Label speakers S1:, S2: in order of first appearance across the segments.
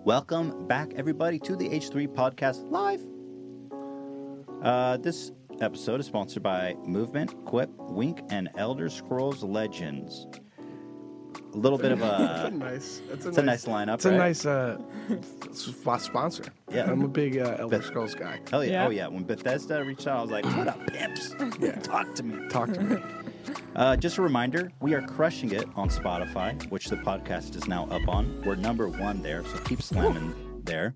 S1: Welcome back, everybody, to the H3 Podcast Live. Uh, this episode is sponsored by Movement, Quip, Wink, and Elder Scrolls Legends. A little bit of
S2: That's a
S1: a.
S2: nice. That's a
S1: It's a
S2: nice.
S1: nice lineup.
S2: It's a
S1: right?
S2: nice uh, sp- sponsor.
S1: Yeah.
S2: I'm a big uh, Elder Scrolls guy.
S1: Hell yeah.
S3: Yeah.
S1: Oh, yeah. When Bethesda reached out, I was like, what up, pimps? Talk to me.
S2: Talk to me.
S1: Uh, just a reminder, we are crushing it on Spotify, which the podcast is now up on. We're number one there, so keep slamming there.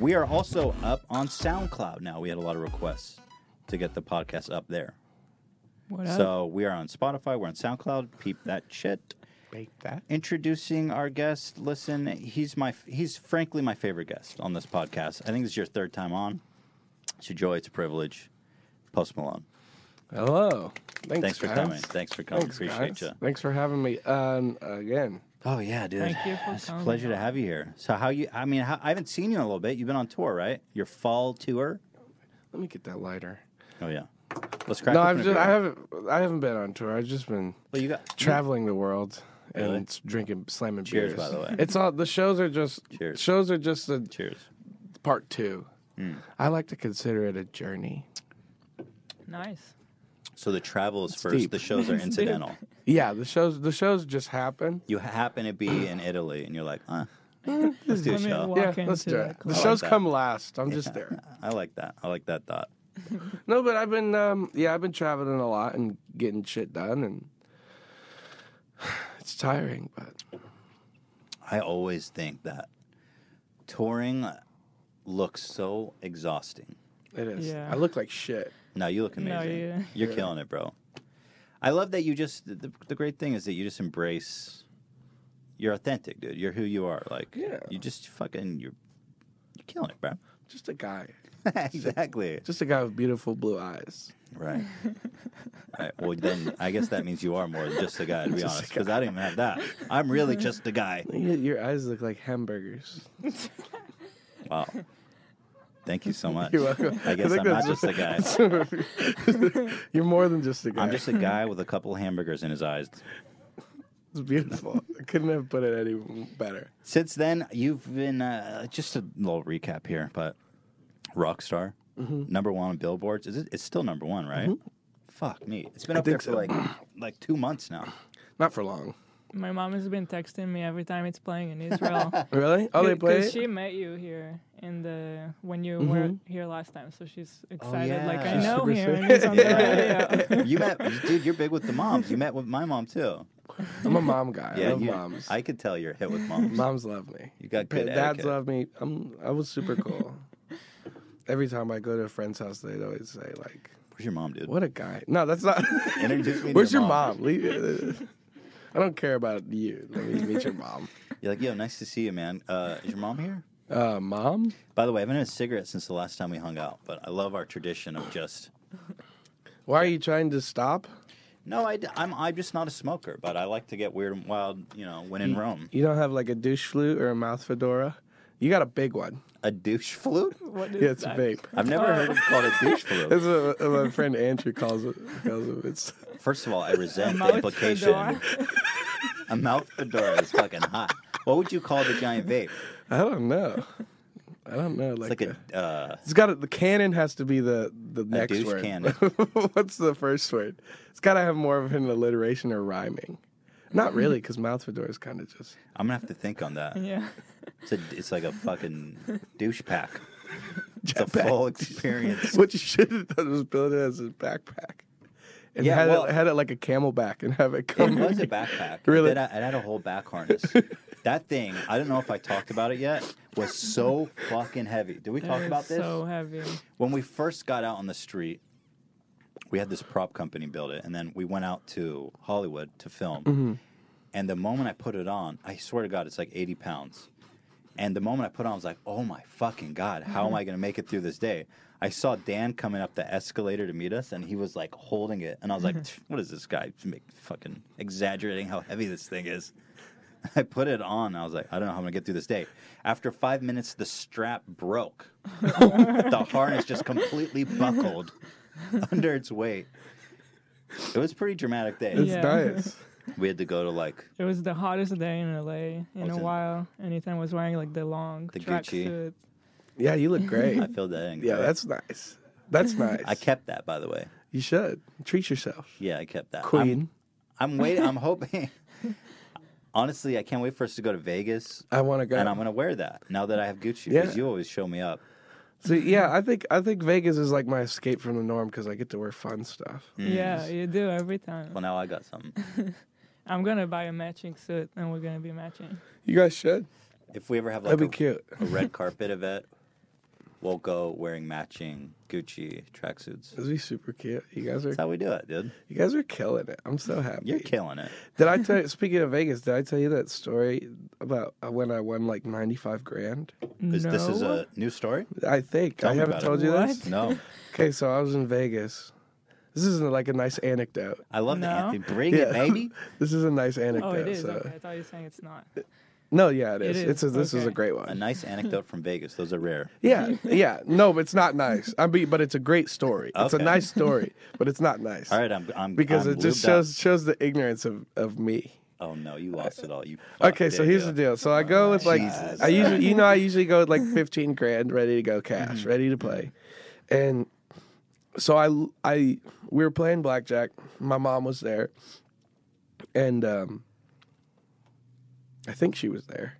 S1: We are also up on SoundCloud now. We had a lot of requests to get the podcast up there.
S3: What up?
S1: So we are on Spotify, we're on SoundCloud. Peep that shit.
S2: Bake that.
S1: Introducing our guest. Listen, he's my he's frankly my favorite guest on this podcast. I think this is your third time on. It's a joy. It's a privilege. Post Malone.
S2: Hello. Thanks,
S1: Thanks for
S2: guys.
S1: coming. Thanks for coming.
S2: Thanks,
S1: Appreciate
S2: guys.
S1: you.
S2: Thanks for having me um, again.
S1: Oh yeah, dude.
S3: Thank you for
S1: it's a
S3: coming.
S1: pleasure to have you here. So how you? I mean, how, I haven't seen you in a little bit. You've been on tour, right? Your fall tour.
S2: Let me get that lighter.
S1: Oh yeah. Let's crack.
S2: no,
S1: open
S2: I've
S1: a
S2: just,
S1: beer.
S2: I haven't. I haven't been on tour. I've just been
S1: Well, you got
S2: traveling the world
S1: Really?
S2: and drinking, slamming
S1: Cheers,
S2: beers.
S1: by the way.
S2: it's all the shows are just
S1: Cheers.
S2: shows are just a
S1: Cheers. Mm.
S2: part two. I like to consider it a journey.
S3: Nice.
S1: So the travel is first.
S2: deep.
S1: The shows are incidental.
S2: Yeah, the shows the shows just happen.
S1: You happen to be in Italy, and you're like, huh. Let's do a
S3: Let me
S1: show.
S3: walk
S2: yeah,
S3: into
S2: let's do
S3: the
S2: it. The
S3: club.
S1: like
S2: shows
S1: that.
S2: come last. I'm just there.
S1: I like that. I like that thought.
S2: No, but I've been um yeah, I've been traveling a lot and getting shit done and it's tiring, but
S1: I always think that touring looks so exhausting.
S2: it is.
S3: Yeah.
S2: I look like shit.
S1: No, you look
S3: No,
S1: amazing.
S3: yeah.
S1: You're killing it, bro. I love that you just the, the great thing is that you just embrace you're authentic, dude. You're who you are. Like
S2: Yeah.
S1: you just fucking you're you're killing it, bro.
S2: Just a guy.
S1: exactly.
S2: Just a guy with beautiful blue eyes.
S1: Right. right. Well then I guess that means you are more than just a guy to be honest. Because I don't even have that. I'm really just a guy.
S2: You- Your eyes look like hamburgers.
S1: Wow. Thank you so much.
S2: You're welcome.
S1: I guess I'm
S2: think
S1: not
S2: that's-
S1: just a guy.
S2: You're more than just a guy.
S1: I'm just a guy with a couple hamburgers in his eyes.
S2: It's beautiful. I couldn't have put it any better.
S1: Since then, you've been uh, just a little recap here, but Rockstar,
S2: Mm-hmm.
S1: number one on billboards. Is it? It's still number one, right? Fuck me. It's been up there
S2: think
S1: for like like two months now.
S2: Not for long.
S3: Oh, My mom has been texting me every time it's playing in Israel.
S2: Really? Oh, they play
S3: Because
S2: it? Mm-hmm.
S3: she met you here in the when you were here last time, so she's excited. Like
S1: Oh, yeah.
S3: I
S1: She's
S3: know
S2: super
S3: him.
S2: excited.
S3: He's on the
S1: Yeah.
S3: radio.
S1: You met, dude. You're big with the moms. You met with my mom too.
S2: I'm a mom guy. I love
S1: you,
S2: moms.
S1: I could tell you're hit with moms.
S2: Moms love me.
S1: You got good
S2: Dads
S1: etiquette.
S2: love me. I'm, I was super cool. Every time I go to a friend's house, they'd always say like,
S1: Where's your mom, dude?
S2: "What a guy." No, that's not.
S1: Introduce me to
S2: Where's your mom? Leave- I don't care about you. Let me meet your mom.
S1: You're like, yo, nice to see you, man. Uh, is your mom here?
S2: Uh, mom,
S1: By the way, I haven't had a cigarette since the last time we hung out, but I love our tradition of just.
S2: why are you trying to stop?
S1: No, I, am I'm just not a smoker, but I like to get weird and wild, you know, when in Rome.
S2: You don't have like a douche flute or a mouth fedora. You got a big one.
S1: A douche flute?
S3: What is
S2: Yeah, it's a
S3: that?
S2: vape.
S1: I've never heard it called a douche flute.
S2: That's what what my friend Andrew calls it. Calls it. It's
S1: First of all, I resent the
S3: Mouth
S1: implication.
S3: fedora.
S1: A mouth fedora is fucking hot. What would you call the giant vape?
S2: I don't know. I don't know.
S1: It's like a, uh,
S2: It's got to, the canon has to be the the next
S1: douche
S2: word.
S1: cannon.
S2: What's the first word? It's got to have more of an alliteration or rhyming. Not really, because mouth fedora is kind of just.
S1: I'm gonna have to think on that.
S3: Yeah.
S1: It's a, it's like a fucking douche pack. It's a full experience.
S2: What you should have done was build it as a backpack, and
S1: Yeah,
S2: had
S1: well-
S2: it had it like a camelback, and have it
S1: It
S2: come.
S1: was a backpack.
S2: Really?
S1: It had, it had a whole back harness. That thing, I don't know if I talked about it yet, was so fucking heavy. Did we talk
S3: They're
S1: about this?
S3: So heavy.
S1: when we first got out on the street, we had this prop company build it, and then we went out to Hollywood to film.
S2: Mm-hmm.
S1: And the moment I put it on, I swear to God, it's like 80 pounds. And the moment I put it on, I was like, oh my fucking God, how am I going to make it through this day? I saw Dan coming up the escalator to meet us, and he was like holding it. And I was like, "Tch, what is this guy make, fucking exaggerating how heavy this thing is? I put it on. I was like, I don't know how I'm going to get through this day. After five minutes, the strap broke the harness just completely buckled under its weight. It was a pretty dramatic day.
S2: It's
S3: Yeah.
S2: nice.
S1: We had to go to like
S3: It was the hottest day in LA in
S1: was
S3: a
S1: in-
S3: while, and Ethan was wearing like the long
S1: The Gucci.
S3: tracksuit.
S2: Yeah, you look great.
S1: I feel that. anxiety.
S2: yeah, that's nice. That's nice.
S1: I kept that by the way.
S2: you should treat yourself,
S1: Yeah, I kept that. I'm-
S2: Queen.
S1: I'm, waiting. I'm hoping. Honestly, I can't wait for us to go to Vegas,
S2: i want to go.
S1: and I'm gonna wear that now that I have Gucci
S2: Yeah.
S1: because you always show me up.
S2: so yeah, I think I think Vegas is like my escape from the norm because I get to wear fun stuff.
S1: Mm.
S3: Yeah, you do every time.
S1: Well, now I got something.
S3: I'm gonna buy a matching suit, and we're gonna be matching.
S2: You guys should.
S1: If we ever have like
S2: That'd
S1: a,
S2: be cute.
S1: a red carpet event, we'll go wearing matching Gucci tracksuits.
S2: That'd be super cute. You guys are
S1: That's how we do it, dude.
S2: you guys are killing it. I'm so happy.
S1: You're killing it.
S2: Did I tell? Speaking of Vegas, did I tell you that story about uh, when I won like ninety five grand?
S1: Is-
S3: no.
S1: This is a new story.
S2: I think
S1: Tell
S2: I
S1: me
S2: haven't
S1: about
S2: told
S1: it.
S2: you
S3: What?
S2: this.
S1: No,
S2: Okay, so I was in Vegas. This is like a nice anecdote.
S1: I love the
S3: No?
S1: Anthony. Bring it,
S2: Yeah.
S1: baby.
S2: This is a nice
S3: Oh,
S2: anecdote.
S3: it is.
S2: So.
S3: Okay, I thought you were saying it's not.
S2: No, yeah, it is.
S3: is,
S2: It's a, this is a
S3: okay.
S2: great
S1: A
S2: one.
S1: nice anecdote from Vegas. Those are rare.
S2: Yeah, yeah. No, but it's not nice. I mean, but it's a great story. It's a
S1: Okay.
S2: nice story, but it's not nice.
S1: All right, I'm. I'm
S2: Because
S1: I'm
S2: it just
S1: lubed up.
S2: shows shows the ignorance of, of me. Uh,
S1: Oh no, you lost it all. You.
S2: Okay,
S1: fucked
S2: so
S1: it,
S2: here's
S1: dude.
S2: the deal. So I go with like
S1: Jesus.
S2: I usually you know I usually go with like 15 grand ready to go cash,
S1: Mm-hmm.
S2: ready to play. And so I I we were playing blackjack. My mom was there. And um I think she was there.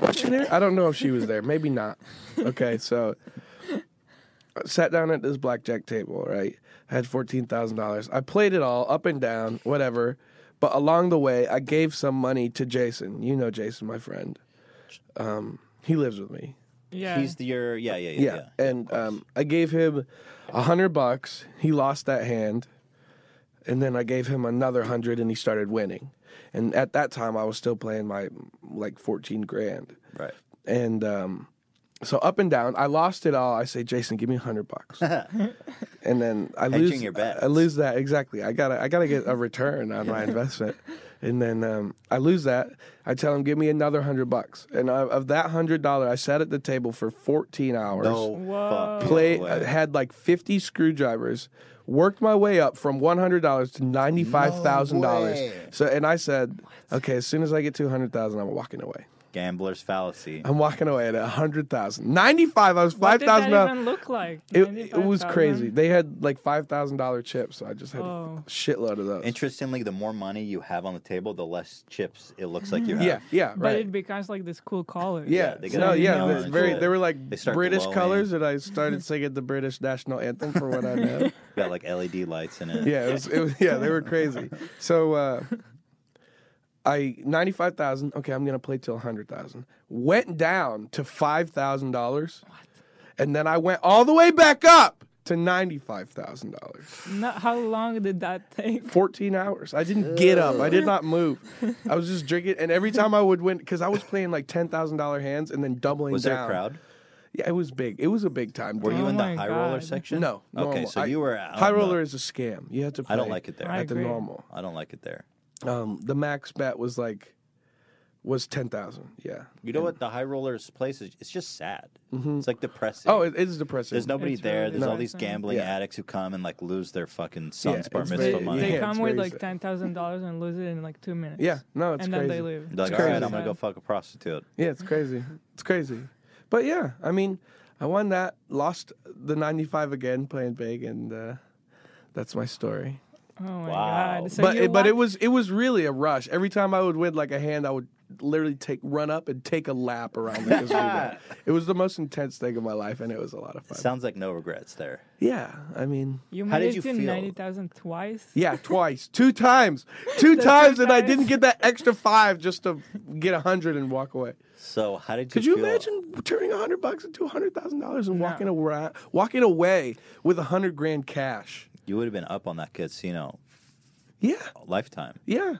S2: was she there? I don't know if she was there. Maybe not. Okay, so I sat down at this blackjack table, right? I had fourteen thousand dollars. I played it all up and down, whatever. But along the way, I gave some money to Jason. You know Jason, my friend. Um, he lives with me.
S3: Yeah.
S1: He's the, your. Yeah, yeah, yeah.
S2: Yeah,
S1: yeah.
S2: and um, I gave him a hundred bucks. He lost that hand, and then I gave him another hundred, and he started winning. And at that time, I was still playing my like fourteen grand
S1: Right.
S2: and um, so up and down. I lost it all. I say, Jason, give me a hundred bucks, and then I
S1: Hedging
S2: lose.
S1: your bets.
S2: I lose that exactly. I gotta, I gotta get a return on my investment, and then um, I lose that. I tell him, give me another hundred bucks, and of of that hundred dollar, I sat at the table for fourteen hours.
S1: No
S3: Whoa.
S1: fucking
S2: Play
S1: way.
S2: I had like fifty screwdrivers, worked my way up from one hundred dollars to ninety five thousand dollars.
S1: way.
S2: So and I said, okay, as soon as I get two hundred thousand, I'm walking away.
S1: Gambler's fallacy.
S2: I'm walking away at 100,000. 95, I was
S3: What did that
S2: 5,000. dollars.
S3: even look like?
S2: It, it was
S3: 95,000?
S2: crazy. They had like $5,000 chips, so I just had
S3: Oh.
S2: a shitload of those.
S1: Interestingly, the more money you have on the table, the less chips it looks like you have.
S2: Yeah, yeah,
S3: Mm-hmm. But
S2: right.
S3: it becomes like this cool color.
S2: yeah,
S1: they get
S2: no,
S1: all
S2: yeah,
S1: yellow
S2: it's
S1: and
S2: very,
S1: shit.
S2: they were like
S1: They start
S2: British
S1: glowing.
S2: colors, and I started singing the British national anthem for what I know.
S1: Got like LED lights in it.
S2: yeah, it was, it was, yeah, they were crazy. So uh, I ninety five thousand. Okay, I'm gonna play till hundred thousand. Went down to five thousand dollars, and then I went all the way back up to ninety five thousand dollars.
S3: No, how long did that take?
S2: Fourteen hours. I didn't get up. I did not move. I was just drinking, and every time I would win, because I was playing like ten thousand dollar hands and then doubling
S1: Was
S2: down.
S1: there a crowd?
S2: Yeah, it was big. It was a big time.
S1: Were
S2: deal.
S1: you
S3: Oh
S1: in the
S3: my
S1: high roller
S3: God.
S1: section?
S2: No,
S1: Okay,
S2: normal.
S1: so
S2: I-
S1: you were out
S2: high
S1: on the-
S2: roller is a scam. You have to. Play
S1: I don't like it there.
S3: I
S1: I,
S2: at the
S3: agree.
S2: normal.
S1: don't like it there.
S2: um, the max bet was like was ten thousand. Yeah.
S1: You know what? The high rollers place is it's just sad. It's like depressing.
S2: Oh, it, it's depressing.
S1: There's nobody
S3: It's really
S1: there. There's all these
S3: depressing.
S1: gambling
S2: Yeah.
S1: addicts who come and like lose their fucking son's
S2: Yeah,
S1: bar
S2: it's
S1: mitzvah
S2: very-
S1: money.
S3: They
S2: yeah. it's
S3: come with
S2: very
S3: like
S2: sad.
S3: ten thousand dollars and lose it in like two minutes.
S2: Yeah. No, it's
S3: and
S2: crazy.
S3: then they leave.
S1: They're like,
S2: It's
S1: all right,
S2: crazy.
S1: I'm gonna go fuck a prostitute.
S2: Yeah, it's crazy. It's crazy. But yeah, I mean, I won that, lost the ninety five again playing big, and uh, that's my story.
S3: Oh my
S1: Wow.
S3: god! So
S2: but
S3: you
S2: it, but it
S3: walk-
S2: was it was really a rush. Every time I would win like a hand, I would literally take run up and take a lap around the casino. it was the most intense thing of my life, and it was a lot of fun.
S1: Sounds like no regrets there.
S2: yeah, I mean.
S3: you made
S1: how did
S3: it
S1: you
S3: to
S1: feel?
S3: ninety thousand twice.
S2: Yeah, twice, two times, two times, and I
S3: times.
S2: didn't get that extra five just to get a hundred and walk away.
S1: So how did you?
S2: Could you
S1: feel-
S2: imagine turning a hundred bucks into a hundred thousand dollars and
S3: No.
S2: walking away, walking away with a hundred grand cash?
S1: You would have been up on that casino
S2: Yeah,
S1: lifetime.
S2: yeah,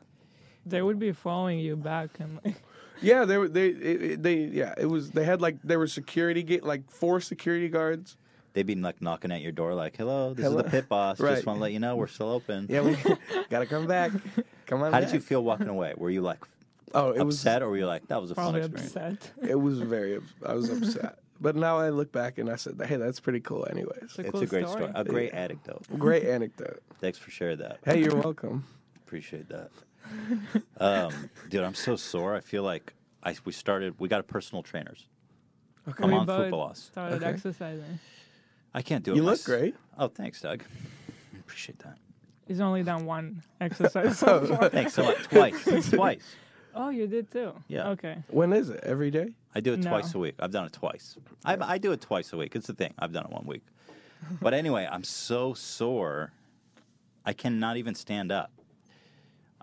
S3: They would be following you back and like.
S2: yeah. They were they it, it- they yeah. It was they had like there were security gate like four security guards.
S1: They'd be like knocking at your door, like, "Hello, this
S2: Hello."
S1: is the pit boss.
S2: Right.
S1: Just want to let you know we're still open."
S2: Yeah, we gotta come back. Come on.
S1: How did
S2: back.
S1: you feel walking away? Were you like
S2: Oh, it was
S1: upset, or were you like, "That was a fun
S3: Probably
S1: experience"?
S3: upset.
S2: it was very. I was upset, but now I look back and I said, hey, that's pretty cool. Anyways,
S3: It's a,
S1: It's
S3: cool
S1: a great story, a great anecdote.
S2: great anecdote.
S1: Thanks for sharing that.
S2: Hey, you're welcome.
S1: appreciate that. Um, dude, I'm so sore. I feel like I we started. We got a personal trainers.
S2: Okay.
S1: I'm
S3: We
S1: on
S3: both
S1: footballos.
S3: Started
S2: Okay.
S3: exercising.
S1: I can't do it.
S2: You look
S1: mys-
S2: great.
S1: Oh, thanks, Doug. I appreciate that.
S3: He's only done one exercise so far.
S1: Thanks so much. Twice. twice.
S3: Oh, you did too.
S1: Yeah.
S3: Okay.
S2: When is it? Every day?
S1: I do it
S3: No.
S1: twice a week. I've done it twice. I, I do it twice a week. It's the thing. I've done it one week. But anyway, I'm so sore. I cannot even stand up.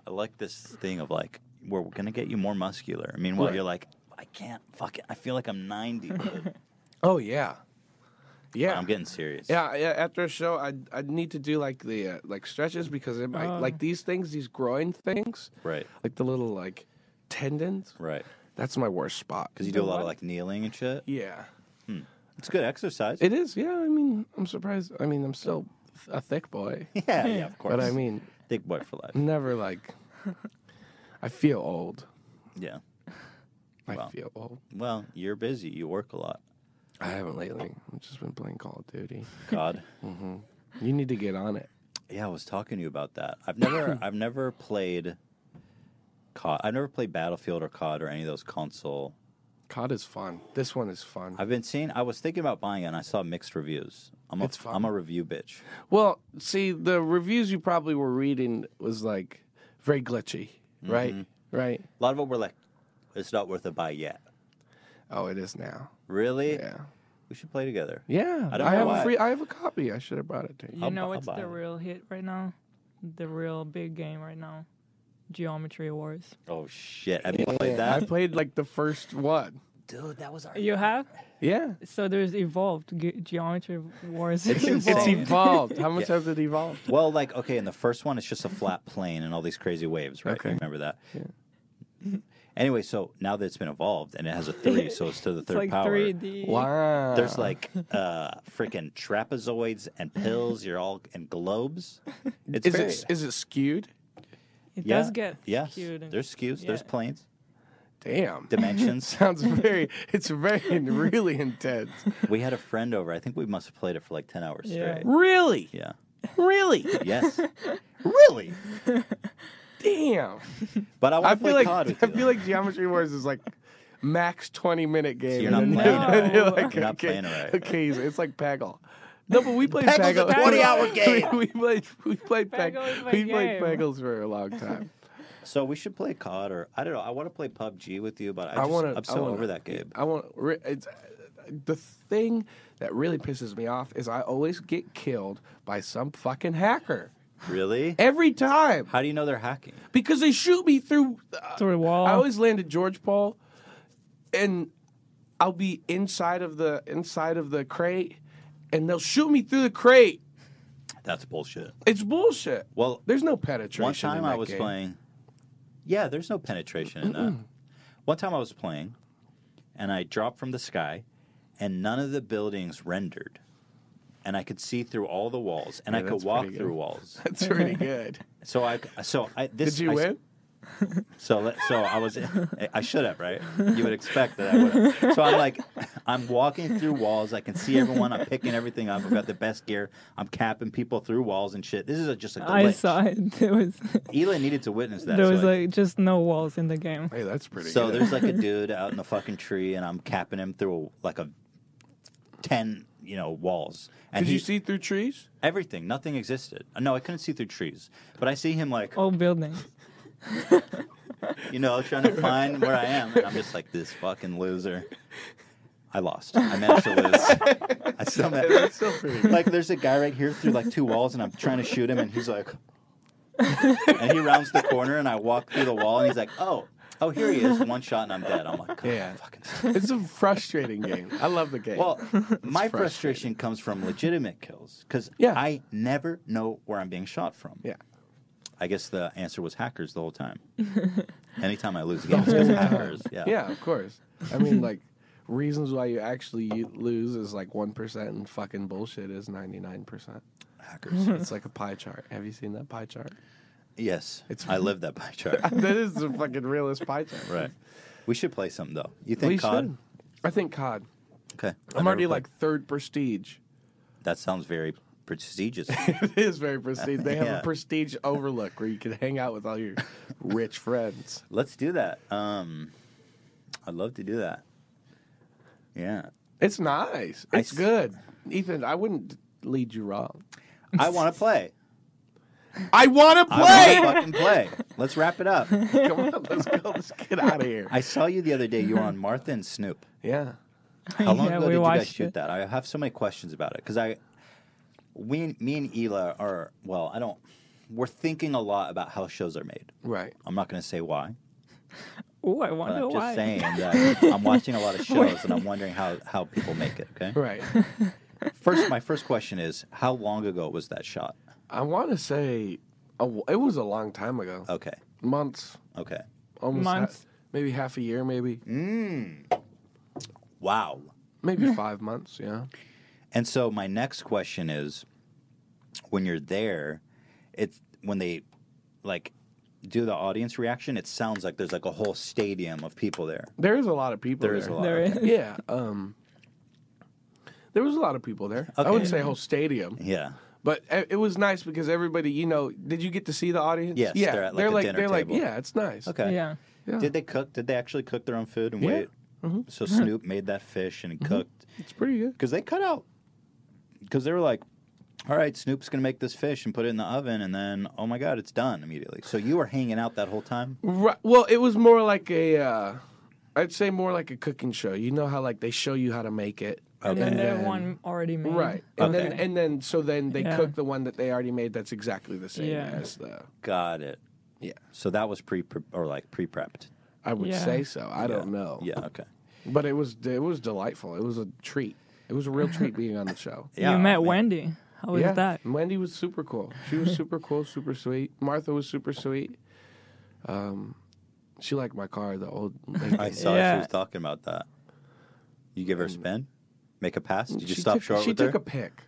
S1: I like this thing of like, we're going to get you more muscular. Meanwhile,
S2: Right.
S1: you're like, I can't. Fuck it. I feel like I'm 90.
S2: Oh yeah, yeah.
S1: I'm getting serious.
S2: Yeah, yeah. After a show, I I need to do like the uh, like stretches because it might,
S3: Oh.
S2: like these things, these groin things,
S1: Right.
S2: like the little like tendons.
S1: Right.
S2: That's my worst spot.
S1: Because you do a lot of
S3: what?
S1: like kneeling and shit.
S2: Yeah,
S1: It's good exercise.
S2: it is. Yeah, I mean, I'm surprised. I mean, I'm still a thick boy,
S1: yeah, yeah, of course.
S2: but I mean,
S1: Thick boy for life.
S2: never like. I feel old.
S1: Yeah.
S2: I
S1: Well.
S2: feel old.
S1: Well, you're busy. You work a lot.
S2: I haven't lately. I've just been playing Call of Duty. Mm-hmm.
S1: God.
S2: You need to get on it.
S1: Yeah, I was talking to you about that. I've never, I've never played COD. I've never played Battlefield or COD or any of those console.
S2: COD is fun. This one is fun.
S1: I've been seeing. I was thinking about buying it, and I saw mixed reviews. I'm a,
S2: It's fun.
S1: am a review bitch.
S2: Well, see, the reviews you probably were reading was like very glitchy,
S1: Mm-hmm.
S2: right? Right.
S1: A lot of them were like, "It's not worth a buy yet."
S2: Oh, it is now.
S1: Really?
S2: Yeah.
S1: We should play together.
S2: Yeah.
S1: I don't know
S2: have
S1: why.
S2: a free. I have a copy. I should have brought it to you.
S3: You
S1: I'll
S3: know
S1: bu- I'll
S3: what's
S1: buy
S3: the
S1: it.
S3: real hit right now? The real big game right now. Geometry Wars.
S1: Oh shit! Have you played that,
S2: I played like the first one.
S1: dude? That was our.
S3: You have?
S2: Yeah.
S3: So there's evolved ge- Geometry Wars.
S1: It's
S3: Evolved.
S2: It's
S1: Insane.
S2: evolved. How much has it evolved?
S1: Well, like okay, in the first one, it's just a flat plane and all these crazy waves, right?
S2: Okay.
S1: You remember that? anyway, so now that it's been evolved and it has a three, so it's to the
S3: It's
S1: third
S3: like
S1: power.
S3: 3D.
S2: Wow.
S1: There's like uh freaking trapezoids and pills. You're all and globes. It's
S2: Is
S1: very-
S2: it is it skewed?
S3: It
S1: yeah,
S3: does get
S1: yes.
S3: skewed. and-
S1: There's skews. There's
S3: yeah.
S1: planes,
S2: Damn.
S1: dimensions.
S2: Sounds very. It's very really intense.
S1: we had a friend over. I think we must have played it for like ten hours
S3: Yeah.
S1: straight.
S2: Really.
S1: Yeah.
S2: Really.
S1: Yes. really.
S2: Damn.
S1: But I
S2: I
S1: want to play
S2: feel like
S1: COD
S2: I
S1: with you.
S2: feel like Geometry Wars is like max twenty minute game.
S1: you're
S2: and
S1: not
S2: then-
S3: playing
S2: and
S3: it.
S2: you're like,
S1: You're not
S2: okay,
S1: playing it right.
S2: Okay, so it's like Paggle. No, but we played
S1: Paggle's a
S2: Paggle.
S1: 20-hour
S2: We-
S1: game.
S2: We played we played Pag-
S3: Paggle is my
S2: we played
S3: game.
S2: Paggles for a long time.
S1: so we should play COD or I don't know. I want to play PUBG with you, but I, just,
S2: wanna-
S1: I'm so
S2: wanna-
S1: over that game.
S2: I want re- it's the thing that really pisses me off is I always get killed by some fucking hacker
S1: Really?
S2: every time
S1: How do you know they're hacking?
S2: because they shoot me through uh,
S3: Through the wall.
S2: I always land at George Paul, and I'll be inside of the inside of the crate, and they'll shoot me through the crate.
S1: That's bullshit.
S2: It's bullshit.
S1: Well,
S2: There's no penetration.
S1: One
S2: in
S1: time I
S2: that
S1: was
S2: game.
S1: playing. Yeah, there's no penetration in that. One time I was playing, and I dropped from the sky, and none of the buildings rendered, and I could see through all the walls, and I could
S2: that's
S1: walk
S2: pretty good.
S1: through walls.
S2: That's pretty good.
S1: So I, so I. This,
S2: Did you
S1: I-
S2: win?
S1: So let, so I was I should have right. You would expect that I would. have. So I'm like I'm walking through walls. I can see everyone. I'm picking everything up. I've got the best gear. I'm capping people through walls and shit. This is a, just like the
S3: I
S1: lynch.
S3: saw it. There was
S1: Eli needed to witness that.
S3: there
S1: so
S3: was
S1: I-
S3: like just no walls in the game.
S2: Hey, that's pretty.
S1: So
S2: good.
S1: there's like a dude out in the fucking tree, and I'm capping him through like a ten, you know, walls. And
S2: Did you
S1: he-
S2: see through trees?
S1: everything? Nothing existed. Uh, No, I couldn't see through trees, but I see him like
S3: All buildings.
S1: you know trying to find where I am, and I'm just like this fucking loser. I lost. I managed to lose. I still managed.
S2: That's still pretty. Good.
S1: Like there's a guy right here through like two walls, and I'm trying to shoot him, and he's like, and he rounds the corner, and I walk through the wall, and he's like, oh. Oh, here he is, one shot, and I'm dead. I'm like, God,
S2: Yeah.
S1: fucking
S2: It's a frustrating game. I love the game.
S1: Well, my
S2: frustrating.
S1: frustration comes from legitimate kills because
S2: Yeah.
S1: I never know where I'm being shot from.
S2: yeah.
S1: I guess the answer was hackers the whole time. Anytime I lose a game, it's because of hackers. Yeah.
S2: Yeah, of course. I mean, like, reasons why you actually u- lose is like 1%, and fucking bullshit is 99%.
S1: hackers.
S2: It's like a pie chart. Have you seen that pie chart?
S1: Yes, I live that pie chart.
S2: That is the fucking realest pie chart.
S1: right. We should play some though. You think
S2: We
S1: COD?
S2: should. I think COD.
S1: Okay. I've
S2: I'm
S1: never
S2: already
S1: played-
S2: like third prestige.
S1: That sounds very prestigious.
S2: it is very prestige. They have
S1: Yeah.
S2: a prestige overlook where you can hang out with all your rich friends.
S1: Let's do that. Um, I'd love to do that. Yeah,
S2: It's nice.
S1: I
S2: It's
S1: s-
S2: good. Ethan, I wouldn't lead you wrong.
S1: I want to play.
S2: I want to
S1: I
S2: play.
S1: want to fucking play. Let's wrap it up.
S2: Come on, let's go. Let's get out of here.
S1: I saw you the other day. You were on Martha and Snoop.
S2: Yeah.
S1: How long
S3: Yeah,
S1: ago
S3: we
S1: did you guys
S3: watched
S1: shoot
S3: it.
S1: that? I have so many questions about it because I, we, me and Ela are well. I don't. We're thinking a lot about how shows are made.
S2: Right.
S1: I'm not going to say why,
S3: Oh, I
S1: but
S3: wonder
S1: I'm uh, just
S3: why.
S1: saying that I'm watching a lot of shows and I'm wondering how how people make it. Okay.
S2: Right.
S1: First, my first question is how long ago was that shot?
S2: I want to say a w it was a long time ago.
S1: Okay.
S2: Months.
S1: Okay.
S2: Almost. ha-
S3: Months.
S2: maybe half a year, maybe.
S1: Mm. Wow.
S2: Maybe five months, yeah.
S1: And so my next question is when you're there, it's when they like do the audience reaction, it sounds like there's like a whole stadium of people there.
S2: There is a lot of people
S1: There
S2: there.
S1: is a lot.
S3: There
S1: okay.
S3: is.
S2: Yeah. Um, there was a lot of people there. I
S1: Okay.
S2: wouldn't say a whole stadium.
S1: Yeah.
S2: But e- it was nice because everybody, you know, did you get to see the audience?
S1: Yes,
S2: yeah,
S1: they're at, like, a dinner
S2: they're
S1: table.
S2: like, yeah, it's nice.
S1: Okay.
S3: Yeah.
S2: yeah,
S1: Did they cook? Did they actually cook their own food and
S2: Yeah. Mm-hmm.
S1: wait? So Snoop made that fish and cooked
S2: it's pretty good.
S1: because they cut out because they were like, "All right, Snoop's gonna make this fish and put it in the oven, and then oh my god, it's done immediately." So you were hanging out that whole time.
S2: Right. Well, it was more like a, uh, I'd say more like a cooking show. You know how like they show you how to make it,
S3: And then
S2: Okay.
S3: there one already made.
S2: right? And then
S3: Okay.
S2: and then so then they
S3: Yeah.
S2: cook the one that they already made. That's exactly the same
S3: Yeah.
S2: as the.
S1: Got it.
S2: Yeah,
S1: So that was pre or like pre prepped.
S2: I would
S3: Yeah.
S2: say so. I don't know.
S1: Yeah. Okay.
S2: but it was it was delightful. It was a treat. It was a real treat being on the show.
S1: Yeah,
S3: you met
S1: I mean-
S3: Wendy. How was that?
S2: And Wendy was super cool. She was super cool, super sweet. Martha was super sweet. Um, she liked my car, the old. Lincoln.
S1: I saw
S3: Yeah.
S1: she was talking about that. You give her a spin, make a pass. Did you
S2: she
S1: stop
S2: took,
S1: short
S2: She
S1: with
S2: took
S1: her?
S2: a pic.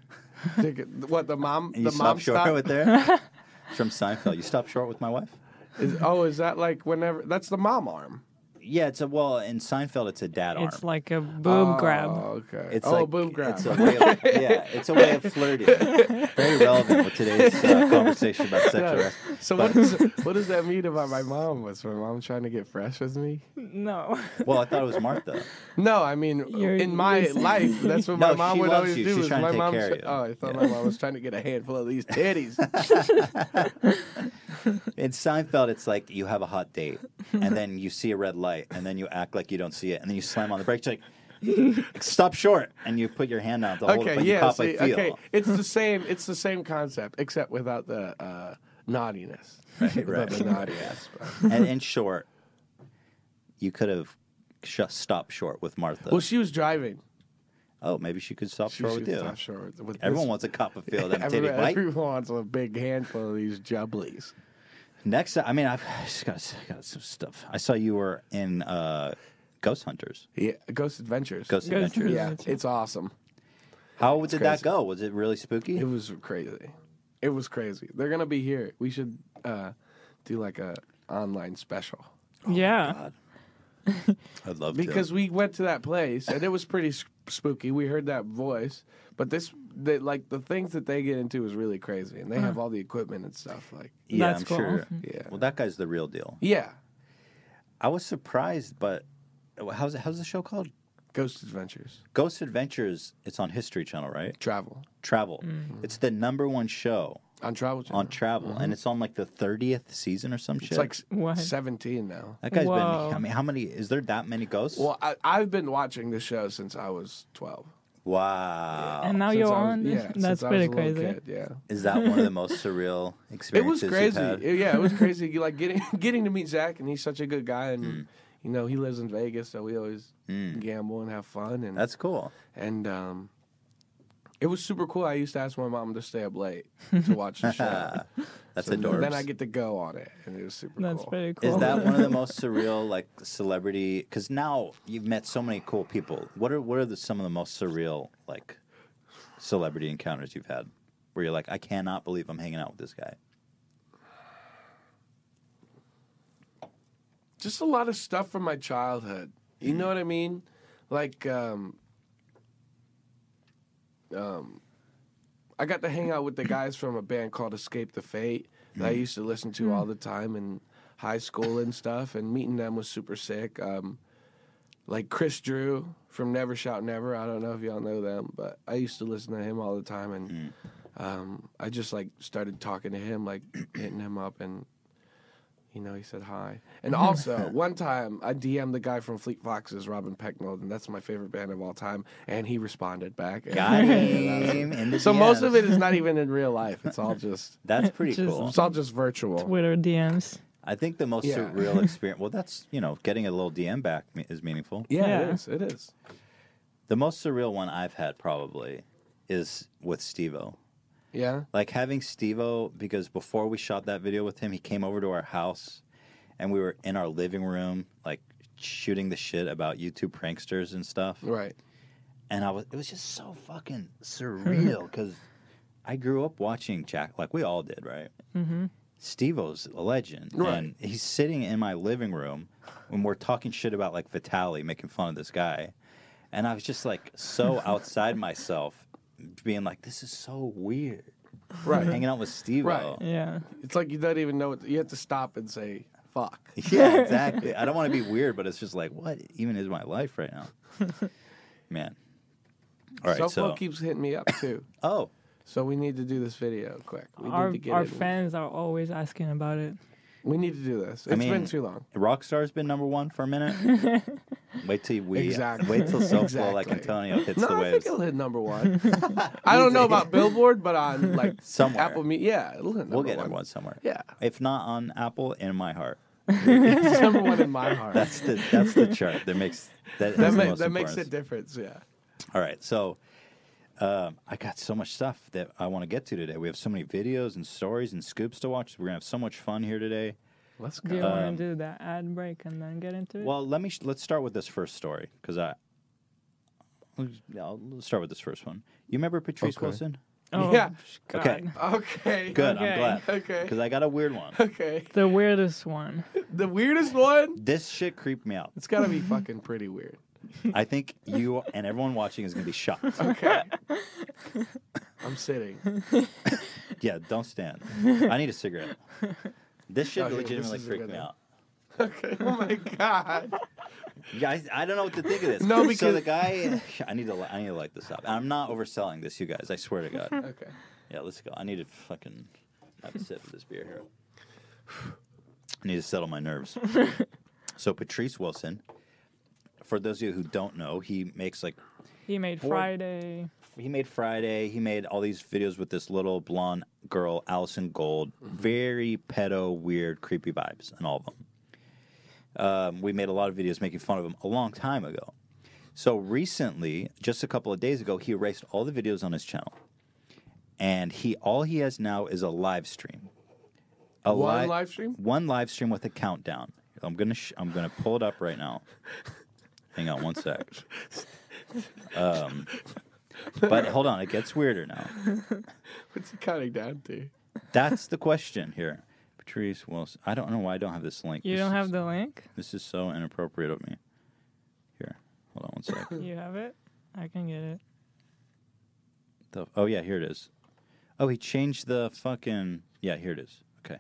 S2: Took it- what the mom?
S1: and
S2: the
S1: you stopped
S2: mom
S1: short
S2: stopped.
S1: with her. It's From Seinfeld, you stop short with my wife.
S2: Is, oh, is that like whenever? That's the mom arm.
S1: Yeah, it's a well in Seinfeld, it's a dad arm.
S3: It's like a boob grab.
S2: Oh, okay.
S1: It's
S2: oh,
S1: like,
S2: boom grab.
S1: It's a way of, yeah, it's a way of flirting. Very relevant with today's uh, conversation about sexual
S2: Yeah.
S1: harassment.
S2: so what, is, what does that mean about my mom? Was my mom trying to get fresh with me?
S3: No.
S1: Well, I thought it was Martha.
S2: No, I mean uh,
S3: You're-
S2: in my
S3: you're-
S2: life, that's what
S1: No,
S2: my mom
S1: she
S2: would
S1: loves
S2: always
S1: you.
S2: do.
S1: She's
S2: is
S1: trying to
S2: my
S1: take
S2: mom
S1: care of
S2: said-
S1: you.
S2: Oh, I thought
S1: Yeah.
S2: my mom was trying to get a handful of these titties.
S1: In Seinfeld, it's like you have a hot date, and then you see a red light, and then you act like you don't see it, and then you slam on the brakes, like stop short, and you put your hand out to hold it,
S2: okay,
S1: but you
S2: yeah,
S1: pop
S2: see,
S1: I feel.
S2: okay, it's the same. It's the same concept except without the uh, naughtiness.
S1: Right,
S2: Without
S1: right.
S2: the naughty aspect.
S1: and in short, you could have sh- stopped short with Martha.
S2: Well, she was driving.
S1: oh, maybe she could stop
S2: She
S1: short
S2: she
S1: with you.
S2: stopped short with this-
S1: Everyone wants a cop of field and a titty
S2: Everyone,
S1: bite.
S2: everyone wants a big handful of these jubblies.
S1: Next, I mean, I've I just got, I got some stuff. I saw you were in uh, Ghost Hunters,
S2: Yeah, Ghost Adventures.
S1: Ghost
S3: Ghost
S1: Adventures.
S3: Adventures.
S2: yeah, it's awesome.
S1: How did that
S2: crazy.
S1: go? Was it really spooky?
S2: It was crazy. It was crazy. They're gonna be here. We should uh, do like a online special
S3: yeah.
S1: Oh, God. I'd love
S2: because
S1: to.
S2: we went to that place and it was pretty s- spooky. We heard that voice, but this, they, like the things that they get into is really crazy, and they have all the equipment and stuff. Like,
S1: Yeah,
S3: That's
S1: I'm
S3: cool. Mm-hmm.
S1: sure.
S2: yeah,
S1: Well, that guy's the real deal.
S2: yeah,
S1: I was surprised, but uh, how's how's the show called?
S2: Ghost Adventures,
S1: Ghost Adventures. It's on History Channel, right?
S2: travel
S1: Travel.
S3: Mm-hmm.
S1: It's the number one show
S2: on Travel Channel. Mm-hmm.
S1: on travel, and it's on like the thirtieth season or some shit.
S2: it's like s-
S3: What?
S2: seventeen now.
S1: that guy's
S3: Whoa.
S1: been. I mean, how many? Is there that many ghosts?
S2: Well, I, I've been watching this show since I was twelve.
S1: wow.
S3: And now
S2: Since
S3: you're
S2: I was-
S3: on.
S2: yeah,
S3: That's
S2: since I was
S3: pretty
S2: a little
S3: crazy.
S2: kid, yeah.
S1: Is that one of the most surreal
S2: It was
S1: experiences?
S2: crazy.
S1: You've had?
S2: It- yeah, it was crazy. You, like getting getting to meet Zach, and he's such a good guy,
S1: Hmm.
S2: and you know he lives in Vegas, so we always gamble and have fun, and
S1: That's cool.
S2: and um, it was super cool. I used to ask my mom to stay up late to watch the show.
S1: Ah, that's
S2: So
S1: adorable.
S2: Then I get to go on it, and it was super
S3: That's
S2: cool.
S3: pretty cool.
S1: Is that one of the most surreal like celebrity? Because now you've met so many cool people. What are what are the, some of the most surreal like celebrity encounters you've had? Where you're like, I cannot believe I'm hanging out with this guy.
S2: Just a lot of stuff from my childhood. You know what I mean? Like, um, um, I got to hang out with the guys from a band called Escape the Fate that I used to listen to all the time in high school and stuff. And meeting them was super sick. Um, like Chris Drew from Never Shout Never. I don't know if y'all know them, but I used to listen to him all the time. And
S1: Mm.
S2: um, I just like started talking to him, like hitting him up, and you know he said hi. And also one time I DM'd the guy from Fleet Foxes, Robin Pecknold, and that's my favorite band of all time, and he responded back. And-
S1: Got him. in the
S2: so most of
S1: DMs.
S2: it is not even in real life. It's all just
S1: That's pretty
S3: Just-
S1: cool.
S2: it's all just virtual.
S3: Twitter DMs.
S1: I think the most
S2: Yeah.
S1: surreal experience. Well, that's you know, getting a little DM back me- is meaningful.
S2: Yeah, it
S3: Yeah.
S2: is. It is.
S1: The most surreal one I've had probably is with Stevo.
S2: Yeah.
S1: Like having Stevo because before we shot that video with him, he came over to our house, and we were in our living room, like shooting the shit about YouTube pranksters and stuff.
S2: Right.
S1: and I was it was just so fucking surreal because I grew up watching Jack like we all did, right? Mm-hmm. Steve-O's a legend,
S2: Right.
S1: and he's sitting in my living room when we're talking shit about like Vitali, making fun of this guy, and I was just like so outside myself, being like, "This is so weird."
S2: Right.
S1: Hanging out with Steve-O.
S2: Right.
S3: Yeah.
S2: It's like you don't even know. What, you have to stop and say fuck.
S1: Yeah, exactly. I don't want to be weird, but it's just like, what even is my life right now, man? All right, so,
S2: Soflo keeps hitting me up too.
S1: oh,
S2: So we need to do this video quick. We
S3: Our
S2: need to get
S3: our
S2: it.
S3: fans are always asking about it.
S2: We need to do this. It's
S1: mean,
S2: been too long.
S1: Rockstar's been number one for a minute. wait till we uh,
S2: Exactly.
S1: wait till Soulful like
S2: Exactly.
S1: Antonio hits
S2: No,
S1: the
S2: I think
S1: waves.
S2: it'll hit number one. I don't know about Billboard, but on like
S1: Somewhere.
S2: Apple Me, yeah, it'll hit number
S1: We'll get
S2: one.
S1: number one somewhere.
S2: Yeah,
S1: If not on Apple, in my heart.
S2: it's number one in my heart.
S1: That's the that's the chart that makes that,
S2: that
S1: has the
S2: ma-
S1: most
S2: that makes a
S1: importance.
S2: difference. Yeah,
S1: All right, so um, I got so much stuff that I want to get to today. We have so many videos and stories and scoops to watch. We're gonna have so much fun here today.
S2: let's
S3: Do you
S2: go.
S1: um,
S3: want to do that ad break and then get into it?
S1: Well, let me sh- let's start with this first story because I. I'll let's start with this first one. You remember Patrice
S2: Okay.
S1: Wilson?
S3: oh,
S2: yeah.
S3: sh- God.
S1: Okay.
S2: Okay.
S1: Good,
S3: Okay.
S1: I'm glad.
S2: Okay.
S1: Because I got a weird one.
S2: Okay.
S3: The weirdest one.
S2: The weirdest one.
S1: This shit creeped me out.
S2: It's gotta be fucking pretty weird.
S1: I think you and everyone watching is gonna be shocked.
S2: Okay. I'm sitting.
S1: Yeah, don't stand. I need a cigarette. This shit
S2: Oh, here, this
S1: legitimately
S2: is a
S1: freaked
S2: good
S1: me
S2: one.
S1: out.
S2: Okay. Oh my god.
S1: Yeah, I, I don't know what to think of this.
S2: No,
S1: so
S2: because-
S1: the guy, I need to, li- I need to light this up. I'm not overselling this, you guys. I swear to God.
S2: Okay.
S1: Yeah, let's go. I need to fucking have a sip of this beer here. I need to settle my nerves. So Patrice Wilson, for those of you who don't know, he makes like
S3: He made
S1: Boy.
S3: Friday.
S1: he made Friday. He made all these videos with this little blonde girl, Allison Gold.
S2: Mm-hmm.
S1: Very pedo, weird, creepy vibes in all of them. Um, we made a lot of videos making fun of him a long time ago. So recently, just a couple of days ago, he erased all the videos on his channel, and he all he has now is a live stream. A
S2: One
S1: li-
S2: live stream?
S1: One live stream with a countdown. I'm gonna sh- I'm gonna pull it up right now. Hang on one sec. Um, but hold on, it gets weirder now.
S2: What's he counting down to?
S1: That's the question here. Patrice Wilson. I don't know why I don't have this link.
S3: You
S1: this
S3: don't have
S1: is,
S3: the link?
S1: This is so inappropriate of me. Here, hold on one sec.
S3: You have it? I can get it.
S1: The- oh yeah, here it is. Oh, he changed the fucking. Yeah, here it is. Okay.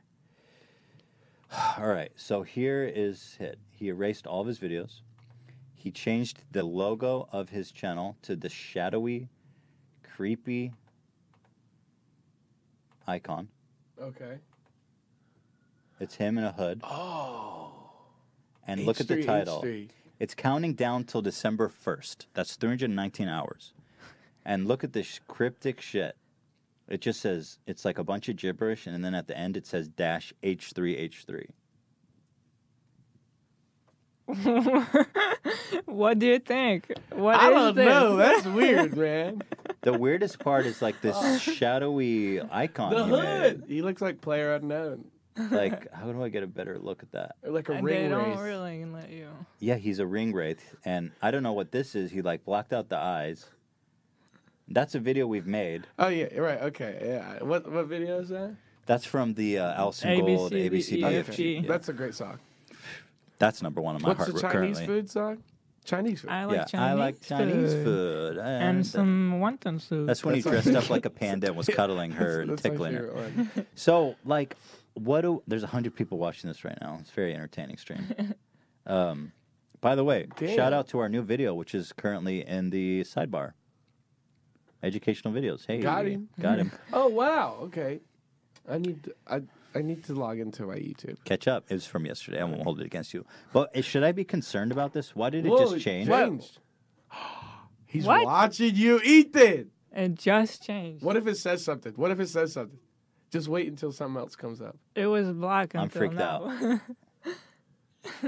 S1: All right. So here is it. He erased all of his videos. He changed the logo of his channel to the shadowy, creepy icon.
S2: Okay.
S1: It's him in a hood.
S2: Oh.
S1: And look at the
S2: H3,
S1: title.
S2: H3.
S1: It's counting down till December 1st. That's 319 hours. And look at this cryptic shit. It just says, it's like a bunch of gibberish, and then at the end it says dash H3H3.
S3: What do you think? What
S2: I
S3: is
S2: don't
S3: this?
S2: know. That's weird, man.
S1: The weirdest part is like this shadowy icon.
S2: The
S1: he
S2: hood. He looks like player unknown.
S1: made. Like, how do I get a better look at that?
S2: Or like a
S3: And
S2: ring
S3: they don't
S2: race.
S3: really let you.
S1: Yeah, he's a ring wraith, and I don't know what this is. He like blocked out the eyes. That's a video we've made.
S2: Oh yeah, you're right. Okay. Yeah. What what video is that? Oh,
S1: That's from the uh, Alison
S3: A, B,
S1: Gold
S3: C, D,
S1: ABC
S3: E, F,
S1: DFG.
S3: G.
S1: Yeah.
S2: That's a great song.
S1: That's number one on my
S2: What's
S1: heart
S2: the Chinese
S1: currently.
S2: food song? Chinese food.
S3: I like
S1: yeah,
S3: Chinese
S1: I like Chinese food.
S3: and some wonton Mm, soup.
S1: That's when he
S2: That's
S1: dressed up like a panda and was cuddling her and
S2: That's my
S1: tickling her.
S2: favorite one.
S1: So, like, what do there's a hundred people watching this right now? It's a very entertaining stream. um, by the way,
S2: Damn.
S1: shout out to our new video, which is currently in the sidebar. Educational videos. Hey,
S2: Got him.
S1: got him.
S2: Oh wow. Okay. I need to, I I need to log into my YouTube.
S1: Catch up. It was from yesterday. I won't hold it against you. But uh, should I be concerned about this? Why did it
S2: Whoa,
S1: just change?
S2: Changed. He's
S3: What?
S2: watching you, Ethan.
S3: It just changed.
S2: What if it says something? What if it says something? Just wait until something else comes up.
S3: It was black until
S1: I'm freaked
S3: now.
S1: out.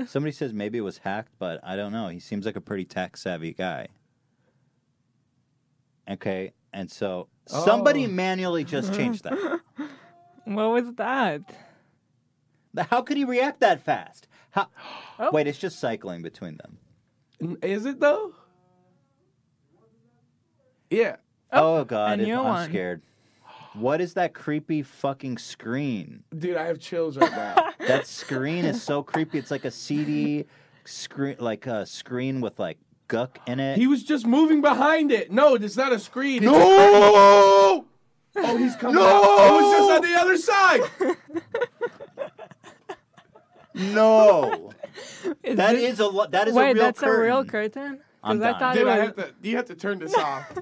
S1: Somebody says maybe it was hacked, but I don't know. He seems like a pretty tech savvy guy. Okay, and so somebody
S2: Oh.
S1: manually just changed that.
S3: what was that?
S1: The- How could he react that fast? How-
S3: Oh.
S1: Wait, it's just cycling between them.
S2: N- Is it though? Yeah.
S1: Oh, God,
S3: a
S1: it-
S3: new
S1: I'm
S3: one.
S1: scared. What is that creepy fucking screen?
S2: Dude, I have chills right now.
S1: That screen is so creepy. It's like a CD screen, like a screen with like guck in it.
S2: he was just moving behind it. No, it's not a screen. It's a-
S1: no!
S2: Oh, he's coming. No, out. it was just on the other side.
S1: No!
S3: Is
S1: That
S3: it-
S1: is a lo- that is
S3: wait.
S1: a real
S3: that's
S1: curtain.
S3: a real curtain. 'Cause
S1: I'm
S3: I
S1: done.
S3: thought it
S2: Dude, I
S3: was.
S2: have to. You have to turn this off.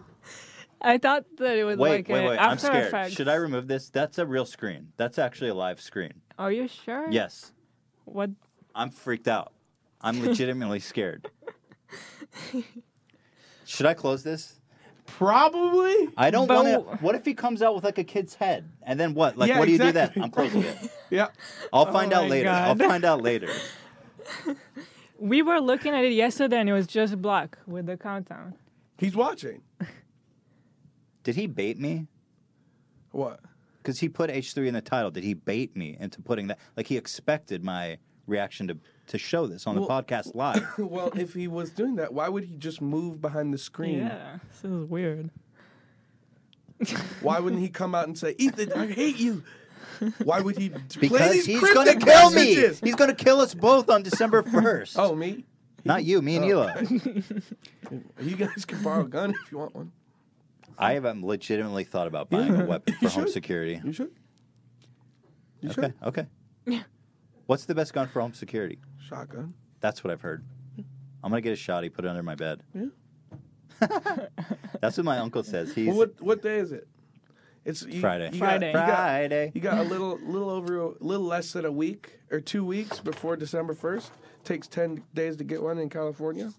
S3: I thought that it was
S1: Wait,
S3: like
S1: wait,
S3: a
S1: wait! I'm
S3: After
S1: scared.
S3: Effects.
S1: Should I remove this? That's a real screen. That's actually a live screen.
S3: Are you sure?
S1: Yes,
S3: What?
S1: I'm freaked out. I'm legitimately scared. Should I close this?
S2: Probably.
S1: I don't
S3: But
S1: want to.
S3: w-
S1: What if he comes out with like a kid's head? And then what? Like,
S2: Yeah,
S1: what do you do
S2: exactly.
S1: then? I'm closing it.
S2: Yeah.
S1: I'll find out
S3: Oh my
S1: later. I'll
S3: God.
S1: find out later.
S3: We were looking at it yesterday, and it was just black with the countdown.
S2: He's watching.
S1: Did he bait me?
S2: What?
S1: Because he put H3 in the title. Did he bait me into putting that? Like, he expected my reaction to to show this on the
S2: Well-
S1: podcast live.
S2: Well, if he was doing that, why would he just move behind the screen?
S3: Yeah, this is weird.
S2: Why wouldn't he come out and say, "Ethan, I hate you"? Why would he play
S1: Because
S2: these
S1: he's gonna
S2: cryptic
S1: kill
S2: messages?
S1: me. He's gonna kill us both on December first.
S2: Oh, me? Oh,
S1: not you, me and Hila.
S2: You guys can borrow a gun if you want one.
S1: I have um, legitimately thought about buying a weapon for home
S2: should.
S1: security.
S2: You should. You
S1: Okay,
S2: should.
S1: okay. What's the best gun for home security?
S2: Shotgun.
S1: That's what I've heard. I'm gonna get a shotty, put it under my bed.
S2: Yeah.
S1: That's what my uncle says. He's
S2: Well, what what day is it? It's you,
S1: Friday.
S2: you got-
S3: Friday.
S2: you got-
S1: Friday.
S2: You got a little, little over, a little less than a week or two weeks before December first. Takes ten days to get one in California.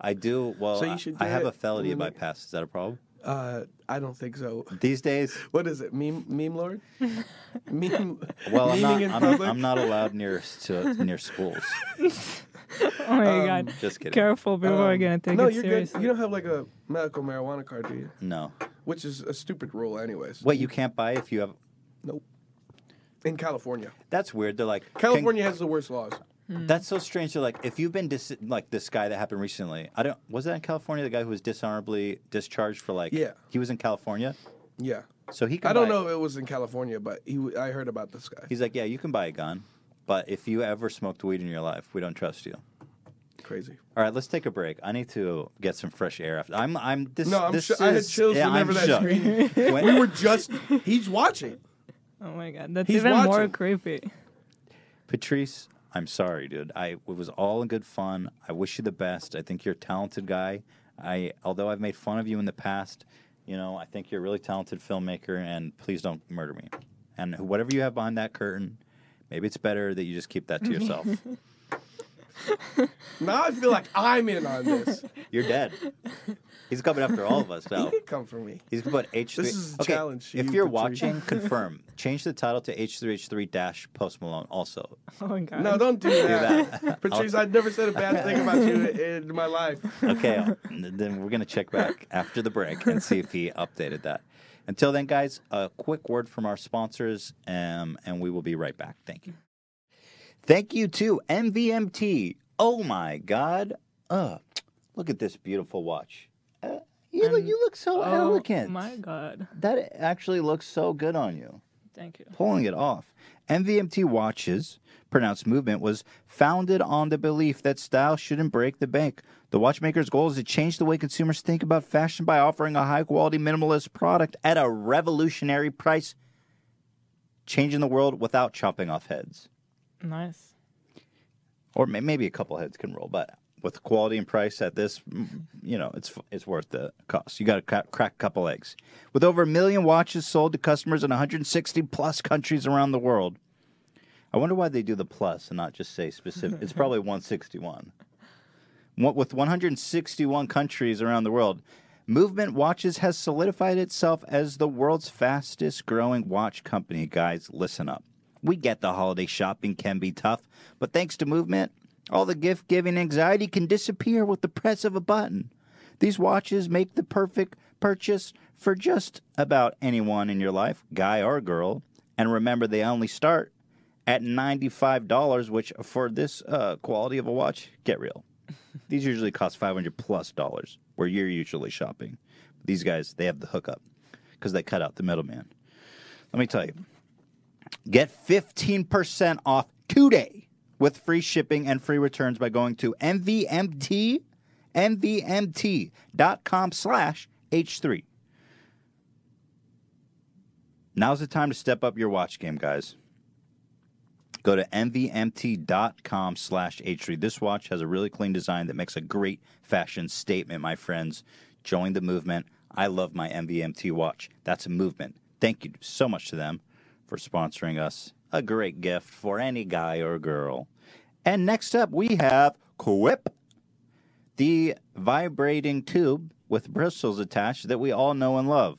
S1: I do. Well,
S2: So you
S1: I-
S2: should
S1: I,
S2: do
S1: have
S2: it
S1: a felony
S2: when we-
S1: bypass. Is that a problem?
S2: Uh, I don't think so.
S1: These days,
S2: What is it? Meme, meme lord? Meme.
S1: well, I'm
S2: memeing
S1: not.
S2: in
S1: I'm,
S2: public?
S1: I'm not allowed near to near schools.
S3: Oh my god!
S1: Just kidding.
S3: Careful, people are
S2: Um,
S3: gonna take
S2: no,
S3: it
S2: you're
S3: seriously.
S2: good. You don't have like a medical marijuana card, do you?
S1: No.
S2: Which is a stupid rule, anyways.
S1: Wait, you can't buy if you have.
S2: Nope. In California,
S1: That's weird. They're like "Can-
S2: California has the worst laws.
S1: That's so strange. They're like, if you've been dis- like this guy that happened recently, I don't was that in California the guy who was dishonorably discharged for like
S2: Yeah.
S1: he was in California,
S2: Yeah.
S1: so he can
S2: I don't
S1: buy-
S2: know if it was in California, but he, w- I heard about this guy.
S1: He's like, yeah, you can buy a gun, but if you ever smoked weed in your life, we don't trust you.
S2: Crazy.
S1: All right, let's take a break. I need to get some fresh air. After I'm I'm this
S2: No, I'm
S1: this
S2: sho- I had
S1: is-
S2: chills
S1: yeah,
S2: whenever
S1: I'm
S2: that
S1: shook.
S2: screen.
S1: When-
S2: we were just. He's watching.
S3: oh my god, that's
S2: He's
S3: even more
S2: watching.
S3: creepy.
S1: Patrice, I'm sorry, dude. I it was all in good fun. I wish you the best. I think you're a talented guy. I although I've made fun of you in the past, you know, I think you're a really talented filmmaker and please don't murder me. And wh- whatever you have behind that curtain, maybe it's better that you just keep that to
S2: Mm-hmm.
S1: yourself.
S2: Now I feel like I'm in on this.
S1: you're dead. He's coming after all of us now.
S2: He didn't come for me.
S1: He's gonna put H3.
S2: This is a
S1: okay,
S2: challenge to
S1: If
S2: you,
S1: you're
S2: Patrice.
S1: watching, confirm. Change the title to H3H3 dash Post Malone also.
S3: Oh my god.
S2: No, don't do that. Patrice, I've never said a bad thing about you in my life.
S1: okay, then we're going to check back after the break and see if he updated that. Until then, guys, a quick word from our sponsors, um, and we will be right back. Thank you. Thank you to MVMT. Oh my God. Uh, look at this beautiful watch. Uh, you, look, you look so
S3: Oh
S1: elegant.
S3: my god.
S1: That actually looks so good on you.
S3: Thank you.
S1: pulling it off. MVMT Watch's pronounced movement was founded on the belief that style shouldn't break the bank. The watchmaker's goal is to change the way consumers think about fashion by offering a high quality minimalist product at a revolutionary price, changing the world without chopping off heads.
S3: Nice.
S1: Or may- maybe a couple heads can roll, but with quality and price at this, mm, you know, it's it's worth the cost. You got to cra- crack a couple eggs. With over a million watches sold to customers in 160 plus countries around the world, I wonder why they do the plus and not just say specific. it's probably 161. What with 161 countries around the world, Movement Watches has solidified itself as the world's fastest growing watch company. Guys, listen up. We get the holiday shopping can be tough, but thanks to Movement, all the gift giving anxiety can disappear with the press of a button. These watches make the perfect purchase for just about anyone in your life, guy or girl. And remember, they only start at $95, which for this uh, quality of a watch, get real. These usually cost 500 plus dollars where you're usually shopping. These guys, they have the hookup because they cut out the middleman. Let me tell you get 15% off today with free shipping and free returns by going to MVMT, MVMT.com slash H3. Now's the time to step up your watch game, guys. Go to mvmt.com slash h3. This watch has a really clean design that makes a great fashion statement, my friends. Join the movement. I love my MVMT watch. That's a movement. Thank you so much to them for sponsoring us. A great gift for any guy or girl. And next up, we have Quip, the vibrating tube with bristles attached that we all know and love.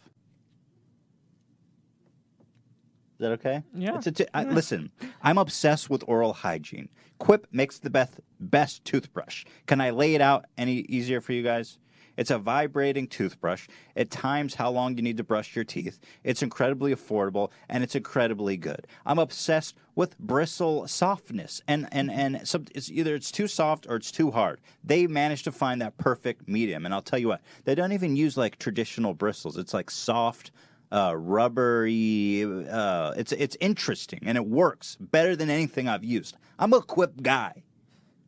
S1: Is that okay?
S3: Yeah.
S1: It's a t- I, listen, I'm obsessed with oral hygiene. Quip makes the best best toothbrush. Can I lay it out any easier for you guys? It's a vibrating toothbrush. It times how long you need to brush your teeth. It's incredibly affordable and it's incredibly good. I'm obsessed with bristle softness and and and some, it's either it's too soft or it's too hard. They managed to find that perfect medium. And I'll tell you what, they don't even use like traditional bristles. It's like soft uh, rubbery. Uh, it's it's interesting and it works better than anything I've used. I'm a Quip guy.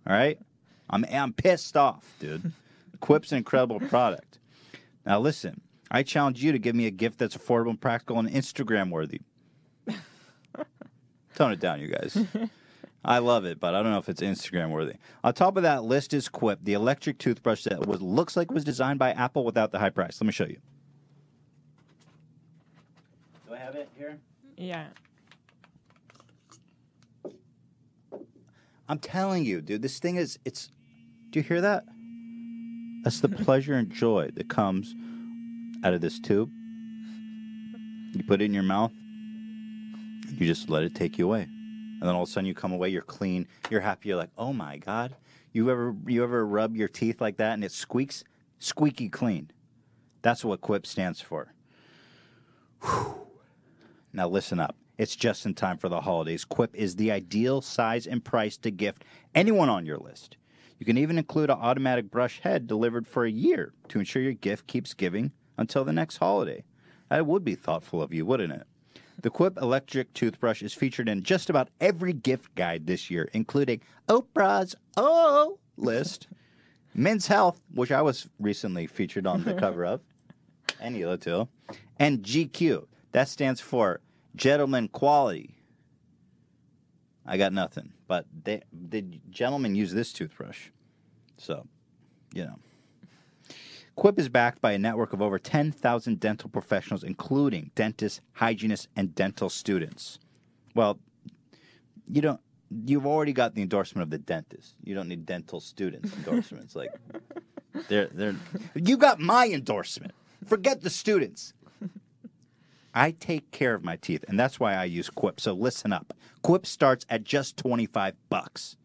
S1: All right, I'm I'm pissed off, dude. Quip's an incredible product. Now listen, I challenge you to give me a gift that's affordable and practical and Instagram worthy. Tone it down, you guys. I love it, but I don't know if it's Instagram worthy. On top of that list is Quip, the electric toothbrush that was looks like it was designed by Apple without the high price. Let me show you. Do I have it here?
S3: Yeah.
S1: I'm telling you, dude, this thing is it's do you hear that? That's the pleasure and joy that comes out of this tube. You put it in your mouth, and you just let it take you away. And then all of a sudden you come away, you're clean, you're happy, you're like, oh my God. You ever you ever rub your teeth like that and it squeaks? Squeaky clean. That's what Quip stands for. Now listen up. It's just in time for the holidays. Quip is the ideal size and price to gift anyone on your list. You can even include an automatic brush head delivered for a year to ensure your gift keeps giving until the next holiday. That would be thoughtful of you, wouldn't it? The Quip electric toothbrush is featured in just about every gift guide this year, including Oprah's Oh list, Men's Health, which I was recently featured on the cover of and Hilo too. And GQ. That stands for gentleman quality. I got nothing, but they, the gentlemen use this toothbrush. So, you know. Quip is backed by a network of over 10,000 dental professionals, including dentists, hygienists, and dental students. Well, you don't. You've already got the endorsement of the dentist. You don't need dental students endorsements. like they're they're. You got my endorsement. Forget the students. I take care of my teeth, and that's why I use Quip. So listen up. Quip starts at just 25 bucks.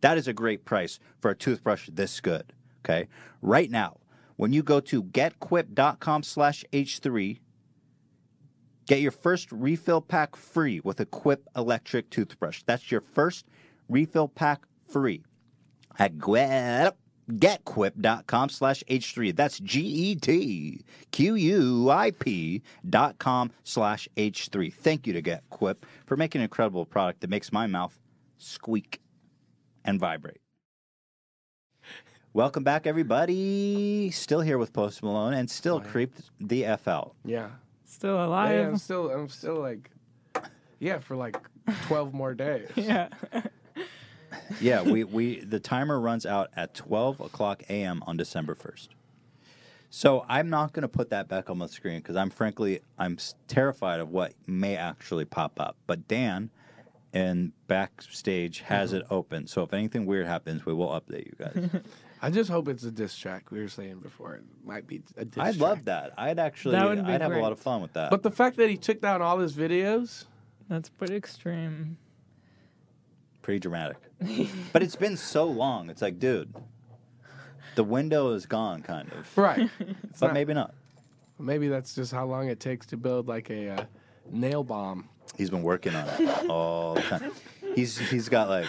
S1: That is a great price for a toothbrush this good. Okay. Right now, when you go to getquip.com slash H3, get your first refill pack free with a Quip electric toothbrush. That's your first refill pack free at Quip. getquip.com slash H3. That's G E T Q U I P dot com slash H3. Thank you to GetQuip for making an incredible product that makes my mouth squeak and vibrate. Welcome back, everybody. Still here with Post Malone and still creeped the F out.
S2: Yeah.
S3: Still
S2: Yeah, I'm
S3: alive.
S2: still, I'm still like, yeah, for like 12 more days.
S3: Yeah.
S1: Yeah, we, we the timer runs out at 12 o'clock a.m. on December 1st. So I'm not going to put that back on the screen because I'm frankly I'm s- terrified of what may actually pop up. But Dan in backstage
S2: Mm-hmm.
S1: has it open, so if anything weird happens, we will update you guys.
S2: I just hope it's a diss track. We were saying before it might be a diss
S1: I'd
S2: track.
S1: love that. I'd actually
S3: That would be
S1: I'd have a
S3: great.
S1: lot of fun with that.
S2: But the fact that he took down all his videos,
S3: That's pretty extreme.
S1: Pretty dramatic. but it's been so long. It's like, dude, the window is gone, kind of.
S2: right? It's
S1: But
S2: not-
S1: maybe not.
S2: maybe that's just how long it takes to build like a uh, nail bomb.
S1: He's been working on it all the time. He's he's got like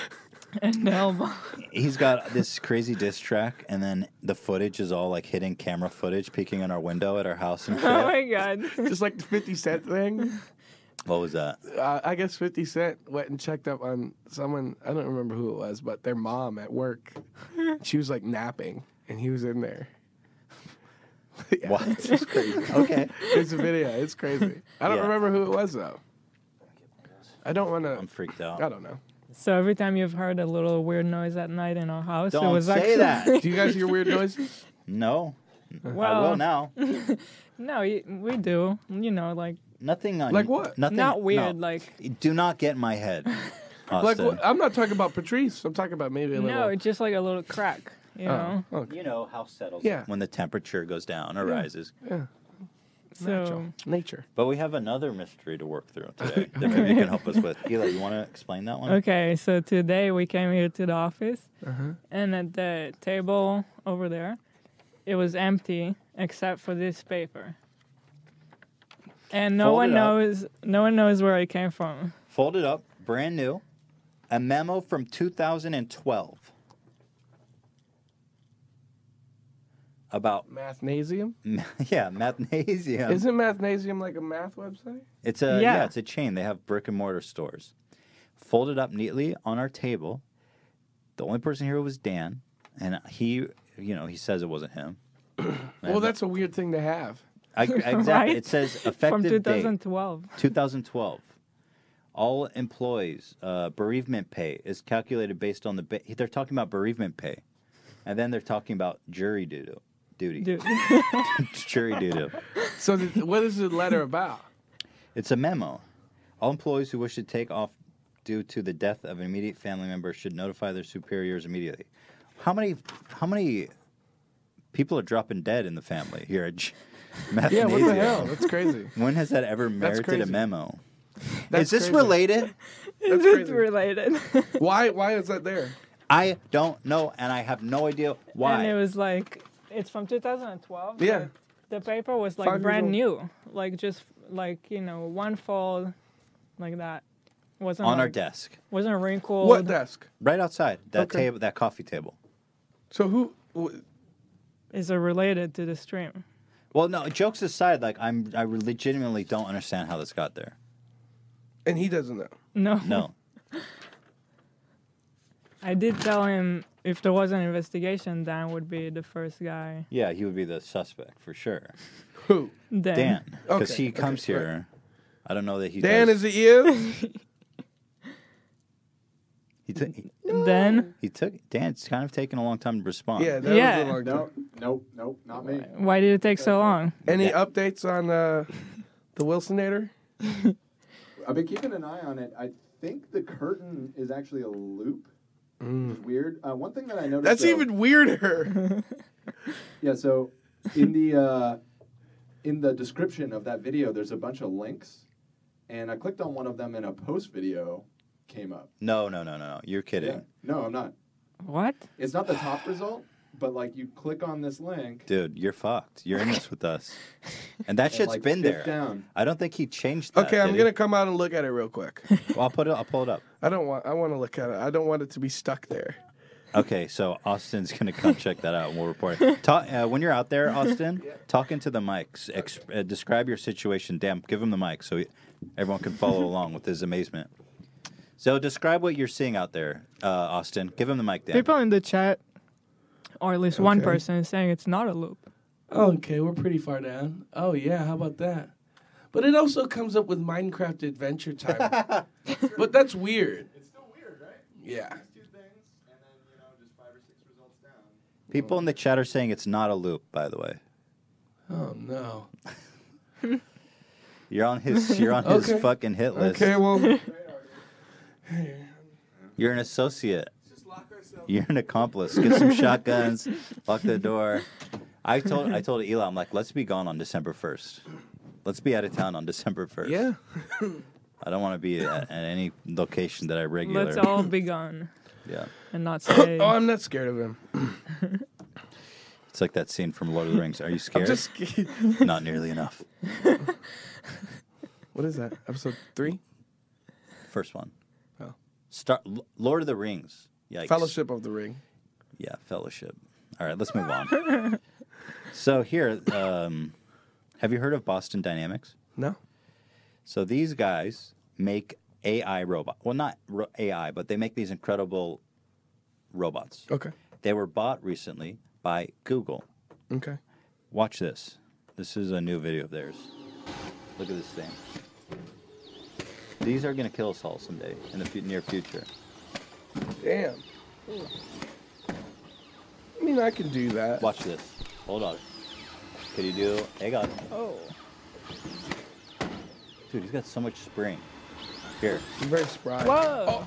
S3: And now,
S1: he's got this crazy diss track, and then the footage is all like hidden camera footage peeking in our window at our house. And
S3: oh
S1: shit.
S3: my god.
S2: Just like the 50 Cent thing.
S1: what was that?
S2: Uh, I guess 50 Cent went and checked up on someone, I don't remember who it was, but their mom at work. She was like napping, and he was in there. Yeah,
S1: What? It's crazy. Okay,
S2: It's a video. It's crazy. I don't
S1: Yeah.
S2: remember who it was, though. I don't want
S1: I'm
S2: to.
S1: freaked
S2: I
S1: out.
S2: don't know.
S3: So every time you've heard a little weird noise at night in our house, it
S1: Don't
S3: was
S1: say
S3: actually
S1: that.
S2: Do you guys hear weird noises?
S1: No, I
S3: well,
S1: will now.
S3: no, y- we do. You know, like
S1: Nothing on
S2: Like what?
S1: Nothing.
S3: not weird,
S1: no.
S3: like
S1: do not get in my head,
S2: Like,
S1: Austin.
S2: wh- I'm not talking about Patrice. I'm talking about maybe a little.
S3: no, it's just like a little crack. You know,
S2: oh, okay.
S1: You know how settles
S2: Yeah.
S1: when the temperature goes down or rises.
S3: so
S2: Natural. Nature.
S1: But we have another mystery to work through today that maybe you can help us with. Eli, you want to explain that one?
S3: Okay, so today we came here to the office,
S2: Uh-huh.
S3: and at the table over there, it was empty except for this paper, and no
S1: Fold
S3: one
S1: it up.
S3: knows. No one knows where it came from.
S1: folded up, brand new, a memo from 2012 about
S2: Mathnasium?
S1: yeah mathnasium.
S2: Isn't Mathnasium like a math website?
S1: it's a yeah.
S3: Yeah.
S1: it's a chain. They have brick and mortar stores. Folded up neatly on our table. The only person here was Dan, and he, you know, he says it wasn't him.
S2: Well, that's a weird thing to have.
S1: I, exactly.
S3: Right?
S1: It says
S3: From
S1: effective date
S3: 2012.
S1: 2012. All employees uh, bereavement pay is calculated based on the. Ba- they're talking about bereavement pay, and then they're talking about jury doo-doo. duty.
S3: Dude,
S1: jury doo
S2: So, th- what is the letter about?
S1: It's a memo. All employees who wish to take off due to the death of an immediate family member should notify their superiors immediately. How many? How many people are dropping dead in the family here at? J-
S2: Yeah, what the
S1: Mathnasium?
S2: hell? That's crazy.
S1: When has that ever merited a
S2: crazy.
S1: memo?
S2: That's
S1: is this
S2: crazy.
S1: related?
S3: is it
S2: crazy.
S3: related?
S2: Why? Why is that there?
S1: I don't know, and I have no idea
S3: And it
S1: why.
S3: was like, it's from 2012.
S2: Yeah.
S3: but The paper was like
S2: Five years
S3: brand
S2: old.
S3: new, like just like you know one fold, like that. Wasn't
S1: On our
S3: like-
S1: desk,
S3: Wasn't wrinkled.
S2: What desk?
S1: right outside that
S2: Okay.
S1: table, that coffee table.
S2: So who? wh-
S3: Is it related to the stream?
S1: Well, no, jokes aside, like I'm, I legitimately don't understand how this got there.
S2: And he doesn't know.
S3: No.
S1: No,
S3: I did tell him if there was an investigation, Dan would be the first guy.
S1: yeah, he would be the suspect for sure.
S2: Who?
S3: Dan.
S1: Dan, because
S2: Okay,
S1: he
S2: okay,
S1: comes here. I don't know that he.
S2: Dan,
S1: does-
S2: is it you?
S1: He, took he,
S3: Then
S1: he took Dan's kind of taking a long time to respond.
S2: yeah, that
S3: Yeah.
S2: was a long time.
S4: No, nope, nope, not me.
S3: why did it take so long?
S2: Any
S1: Yeah.
S2: updates on uh, the Wilsonator?
S4: I've been keeping an eye on it. I think the curtain is actually a loop. Which is weird. Uh, one thing that I noticed.
S2: That's
S4: though-
S2: even weirder.
S4: Yeah. So, in the uh, in the description of that video, there's a bunch of links, and I clicked on one of them, and a post video came up.
S1: No, no, no, no, no. You're kidding,
S4: Yeah. No, I'm not.
S3: What?
S4: It's not the top result, but like you click on this link.
S1: dude. You're fucked. You're in this with us, and that
S4: and,
S1: shit's
S4: like,
S1: been there.
S4: fifth Down.
S1: I don't think he changed. That,
S2: Okay, I'm
S1: Uh, did
S2: gonna come out and look at it real quick.
S1: he? Well, I'll put it. I'll pull it up.
S2: I don't want. I want to look at it. I don't want it to be stuck there.
S1: Okay, so Austin's gonna come check that out, and we'll report it. Talk, uh, when you're out there, Austin, talk into the mics. Ex- uh, describe your situation. Damn, give him the mic so he- everyone can follow along with his amazement. So describe what you're seeing out there, uh, Austin. Give him the mic, Dan.
S3: People in the chat, or at least one
S2: Okay.
S3: person, is saying it's not a loop.
S2: Okay, we're pretty far down. Oh yeah, how about that? But it also comes up with Minecraft Adventure Time. but that's weird.
S4: It's still weird, right?
S2: Yeah.
S4: These two things, and then you know, just five or six results down.
S1: People in the chat are saying it's not a loop. By the way,
S2: Oh no.
S1: you're on his. You're on his
S2: Okay.
S1: fucking hit list.
S2: Okay, well,
S1: You're an associate.
S2: just lock ourselves.
S1: You're an accomplice. Get some shotguns. Lock the door. I told I told Eli, I'm like, let's be gone on December first. Let's be out of town on December first.
S2: Yeah.
S1: I don't want to be at, at any location that I regular.
S3: Let's all be gone
S1: Yeah,
S3: and not say.
S2: Oh, I'm not scared of him.
S1: it's like that scene from Lord of the Rings. Are you
S2: I'm
S1: scared?
S2: just. scared.
S1: Not nearly enough.
S2: what is that? Episode three?
S1: First one.
S2: Oh.
S1: Star L- Lord of the Rings. Yikes.
S2: Fellowship of the Ring.
S1: Yeah, fellowship. All right, let's move on. so here, um, have you heard of Boston Dynamics?
S2: No.
S1: So these guys make AI robot. Well, not ro- AI, but they make these incredible robots.
S2: Okay.
S1: They were bought recently by Google.
S2: Okay.
S1: Watch this. This is a new video of theirs. Look at this thing. These are going to kill us all someday in the fu- near future.
S2: Damn. I mean, I can do that.
S1: Watch this. Hold on. Could you do? Hey, God.
S3: oh.
S1: Dude, he's got so much spring. Here.
S2: I'm very spry.
S3: Whoa.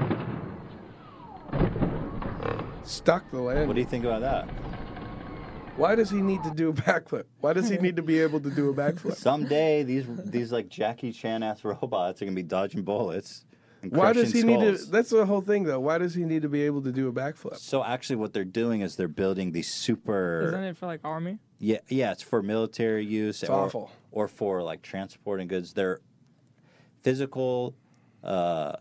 S2: Stuck the land.
S1: What do you think about that?
S2: Why does he need to do a backflip? Why does he need to be able to do a backflip?
S1: Someday these these like Jackie Chan ass robots are gonna be dodging bullets. And
S2: Why does he
S1: crushing
S2: need to?
S1: skulls.
S2: That's the whole thing, though. Why does he need to be able to do a backflip?
S1: So actually, what they're doing is they're building these
S3: Isn't
S1: super.
S3: it for like army?
S1: Yeah, yeah, it's for military use. or,
S2: awful.
S1: Or for like transporting goods. They're physical, uh,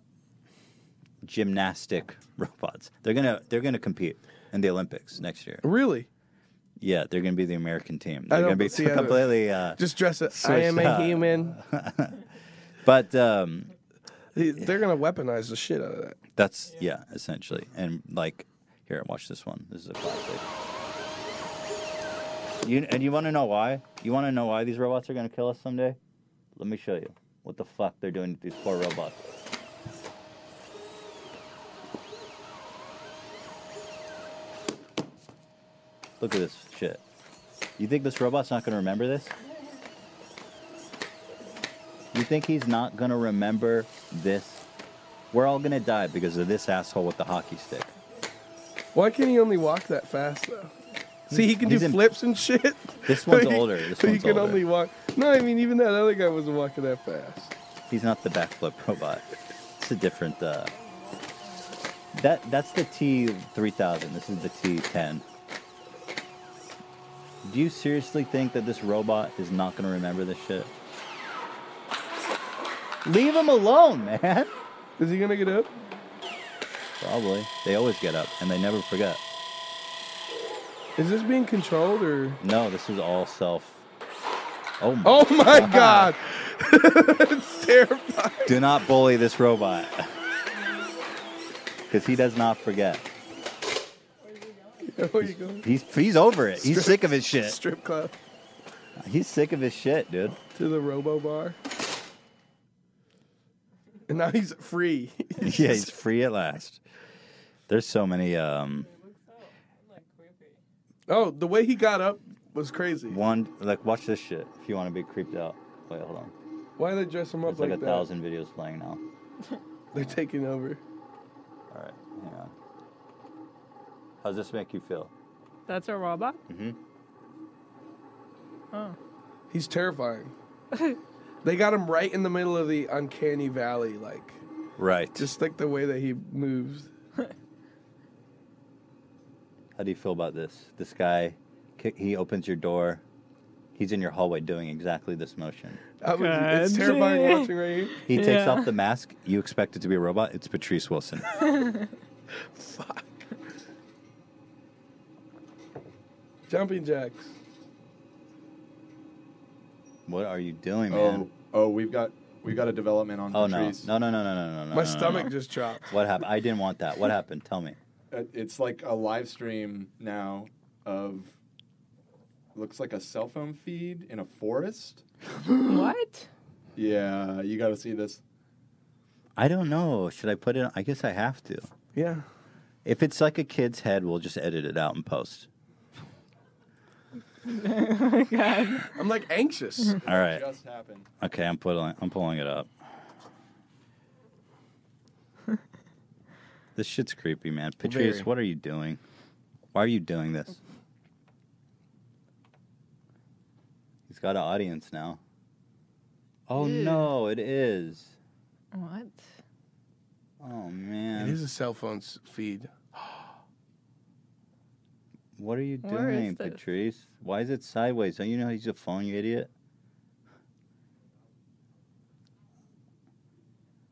S1: gymnastic robots. They're gonna they're gonna compete in the Olympics next year.
S2: Really?
S1: Yeah, they're gonna be the American team. They're
S2: don't
S1: gonna be
S2: see how-
S1: completely. Uh,
S2: Just dress it. I
S1: Switch
S2: am a
S1: that.
S2: human.
S1: but um,
S2: He- They're gonna weaponize the shit out of that.
S1: That's yeah, essentially. And like here, watch this one. This is a classic. You and you want to know why? You want to know why these robots are going to kill us someday? Let me show you what the fuck they're doing to these poor robots. Look at this shit. You think this robot's not going to remember this? You think he's not going to remember this we're all gonna die because of this asshole with the hockey stick.
S2: Why can not he only walk that fast though? See, he can do
S1: He's in-
S2: flips and shit.
S1: This one's
S2: But he-
S1: older, this
S2: but he
S1: one's
S2: can
S1: older.
S2: only walk. No, I mean even that other guy wasn't walking that fast.
S1: He's not the backflip robot. It's a different. Uh, that that's the T three thousand. This is the T ten. Do you seriously think that this robot is not gonna remember this shit? Leave him alone, man.
S2: Is he gonna get up?
S1: Probably. They always get up and they never forget.
S2: Is this being controlled or?
S1: No, this is all self. Oh my.
S2: Oh my god! it's terrifying.
S1: Do not bully this robot. Because he does not forget.
S2: Where you going?
S1: He's, he's over it. He's sick of his shit.
S2: Strip club
S1: He's sick of his shit, dude.
S2: to the Robo Bar. And now he's free.
S1: yeah, he's free at last. There's so many. Um,
S2: oh, the way he got up was crazy.
S1: one like watch this shit if you want to be creeped out. Wait, hold on.
S2: Why they dress him up
S1: There's like, a
S2: that?
S1: thousand videos playing now.
S2: They're taking over.
S1: All right, hang on. How does this make you feel?
S3: That's a robot?
S1: Mhm.
S3: Oh.
S2: He's terrifying. they got him right in the middle of the uncanny valley, like
S1: Right.
S2: just like the way that he moves.
S1: How do you feel about this? This guy, ki- he opens your door. He's in your hallway doing exactly this motion.
S2: I was- it's
S3: God.
S2: terrifying watching right here.
S1: He takes
S3: Yeah.
S1: off the mask. You expect it to be a robot. It's Patrice Wilson.
S2: Fuck. Jumping jacks.
S1: what are you doing,
S4: Oh,
S1: man?
S4: oh, we've got we've got a development on
S1: Oh, no.
S4: Patrice.
S1: no. No, no, no, no, no, no. no,
S2: My
S1: no,
S2: stomach
S1: no.
S2: just dropped.
S1: What happened? I didn't want that. What happened? Tell me.
S4: Uh, It's like a live stream now of looks like a cell phone feed in a forest.
S3: What?
S4: Yeah, you got to see this.
S1: I don't know. Should I put it? On? I guess I have to.
S2: Yeah.
S1: If it's like a kid's head, we'll just edit it out and post.
S3: Oh God.
S2: I'm like anxious.
S1: All right.
S4: Just happened.
S1: Okay, I'm pulling. I'm pulling it up. this shit's creepy, man. Patrice,
S2: Very.
S1: what are you doing? Why are you doing this? He's got an audience now. Oh
S3: Ew.
S1: no, it is.
S3: What?
S1: Oh
S2: it
S1: man,
S2: is a cell phone s- feed.
S1: what are you
S3: Where is
S1: doing,
S3: this?
S1: Patrice? Why is it sideways? Don't you know how to use a phone, you idiot?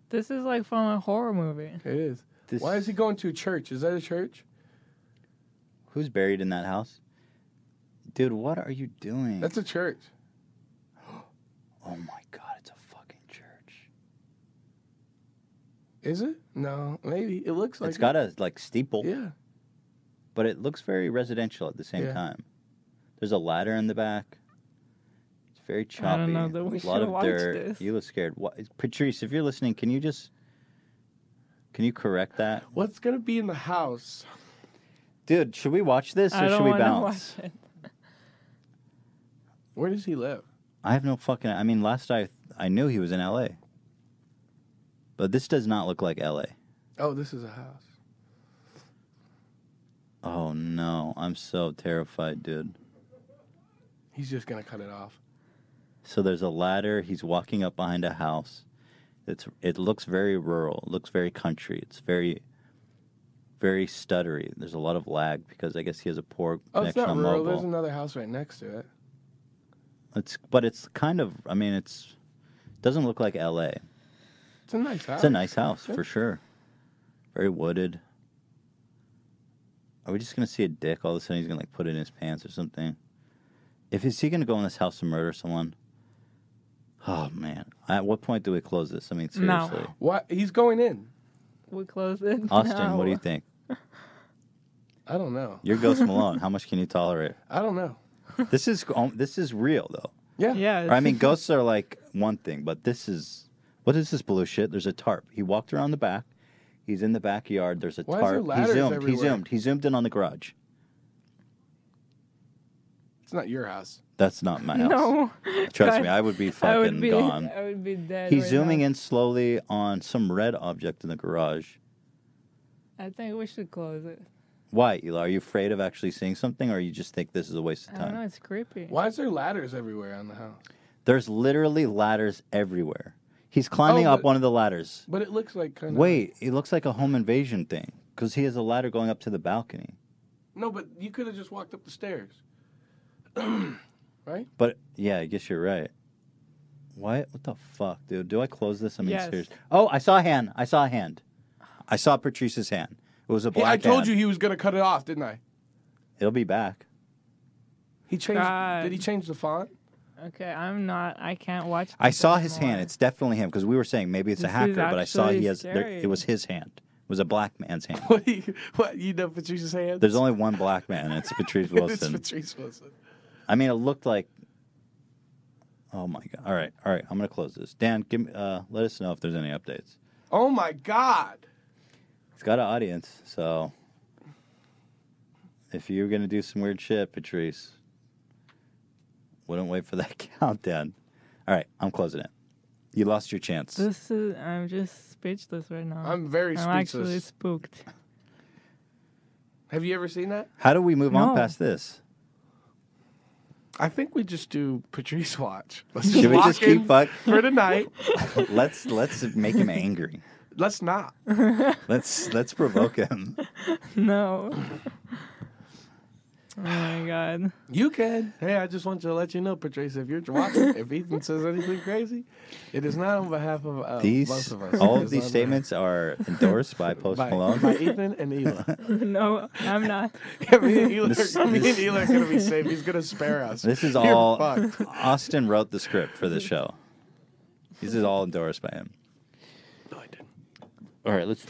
S3: This is like from a horror movie.
S2: It is.
S1: This,
S2: Why is he going to a church? Is that a church?
S1: Who's buried in that house? Dude, what are you doing?
S2: That's a church.
S1: oh my god, it's a fucking church.
S2: Is it? No. Maybe. It looks like
S1: it's got a like steeple,
S2: Yeah.
S1: but it looks very residential at the same
S2: Yeah.
S1: time. There's a ladder in the back. It's very choppy.
S3: I don't know that we
S1: a lot
S3: should
S1: of
S3: watch
S1: dirt.
S3: this.
S1: You look scared. What, Patrice, if you're listening, can you just can you correct that,
S2: What's gonna be in the house?
S1: dude? Should we watch this or
S3: I
S1: should
S3: don't
S1: we
S3: want to
S1: bounce?
S3: watch it.
S2: Where does he live?
S1: I have no fucking. I mean, last I I knew he was in L.A. But this does not look like L.A.
S2: Oh, this is a house.
S1: Oh no, I'm so terrified, dude.
S2: He's just gonna cut it off.
S1: So there's a ladder. He's walking up behind a house. It's it looks very rural. It looks very country. It's very very stuttery. There's a lot of lag because I guess he has a poor
S2: Oh, it's
S1: connection
S2: not
S1: on
S2: rural. There's
S1: mobile.
S2: another house right next to it.
S1: It's but it's kind of I mean it's doesn't look like LA.
S2: It's a nice house.
S1: It's a nice house for sure. Very wooded. Are we just gonna see a dick all of a sudden? He's gonna like put it in his pants or something. If is he gonna go in this house and murder someone? Oh man! At what point do we close this? I mean,
S3: No.
S1: seriously,
S2: What? He's going in.
S3: We close it.
S1: Austin, what do you
S3: now.
S1: think?
S2: I don't know.
S1: You're Ghost Malone. How much can you tolerate?
S2: I don't know.
S1: This is um, this is real though.
S2: Yeah.
S3: Yeah.
S1: Or, I mean, ghosts are like one thing, but this is what is this blue shit? There's a tarp. He walked around the back. He's in the backyard. There's a
S2: Why is there
S1: tarp. he
S2: ladders
S1: zoomed. He
S2: everywhere?
S1: zoomed. He zoomed in on the garage.
S2: It's not your house.
S1: That's not my house.
S3: No.
S1: Trust
S3: God,
S1: me, I would be
S3: I
S1: fucking
S3: would be.
S1: gone.
S3: I would be dead.
S1: He's
S3: right
S1: zooming
S3: now.
S1: in slowly on some red object in the garage.
S3: I think we should close it.
S1: Why, Eli? Are you afraid of actually seeing something, or you just think this is a waste of
S3: I don't know.
S1: time?
S3: It's creepy.
S2: Why is there ladders everywhere on the house?
S1: There's literally ladders everywhere. He's climbing
S2: Oh,
S1: up
S2: but-
S1: one of the ladders.
S2: But it looks like kind of.
S1: Wait, it looks like a home invasion thing because he has a ladder going up to the balcony.
S2: No, but you could have just walked up the stairs. right?
S1: But yeah, I guess you're right. What? What the fuck, dude? Do I close this? I mean,
S3: Yes.
S1: seriously. Oh, I saw a hand. I saw a hand. I saw Patrice's hand. It was a
S2: He-
S1: black
S2: I told
S1: hand.
S2: you he was gonna cut it off, didn't I?
S1: It'll be back.
S2: He changed.
S3: God.
S2: Did he change the font?
S3: Okay, I'm not. I can't watch.
S1: I
S3: this
S1: saw his
S3: anymore.
S1: hand. It's definitely him because we were saying maybe it's a
S3: This is
S1: hacker, but I saw he
S3: actually
S1: has. There,
S3: scary.
S1: it was his hand. It was a black man's hand.
S2: What? You, what? You know Patrice's hand?
S1: There's only one black man, and it's Patrice
S2: it's
S1: Wilson.
S2: Patrice Wilson.
S1: I mean, it looked like. Oh my god! All right, all right. I'm gonna close this. Dan, give me. Uh, let us know if there's any updates.
S2: Oh my God!
S1: It's got an audience, so if you're gonna do some weird shit, Patrice, wouldn't wait for that countdown. All right, I'm closing it. You lost your chance.
S3: This is. I'm just speechless right now.
S2: I'm very
S3: I'm
S2: speechless.
S3: actually spooked.
S2: Have you ever seen that?
S1: How do we move on
S3: No.
S1: past this?
S2: I think we just do Patrice watch. Let's
S1: Should we
S2: lock
S1: just keep
S2: in
S1: fuck?
S2: for tonight.
S1: Let's let's make him angry.
S2: Let's not.
S1: Let's let's provoke him.
S3: No. Oh my god.
S2: You can. Hey, I just want to let you know, Patrice, if you're watching, if Ethan says anything crazy, it is not on behalf of uh, both
S1: These
S2: of us.
S1: all
S2: It
S1: of
S2: is
S1: these
S2: on
S1: statements are endorsed by Post
S2: by,
S1: Malone.
S2: by Ethan and Ela.
S3: no, I'm not.
S2: Yeah, me and Ela,
S1: This-
S2: are, me
S1: this-
S2: and Ela are gonna be safe. He's gonna spare us.
S1: This is
S2: You're
S1: all
S2: fucked.
S1: Austin wrote the script for the show. This is all endorsed by him.
S2: No, I didn't.
S1: All right, let's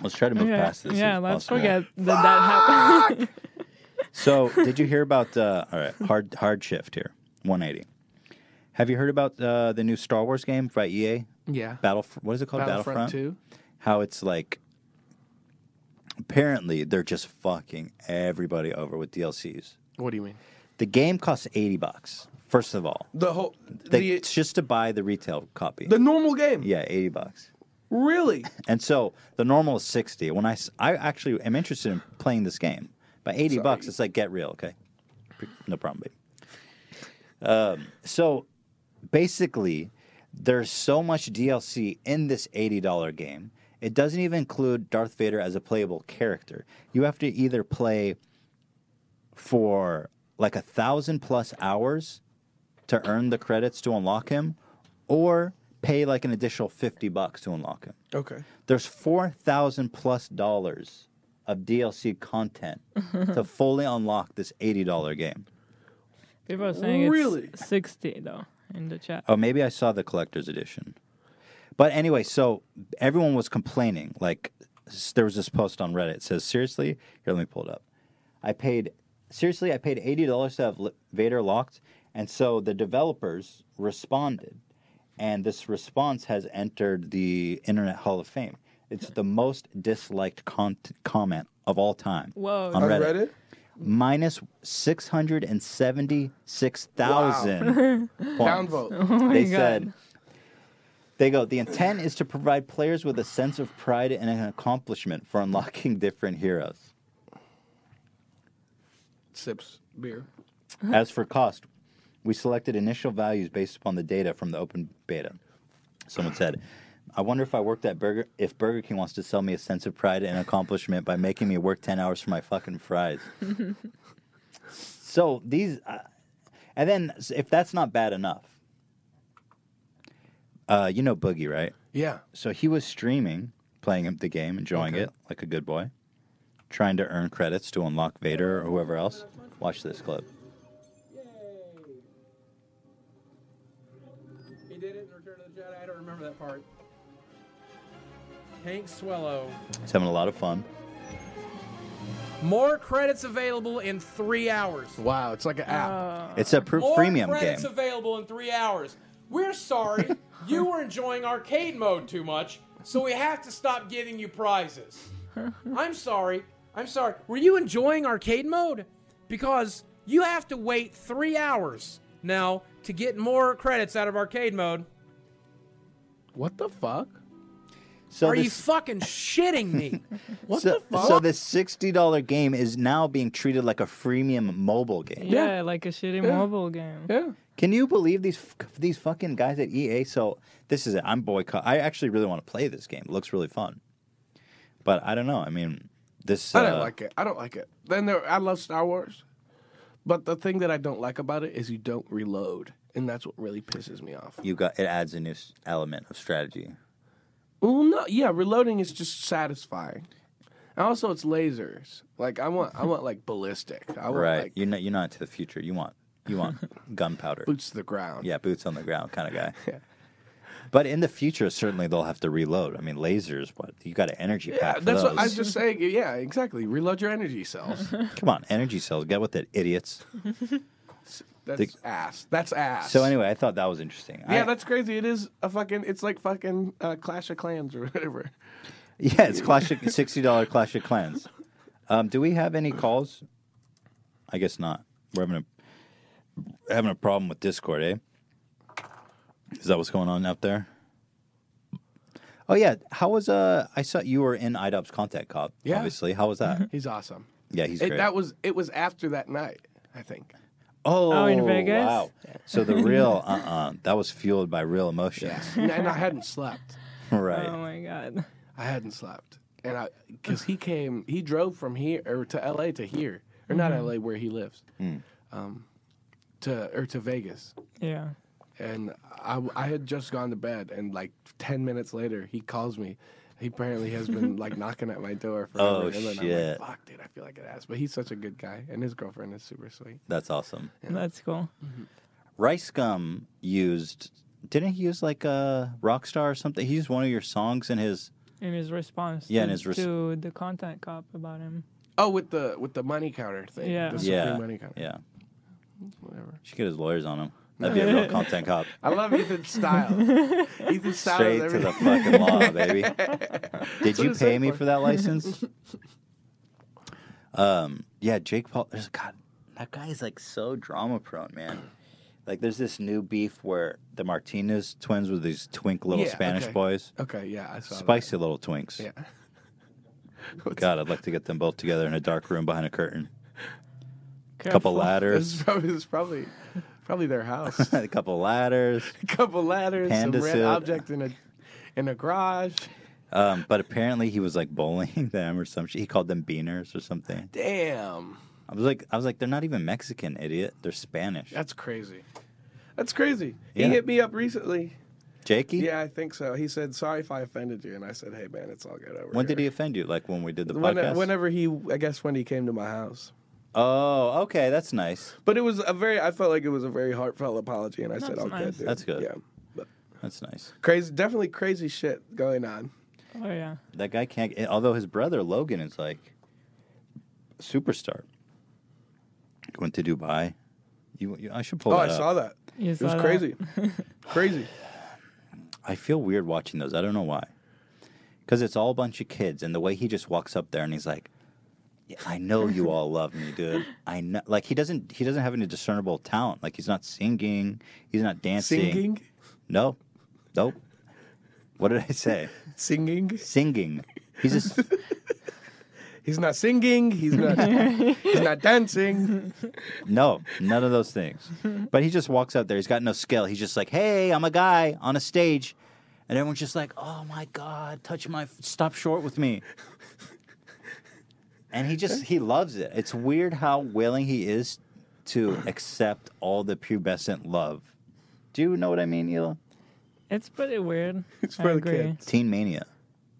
S1: let's try to move
S3: Okay.
S1: past this.
S3: yeah,
S1: if
S3: let's
S1: possible.
S3: forget that that happened.
S1: So, did you hear about? Uh, all right, hard hard shift here, one eighty. Have you heard about uh, the new Star Wars game by EA?
S2: Yeah.
S1: Battle. What is it called?
S2: Battlefront Two.
S1: How it's like. Apparently, they're just fucking everybody over with DLCs.
S2: What do you mean?
S1: The game costs eighty bucks. First of all,
S2: The whole
S1: They-
S2: the
S1: it's just to buy the retail copy.
S2: the normal game.
S1: yeah, eighty bucks.
S2: Really?
S1: And so the normal is 60. When I, s- I actually am interested in playing this game. By 80 bucks, it's like, get real, okay? Pre- No problem, baby. Um, so basically, there's so much DLC in this $80 game. It doesn't even include Darth Vader as a playable character. You have to either play for like a thousand plus hours to earn the credits to unlock him, or pay like an additional 50 bucks to unlock him
S2: Okay.
S1: there's four thousand plus dollars of DLC content to fully unlock this eighty dollar game.
S3: People are saying
S2: Really?
S3: it's 60 though in the chat.
S1: Oh, maybe I saw the collector's edition. But anyway, so everyone was complaining. Like s- there was this post on Reddit. It says seriously, here let me pull it up. I paid seriously. I paid eighty dollars to have L- Vader locked, and so the developers responded, and this response has entered the Internet Hall of Fame. It's the most disliked con- comment of all time.
S3: Whoa.
S1: On
S2: On
S1: Reddit.
S2: Reddit?
S1: Minus six hundred and seventy-six thousand
S2: Downvote.
S1: they
S3: God.
S1: said they go the intent is to provide players with a sense of pride and an accomplishment for unlocking different heroes
S2: Sips beer.
S1: as for cost we selected initial values based upon the data from the open beta someone said i wonder if i worked at burger if burger king wants to sell me a sense of pride and accomplishment by making me work 10 hours for my fucking fries so these uh, and then s- if that's not bad enough uh, you know boogie right
S2: Yeah.
S1: so he was streaming, playing the game, enjoying it like a good boy, trying to earn credits to unlock Vader or whoever else. Watch this clip.
S5: He did it in Return of the Jedi. I don't remember that part. Hank Swellow.
S1: He's having a lot of fun.
S5: More credits available in three hours.
S2: Wow, it's like an app.
S1: Oh. It's a pr-
S5: More
S1: freemium
S5: credits
S1: game.
S5: available in three hours. We're sorry. you were enjoying arcade mode too much, so we have to stop giving you prizes. I'm sorry. I'm sorry. Were you enjoying arcade mode? Because you have to wait three hours now to get more credits out of arcade mode.
S2: What the fuck?
S1: So
S5: Are you
S1: this,
S5: fucking shitting me?
S2: What
S1: so,
S2: the fuck?
S1: so this sixty dollar game is now being treated like a freemium mobile game.
S3: yeah, like a shitty mobile game.
S2: yeah.
S1: Can you believe these f- these fucking guys at EA? So this is it. I'm boycott. I actually really want to play this game. It looks really fun, but I don't know. I mean, this.
S2: I don't
S1: uh,
S2: like it. I don't like it. Then there, I love Star Wars, but the thing that I don't like about it is you don't reload, and that's what really pisses me off.
S1: You got it adds a new s- element of strategy.
S2: Well, no, yeah, reloading is just satisfying. And also, it's lasers. Like I want, I want like ballistic. I want
S1: Right.
S2: like
S1: you're not you're not to the future. You want you want gunpowder.
S2: boots to the ground.
S1: Yeah, boots on the ground kind of guy. But in the future, certainly they'll have to reload. I mean, lasers. What you got an energy
S2: Yeah,
S1: pack? For
S2: that's
S1: those.
S2: what I was just saying. Yeah, exactly. Reload your energy cells.
S1: Come on, energy cells. Get with it, idiots.
S2: That's
S1: The-
S2: ass. That's ass.
S1: So anyway, I thought that was interesting.
S2: yeah,
S1: I-
S2: that's crazy. It is a fucking. It's like fucking uh, Clash of Clans or whatever.
S1: yeah. It's Clash of, sixty dollar Clash of Clans. Um, do we have any calls? I guess not. We're having a having a problem with Discord, eh? Is that what's going on out there? Oh yeah, how was uh? I saw you were in IDOP's contact cop.
S2: Yeah.
S1: obviously. How was that?
S2: He's awesome.
S1: Yeah, he's
S2: It,
S1: great.
S2: that was it was after that night, I think.
S1: oh,
S3: Oh, in Vegas?
S1: Wow. So the real uh uh that was fueled by real
S2: Yeah.
S1: emotions.
S2: and, and I hadn't slept.
S1: right.
S3: Oh my god.
S2: I hadn't slept. And I cuz he came he drove from here or to LA to here or
S3: Mm-hmm.
S2: not LA, where he lives,
S1: Hmm.
S2: um, to or to Vegas.
S3: Yeah.
S2: And I, I had just gone to bed, and like ten minutes later, he calls me. He apparently has been like knocking at my door forever.
S1: Oh,
S2: and then
S1: shit.
S2: I'm like, Fuck, dude, I feel like an ass. But he's such a good guy, and his girlfriend is super sweet.
S1: That's awesome.
S3: That's cool.
S1: Mm-hmm. Rice Gum used didn't he use like a rock star or something? He used one of your songs in his
S3: In his response
S1: Yeah,
S3: to,
S1: in his res-
S3: to the content cop about him.
S2: Oh, with the with the money counter thing.
S3: Yeah.
S2: The Supreme
S1: yeah
S2: money counter.
S1: yeah.
S2: Whatever.
S1: Should get his lawyers on him. That'd be a real content cop.
S2: I love Ethan's style. Ethan's style.
S1: Straight
S2: is
S1: to the
S2: everything.
S1: fucking law, baby. Did you
S2: the safe
S1: pay me
S2: one.
S1: for that license? um, yeah, Jake Paul. There's God. That guy is like so drama prone, man. Like, there's this new beef where the Martinez twins were these twink little
S2: Yeah,
S1: Spanish
S2: okay.
S1: boys,
S2: Okay, yeah, I saw
S1: spicy little twinks.
S2: That. Yeah.
S1: God, I'd like to get them both together in a dark room behind a curtain. A
S3: Careful.
S1: couple ladders,
S2: This is probably, this is probably, probably their house.
S1: a couple ladders.
S2: a couple ladders,
S1: Panda
S2: some red
S1: suit.
S2: object in a in a garage.
S1: Um, but apparently, he was like bullying them or some shit. He called them beaners or something.
S2: Damn,
S1: I was like, I was like, they're not even Mexican, idiot. They're Spanish.
S2: that's crazy. That's crazy.
S1: Yeah.
S2: He hit me up recently.
S1: Jakey.
S2: Yeah, I think so. He said, "Sorry if I offended you," and I said, "Hey, man, it's all good." Over
S1: When did he
S2: here."
S1: offend you? Like when we did the
S2: When-
S1: podcast?
S2: whenever he, I guess, when he came to my house.
S1: Oh, okay, that's nice.
S2: But it was a very. I felt like it was a very heartfelt apology, and I said,
S3: That's
S2: "All
S3: nice.
S2: good, dude."
S1: That's good.
S2: Yeah, but
S1: That's nice.
S2: crazy, definitely crazy shit going on.
S3: Oh yeah.
S1: That guy can't. Although his brother Logan is like superstar. Went to Dubai. You, you I should pull.
S2: Oh, I
S1: that
S2: saw
S1: up.
S2: that.
S3: You
S2: It was
S3: saw that?
S2: crazy, crazy.
S1: I feel weird watching those. I don't know why. Because it's all a bunch of kids, and the way he just walks up there and he's like, "Yeah, "I know you all love me, dude. I know." Like he doesn't. He doesn't have any discernible talent. Like he's not singing. He's not dancing.
S2: Singing,
S1: No. Nope. What did I say?
S2: singing.
S1: Singing. He's just
S2: He's not singing. He's not. he's not dancing.
S1: no, none of those things. But he just walks out there. He's got no skill. He's just like, "Hey, I'm a guy on a stage," and everyone's just like, "Oh my god, touch my stop short with me." And he just he loves it. It's weird how willing he is to accept all the pubescent love. Do you know what I mean, Ela?
S3: It's pretty weird.
S2: It's
S3: I
S2: for the
S3: agree.
S2: kids.
S1: Teen mania.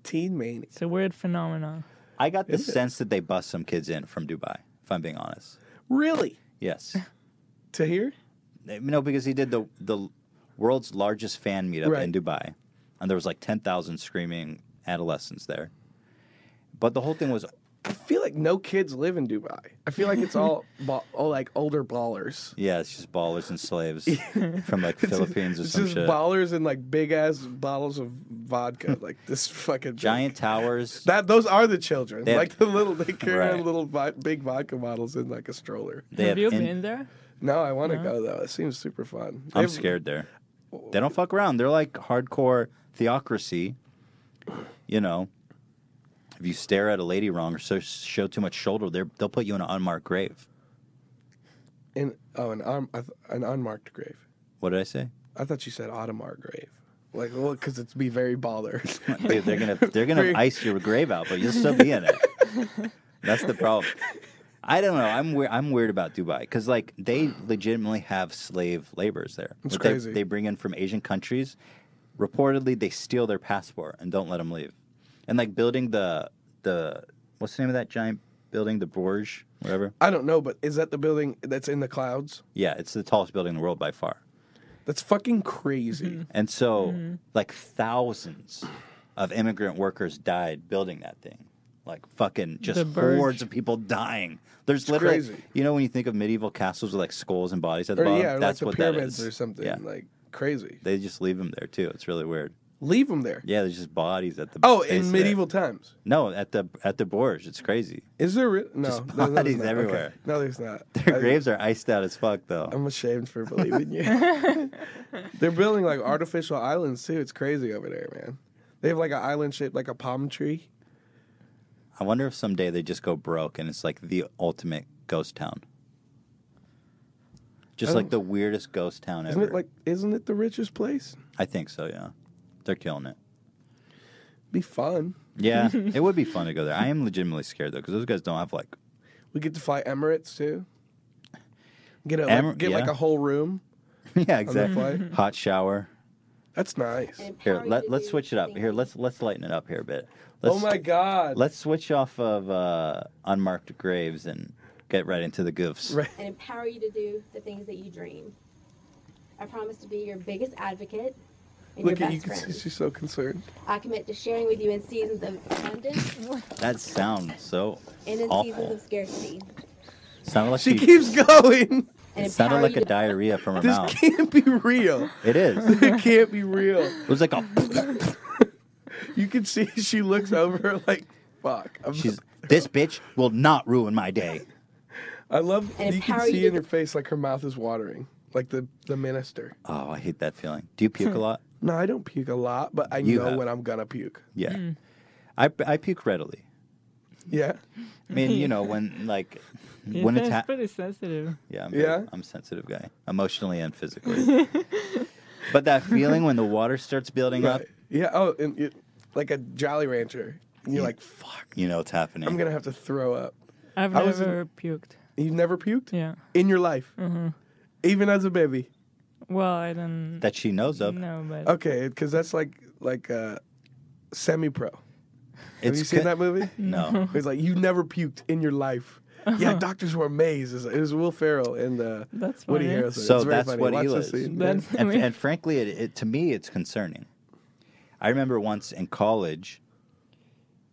S2: Teen mania.
S3: It's a weird phenomenon.
S1: I got the
S2: Is it?
S1: sense that they bust some kids in from Dubai. If I'm being honest,
S2: Really?
S1: yes. Eh,
S2: To hear?
S1: No, because he did the the world's largest fan meetup
S2: Right.
S1: in Dubai, and there was like ten thousand screaming adolescents there. But the whole thing was,
S2: I feel like no kids live in Dubai. I feel like it's all, ball, all like older ballers.
S1: yeah, it's just ballers and slaves from like Philippines or
S2: It's
S1: some
S2: just
S1: shit.
S2: ballers and like big ass bottles of vodka, like this fucking thing.
S1: Giant towers.
S2: That those are the children,
S1: They-
S2: like the little they carry
S1: Right.
S2: around little vi- big vodka bottles in like a stroller.
S1: They
S3: have
S1: have
S3: you
S1: in-
S3: been there?
S2: No, I want to go though. It seems super fun. They
S1: I'm
S2: have-
S1: scared there. They don't fuck around. They're like hardcore theocracy. You know, if you stare at a lady wrong or so, show too much shoulder, they're- they'll put you in an unmarked grave.
S2: In, oh, an un, I th- an unmarked grave.
S1: What did I say?
S2: I thought you said Audemars grave. Like, well, because it's be very baller.
S1: Dude, they're gonna they're gonna
S2: Very-
S1: ice your grave out, but you'll still be in it. That's the problem. I don't know. I'm weird. I'm weird about Dubai because like they legitimately have slave laborers there.
S2: That's
S1: But they-
S2: crazy.
S1: They, bring in from Asian countries. Reportedly, they steal their passport and don't let them leave. And like building the the what's the name of that giant building? The Burj, whatever.
S2: I don't know, but is that the building that's in the clouds?
S1: Yeah, it's the tallest building in the world by far.
S2: That's fucking crazy.
S1: And so, like, thousands of immigrant workers died building that thing. Like, fucking just
S3: The Burj.
S1: hordes of people dying. There's literally,
S2: crazy.
S1: you know, when you think of medieval castles with like skulls and bodies at the
S2: Or
S1: bottom,
S2: yeah, or like
S1: that's
S2: the
S1: what that
S2: pyramids
S1: is.
S2: or something.
S1: Yeah.
S2: Like crazy.
S1: they just leave them there too. It's really weird.
S2: Leave them there.
S1: Yeah, there's just bodies at the.
S2: Oh,
S1: base of
S2: in
S1: it.
S2: medieval times.
S1: No, at the at the Borge, it's crazy.
S2: Is there re- no?
S1: Just
S2: no, no, there's
S1: bodies
S2: not.
S1: everywhere.
S2: Okay. No, there's not.
S1: Their
S2: I-
S1: graves are iced out as fuck though.
S2: I'm ashamed for believing you. They're building like artificial islands too. It's crazy over there, man. They have like an island shaped like a palm tree.
S1: I wonder if someday they just go broke and it's like the ultimate ghost town. Just
S2: I
S1: like
S2: don't-
S1: the weirdest ghost town
S2: Oh. Isn't
S1: ever.
S2: it like? Isn't it the richest place?
S1: I think so. Yeah, they're killing it.
S2: Be fun.
S1: Yeah, it would be fun to go there. I am legitimately scared though because those guys don't have like
S2: We get to fly Emirates too. Get a
S1: Emir-
S2: like, get like
S1: yeah.
S2: a whole room.
S1: yeah,
S2: that
S1: exactly.
S2: flight?
S1: Hot shower.
S2: That's nice.
S1: Here, let, let's switch it up. Here, let's let's lighten it up here a bit. Let's,
S2: oh my god.
S1: Let's switch off of uh, unmarked graves and get right into the goofs.
S2: Right.
S6: and empower you to do the things that you dream. I promise to be your biggest advocate and
S2: Look
S6: your
S2: at you.
S6: best
S2: Can see
S6: friend.
S2: she's so concerned.
S6: I commit to sharing with you in seasons of abundance
S1: That sounds so
S6: and in seasons
S1: awful.
S6: of scarcity.
S1: Sounded like
S2: She
S1: she,
S2: keeps going.
S6: And
S1: it sounded
S6: empower
S1: like
S6: you
S1: a
S6: to-
S1: diarrhea from her
S2: This
S1: mouth.
S2: can't be real.
S1: It is.
S2: It can't be real.
S1: It was like a.
S2: You can see she looks over her like, fuck. I'm-
S1: She's this bitch will not ruin my day.
S2: I love.
S6: And
S2: You can
S6: empower
S2: see
S6: you
S2: in
S6: to-
S2: her face like her mouth is watering, like the the minister.
S1: Oh, I hate that feeling. Do you puke a lot?
S2: No, I don't puke a lot, but I
S1: You
S2: know
S1: have.
S2: when I'm gonna puke.
S1: Yeah, I I puke readily.
S2: Yeah.
S1: I mean, you know, when like
S2: Mm.
S1: when it's
S3: that's
S1: ha-
S3: pretty sensitive.
S1: yeah, I'm,
S2: Yeah?
S1: very- I'm a sensitive guy, emotionally and physically. but that feeling when the water starts building up,
S2: Right. Yeah. Oh, and it, like a Jolly Rancher. And you're like, fuck.
S1: you know it's happening.
S2: I'm gonna have to throw up.
S3: I've
S2: I was in-
S3: never puked.
S2: You've never puked
S3: Yeah. mm-hmm.
S2: in your life, even as a baby.
S3: Well, I didn't
S1: that she knows of.
S3: know, but
S2: Okay, because that's like like uh, semi pro. Have
S1: It's
S2: you seen
S1: good-
S2: that movie?
S1: No.
S2: It's like you never puked in your life. Yeah, doctors were amazed. It's- It was Will Ferrell and uh,
S3: That's
S2: Woody
S3: funny.
S2: Harrelson.
S1: So
S2: It's very
S1: that's
S2: funny.
S1: what he
S2: Watch the
S1: was.
S2: scene.
S3: that's I
S1: and,
S3: mean,
S1: and frankly, it, it to me it's concerning. I remember once in college,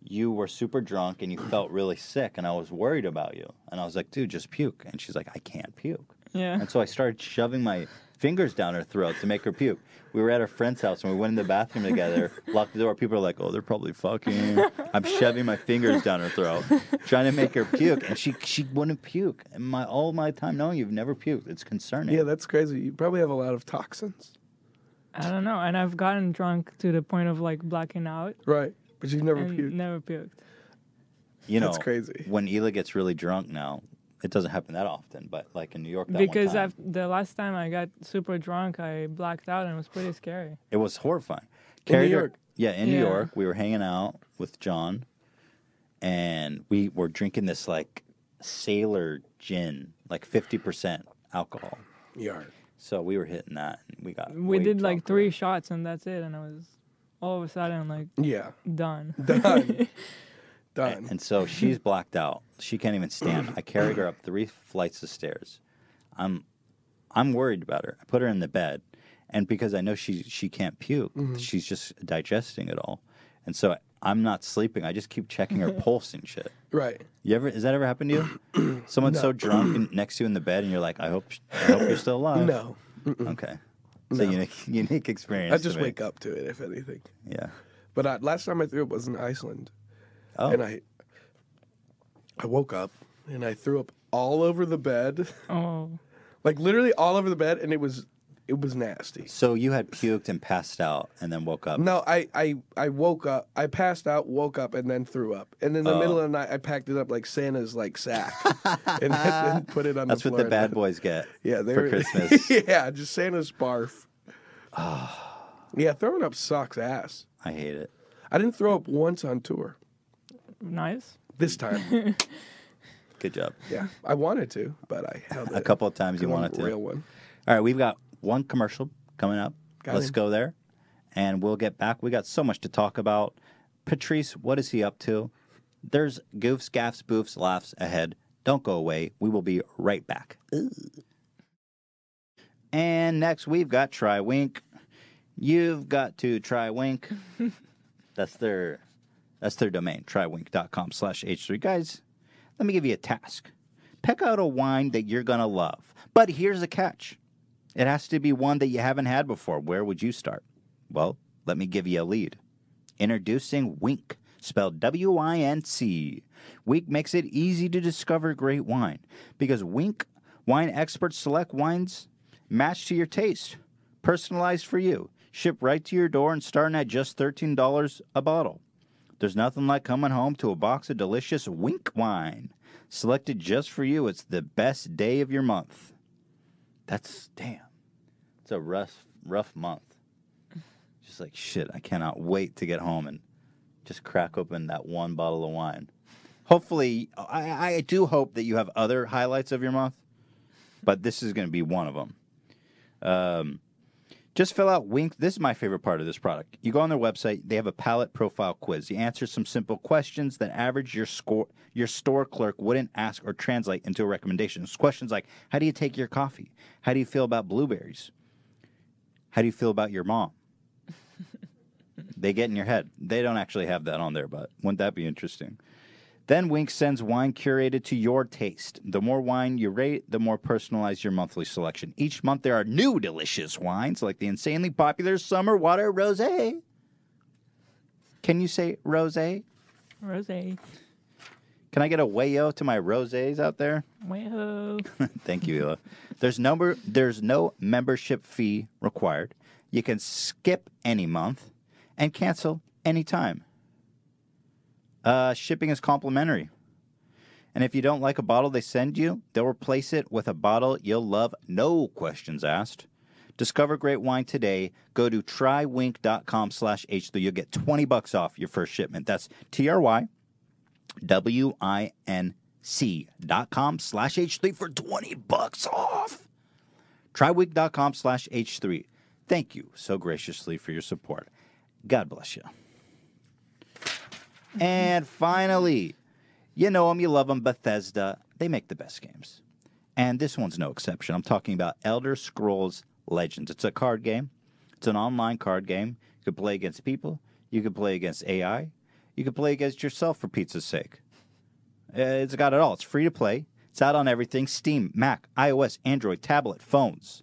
S1: you were super drunk and you felt really sick, and I was worried about you. And I was like, "Dude, just puke." And she's like, "I can't puke."
S3: yeah.
S1: And so I started shoving my fingers down her throat to make her puke. We were at our friend's house and we went in the bathroom together, locked the door. People are like, "Oh, they're probably fucking." I'm shoving my fingers down her throat, trying to make her puke, and she she wouldn't puke. And my all my time knowing you've never puked, it's concerning.
S2: Yeah, that's crazy. You probably have a lot of toxins,
S3: I don't know. And I've gotten drunk to the point of like blacking out
S2: right? But you've never
S3: and
S2: puked.
S3: never puked.
S1: you know,
S2: That's crazy.
S1: When Ela gets really drunk now, it doesn't happen that often, but like in New York, that
S3: because
S1: one time,
S3: I've, the last time I got super drunk, I blacked out and it was pretty scary.
S1: it was horrifying.
S2: In New
S1: Carried her-
S2: York?
S1: yeah, in New
S3: Yeah.
S1: York, we were hanging out with John, and we were drinking this like sailor gin, like fifty percent alcohol.
S2: Yard.
S1: So we were hitting that, and we got
S3: We
S1: way
S3: did like
S1: drunker.
S3: three shots and that's it. And I was all of a sudden like
S2: Yeah.
S3: done.
S2: Done. Done.
S1: And so she's blacked out. She can't even stand. I carried her up three flights of stairs. I'm I'm worried about her. I put her in the bed, and because I know she she can't puke,
S2: Mm-hmm.
S1: she's just digesting it all. And so I'm not sleeping. I just keep checking her pulse and shit.
S2: right.
S1: You ever has that ever happened to you? Someone's so drunk and next to you in the bed, and you're like, I hope I hope you're still alive.
S2: No,
S1: Okay. So unique unique experience.
S2: I
S1: to
S2: just
S1: me.
S2: wake up to it if anything.
S1: Yeah.
S2: But I, last time I threw up was in Iceland,
S1: Oh.
S2: and I I woke up and I threw up all over the bed,
S3: Oh,
S2: like literally all over the bed, and it was it was nasty.
S1: so you had puked and passed out, and then woke up.
S2: No, I, I I woke up, I passed out, woke up, and then threw up. And
S1: Oh.
S2: in the middle of the night, I packed it up like Santa's like sack, and then put it on
S1: That's
S2: the
S1: what
S2: floor.
S1: the
S2: and
S1: bad
S2: then-
S1: boys get.
S2: Yeah, they
S1: for
S2: were,
S1: Christmas.
S2: yeah, just Santa's barf. yeah, throwing up sucks ass.
S1: I hate it.
S2: I didn't throw up once on tour.
S3: nice.
S2: This time,
S1: Good job.
S2: yeah, I wanted to, but I held it.
S1: A couple of times you
S2: One
S1: wanted to.
S2: real one.
S1: All right, we've got one commercial coming up.
S2: Got
S1: Let's
S2: him.
S1: go there, and we'll get back. We got so much to talk about. Patrice, what is he up to? There's goofs, gaffs, boofs, laughs ahead. Don't go away. We will be right back. And next, we've got Try Wink. You've got to try Wink. that's their that's their domain. Trywink.com slash H3. Guys, let me give you a task. Pick out a wine that you're gonna love. But here's the catch. It has to be one that you haven't had before. Where would you start? Well, let me give you a lead. Introducing Wink, spelled W I N C. Wink makes it easy to discover great wine because Wink wine experts select wines matched to your taste, personalized for you, shipped right to your door and starting at just $13 a bottle. There's nothing like coming home to a box of delicious Wink wine. Selected just for you, it's the best day of your month. That's damn. It's a rough, rough month. Just like shit, I cannot wait to get home and just crack open that one bottle of wine. Hopefully, I, I do hope that you have other highlights of your month, but this is going to be one of them. Um, just fill out Wink. This is my favorite part of this product. You go on their website; they have a palette profile quiz. You answer some simple questions that average your score your store clerk wouldn't ask or translate into a recommendation. It's questions like, "How do you take your coffee? How do you feel about blueberries? How do you feel about your mom?" they get in your head. They don't actually have that on there, but wouldn't that be interesting? Then Wink sends wine curated to your taste. The more wine you rate, the more personalized your monthly selection. Each month there are new delicious wines like the insanely popular summer water rosé. Can you say rosé?
S3: Rosé.
S1: Can I get a wayo to my rosés out there?
S3: Whoa.
S1: Thank you, Ela. There's number. There's no membership fee required. You can skip any month and cancel anytime. Uh, shipping is complimentary. And if you don't like a bottle they send you, they'll replace it with a bottle you'll love, no questions asked. Discover great wine today. Go to trywink.com slash H3. You'll get 20 bucks off your first shipment. That's T-R-Y W I N C dot com slash H3 for 20 bucks off. Trywink.com slash H3. Thank you so graciously for your support. God bless you. And finally, you know them, you love them, Bethesda. They make the best games. And this one's no exception. I'm talking about Elder Scrolls Legends. It's a card game, it's an online card game. You could play against people, you could play against AI, you could play against yourself for pizza's sake. Uh, It's got it all. It's free to play. It's out on everything Steam, Mac, iOS, Android, tablet, phones.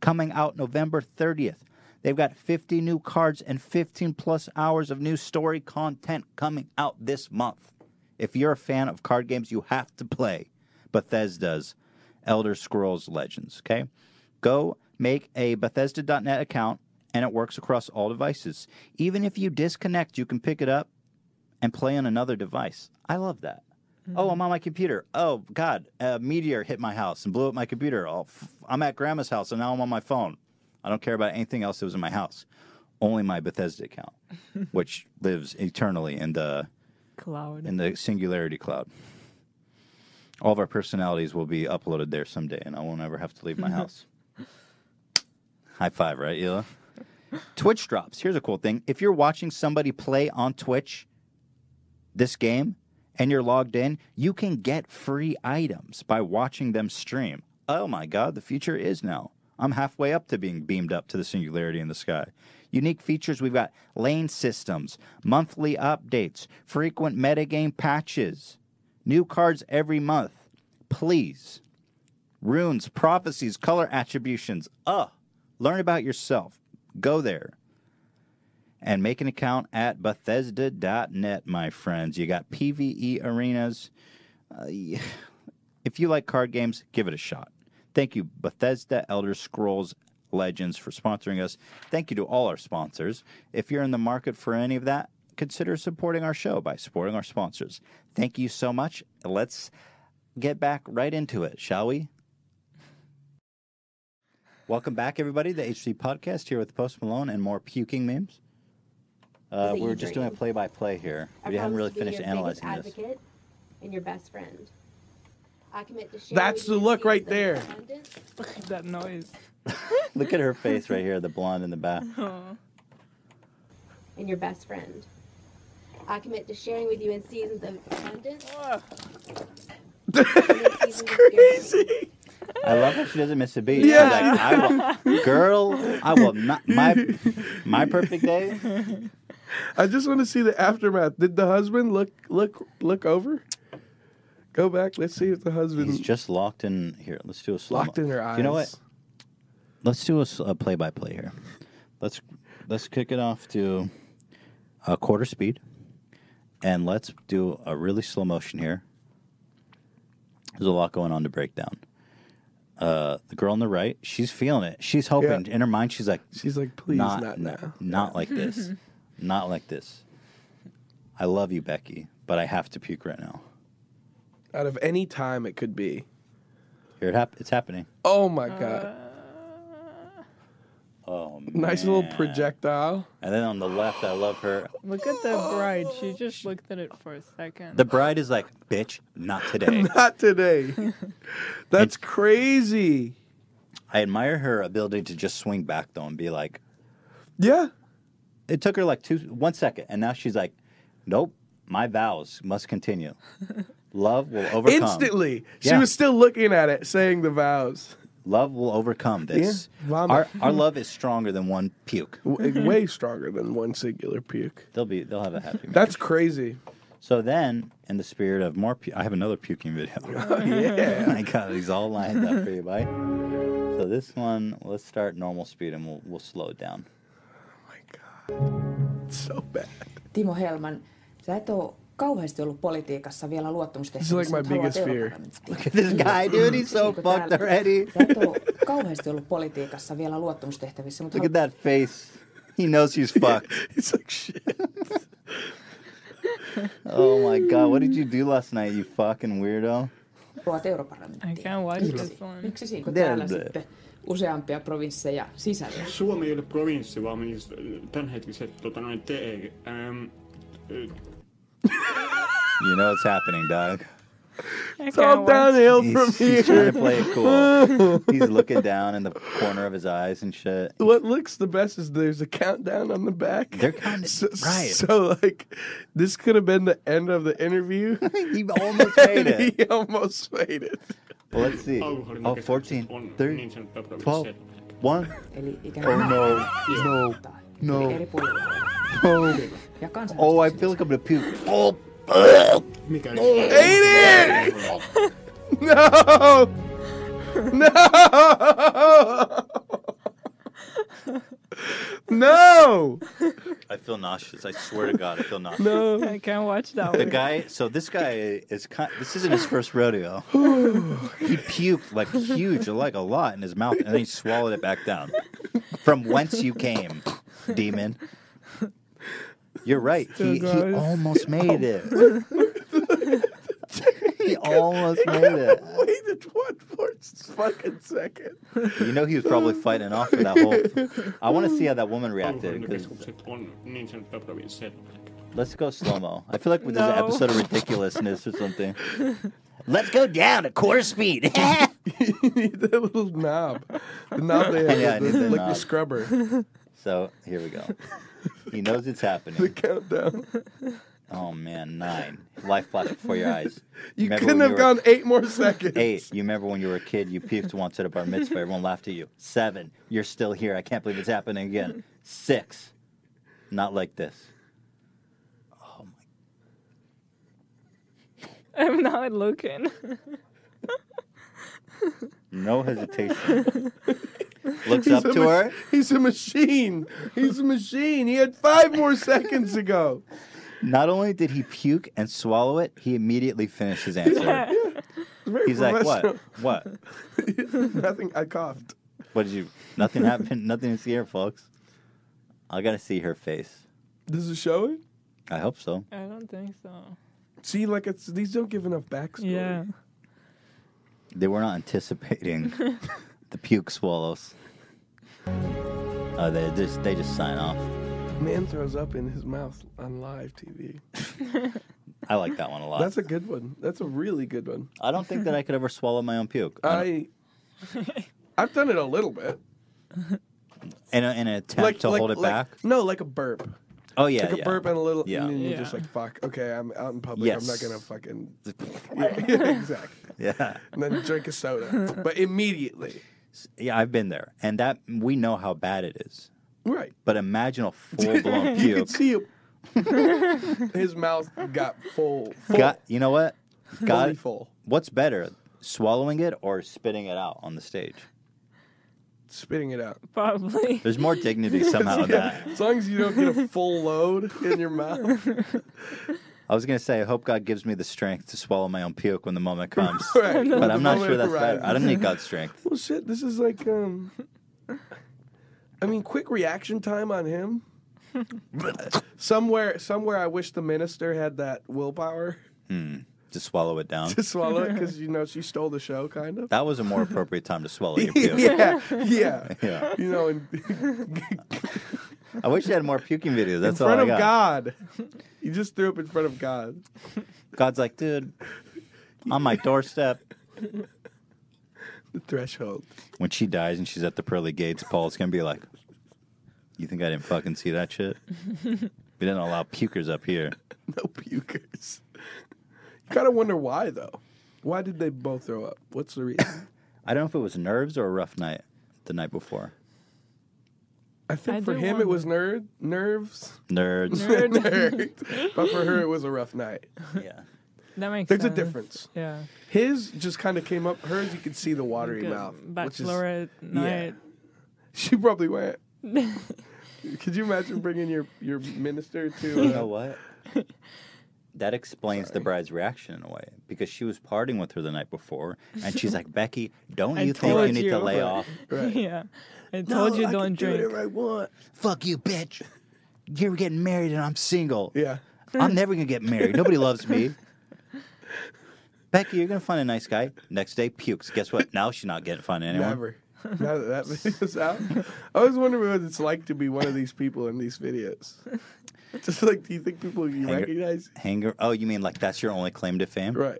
S1: Coming out November 30th. They've got 50 new cards and 15 plus hours of new story content coming out this month. If you're a fan of card games, you have to play Bethesda's Elder Scrolls Legends, okay? Go make a Bethesda.net account and it works across all devices. Even if you disconnect, you can pick it up and play on another device. I love that. Oh, I'm on my computer. Oh God, a meteor hit my house and blew up my computer. Oh, f- I'm at grandma's house and now I'm on my phone. I don't care about anything else that was in my house. Only my Bethesda account, which lives eternally in the
S3: Cloud.
S1: in the Singularity Cloud. All of our personalities will be uploaded there someday, and I won't ever have to leave my house. High five, right, Ela? Twitch drops. Here's a cool thing. If you're watching somebody play on Twitch this game and you're logged in, you can get free items by watching them stream. Oh my God, the future is now. I'm halfway up to being beamed up to the singularity in the sky. Unique features we've got lane systems, monthly updates, frequent metagame patches, new cards every month. Please runes, prophecies, color attributions. Uh, learn about yourself. Go there and make an account at Bethesda.net, my friends. You got PVE arenas. Uh, y- if you like card games, give it a shot. Thank you, Bethesda Elder Scrolls Legends, for sponsoring us. Thank you to all our sponsors. If you're in the market for any of that, consider supporting our show by supporting our sponsors. Thank you so much. Let's get back right into it, shall we? Welcome back, everybody. The HC Podcast here with Post Malone and more puking memes. Uh,
S6: That
S1: we
S6: you
S1: were just doing a
S6: dream.
S1: play by play here.
S6: I
S1: We
S6: promise
S1: haven't really
S6: to be
S1: finished
S6: your biggest
S1: analyzing this.
S6: advocate and your best friend. I commit to sharing
S2: That's
S6: with
S2: the
S6: you
S2: look right
S6: secrets of
S2: there.
S6: abundance,
S3: that noise.
S1: Look at her face right here, the blonde in the back.
S3: Oh.
S6: And your best friend. I commit to sharing with you in seasons of abundance. That's
S2: Crazy.
S1: I love how she doesn't miss a beat.
S2: Yeah.
S1: She's like, I will, girl, I will not. My my perfect day.
S2: I just want to see the aftermath. Did the husband look look look over? Go back. Let's see if the husband
S1: He's just locked in here. Let's do a slow.
S2: locked in her eyes.
S1: You know what? Let's do a play by play here. Let's let's kick it off to a quarter speed, and let's do a really slow motion here. There's a lot going on to break down. Uh, the girl on the right, she's feeling it. She's hoping in her mind. She's like,
S2: She's like, please, not, now.
S1: n- Not like this. not like this. I love you, Becky, but I have to puke right now.
S2: Out of any time it could be.
S1: Here it hap- It's happening.
S2: Oh my god.
S1: Oh,
S2: Nice little
S1: man.
S2: projectile.
S1: And then on the left, I love her.
S3: Look at the bride. She just looked at it for a second.
S1: The bride is like, bitch, not today.
S2: Not today. That's crazy.
S1: I admire her ability to just swing back though and be like,
S2: Yeah.
S1: it took her like two, one second, and now she's like, nope, my vows must continue. Love will overcome.
S2: Instantly. She
S1: Yeah.
S2: was still looking at it, saying the vows.
S1: Love will overcome this.
S2: Yeah, vomit.
S1: Our, our love is stronger than one puke.
S2: W- eh, Way stronger than one singular puke.
S1: They'll be, they'll have a happy. marriage.
S2: That's crazy.
S1: So then, in the spirit of more, pu- I have another puking video.
S2: Oh, Yeah.
S1: I got these all lined up for you, bye. So this one, let's start normal speed and we'll, we'll slow it down.
S2: so bad.
S7: Timo Helman, sä et ole kauheasti ollut politiikassa vielä luottamustehtävissä.
S2: This is like my
S7: mutta haluat
S2: biggest fear.
S7: Euroopan parlamenttiin.
S1: Look at this guy, dude. He's so
S7: Niin kuin
S1: fucked
S7: täällä.
S1: already.
S7: Sä et ole kauheasti ollut politiikassa vielä luottamustehtävissä, mutta
S1: Look at that face. He knows he's fucked.
S2: It's like shit.
S1: Oh my god, what did you do last night, you fucking weirdo?
S7: haluat europarlamenttiin.
S3: I can't watch
S7: Miksi?
S3: this one.
S7: Miksi siinä, kun
S1: There,
S7: täällä
S1: there.
S7: sitten useampia provinsseja sisällä?
S8: Suomi ei ole provinssi, vaan niin just, äh, tämänhetkiset tota, noin TE. Ähm, äh,
S1: You know what's happening, dog.
S3: I
S2: It's all
S3: can't watch.
S2: downhill from
S1: He's, he's trying to
S2: here.
S1: play it cool. He's looking down in the corner of his eyes and shit.
S2: What looks the best is there's a countdown on the back.
S1: They're counting-
S2: so,
S1: right.
S2: So like, this could have been the end of the interview.
S1: He almost made
S2: and
S1: it.
S2: he almost made it.
S1: Well, let's see. Oh,
S8: alkoholin
S1: 14,
S8: on
S1: 13,
S8: niin sanottuja
S1: 12,
S8: provinsseja.
S1: 1.
S7: Eli ikään
S1: Oh
S7: kuin
S1: no, no, no.
S7: Eli eri puolilla.
S1: no.
S7: Ja
S1: Oh, I
S7: kansanäänestys.
S1: feel like I'm gonna puke. Oh,
S8: Mikä
S2: Ate it! No! No! No!
S1: I feel nauseous. I swear to God, I feel nauseous.
S2: No.
S3: I can't watch that
S1: The
S3: one.
S1: guy, so this guy is kind. This isn't his first rodeo. he puked like huge, like a lot in his mouth, and then he swallowed it back down. From whence you came, demon. You're right.
S3: Still
S1: He, he
S3: gross.
S1: almost made it. he almost made it.
S2: Waited one more fucking second.
S1: You know he was probably fighting off for that whole. I want to see how that woman reacted. 'cause-
S8: Alkoholikeskukset Oh, on niin sanottuja provinsseja.
S1: Let's go slow mo. I feel like with
S3: No.
S1: this episode of ridiculousness or something. Let's go down at quarter speed.
S2: You need that little knob. The knob they have,
S1: Yeah, I
S2: the-
S1: need the
S2: like the
S1: knob.
S2: scrubber.
S1: so here we go. He knows it's happening.
S2: The countdown.
S1: Oh man, nine. Life flashed before your eyes.
S2: You
S1: Remember
S2: couldn't
S1: when
S2: have
S1: you were
S2: gone eight more seconds.
S1: Eight. You remember when you were a kid, you peeped once at a bar mitzvah, everyone laughed at you. Seven. You're still here. I can't believe it's happening again. Six. Not like this.
S3: I'm not looking.
S1: No hesitation. Looks
S2: He's
S1: up
S2: a
S1: to
S2: ma-
S1: her.
S2: He's a machine. He's a machine. He had five more seconds ago.
S1: Not only did he puke and swallow it, he immediately finished his answer.
S2: Very
S1: He's like,
S2: professional.
S1: what? What?
S2: Nothing. I coughed.
S1: What did you? Nothing happened. Nothing is here, folks. I gotta see her face.
S2: Does it show it?
S1: I hope so.
S3: I don't think so.
S2: See, like it's these don't give enough backstory.
S3: Yeah.
S1: They were not anticipating the puke swallows. Oh, they just they just sign off.
S2: Man throws up in his mouth on live TV.
S1: I like that one a lot.
S2: That's a good one. That's a really good one.
S1: I don't think that I could ever swallow my own puke. Um, I don't-
S2: I I've done it a little bit.
S1: in, a, in an attempt to hold it
S2: like-
S1: back.
S2: No, like a burp.
S1: Oh yeah,
S2: Like a
S1: yeah.
S2: burp and a little
S1: Yeah.
S2: and then you're
S3: Yeah.
S2: just like, fuck, okay, I'm out in public. I'm not
S1: Yes.
S2: gonna fucking yeah, yeah, exactly.
S1: yeah,
S2: And then drink a soda. But immediately.
S1: yeah. I've been there, and that we know how bad it is.
S2: Right.
S1: But imagine a full blown
S2: You
S1: puke.
S2: could see him. His mouth got full. full
S1: Got you know what?
S2: fully
S1: Got
S2: full.
S1: What's better, swallowing it or spitting it out on the stage?
S2: Spitting it out.
S3: Probably.
S1: There's more dignity somehow in that.
S2: As long as you don't get a full load in your mouth.
S1: I was gonna say, I hope God gives me the strength to swallow my own puke when the moment comes.
S2: Right.
S1: But I'm not
S2: Moment
S1: sure that's
S2: arrives.
S1: better. I don't need God's strength.
S2: Well, shit, this is like, um, I mean, quick reaction time on him. somewhere, somewhere, I wish the minister had that willpower.
S1: Hmm. to swallow it down.
S2: to swallow it because you know she stole the show, kind of.
S1: That was a more appropriate time to swallow your puke.
S2: yeah, yeah.
S1: Yeah.
S2: You know, in,
S1: I wish you had more puking videos.
S2: in
S1: That's all
S2: front
S1: I
S2: of
S1: got.
S2: God, you just threw up in front of God.
S1: God's like, dude, on my doorstep.
S2: The threshold.
S1: When she dies and she's at the pearly gates, Paul's gonna be like, "You think I didn't fucking see that shit? We didn't allow pukers up here."
S2: No pukers. You gotta wonder why though. Why did they both throw up? What's the reason?
S1: I don't know if it was nerves or a rough night the night before.
S2: I think
S3: I
S2: for
S3: do
S2: him it was nerd nerves.
S1: Nerds.
S2: Nerd. but for her it was a rough night.
S1: Yeah.
S3: That makes
S2: There's a
S3: sense.
S2: difference.
S3: Yeah.
S2: His just kind of came up. Hers, you could see the watery
S3: Good
S2: mouth. Which is,
S3: Bachelorette night.
S2: she probably went. Could you imagine bringing your, your minister
S1: You
S2: to?
S1: know
S2: Uh,
S1: what? That explains the bride's reaction in a way because she was partying with her the night before, and she's like, "Becky, don't
S3: I
S1: you think you
S3: told
S1: need to
S3: you."
S1: lay off?
S2: right.
S3: yeah. I told you don't drink.
S2: I want.
S1: Fuck you, bitch! You're getting married, and I'm single.
S2: Yeah.
S1: I'm never gonna get married. Nobody loves me. Becky, you're gonna find a nice guy. Next day, pukes. Guess what? Now she's not getting fun anyone.
S2: Never. now that that video's out, I was wondering what it's like to be one of these people in these videos. Just like, do you think people you
S1: Hanger-
S2: recognize?
S1: Hanger. Oh, you mean like that's your only claim to fame?
S2: Right.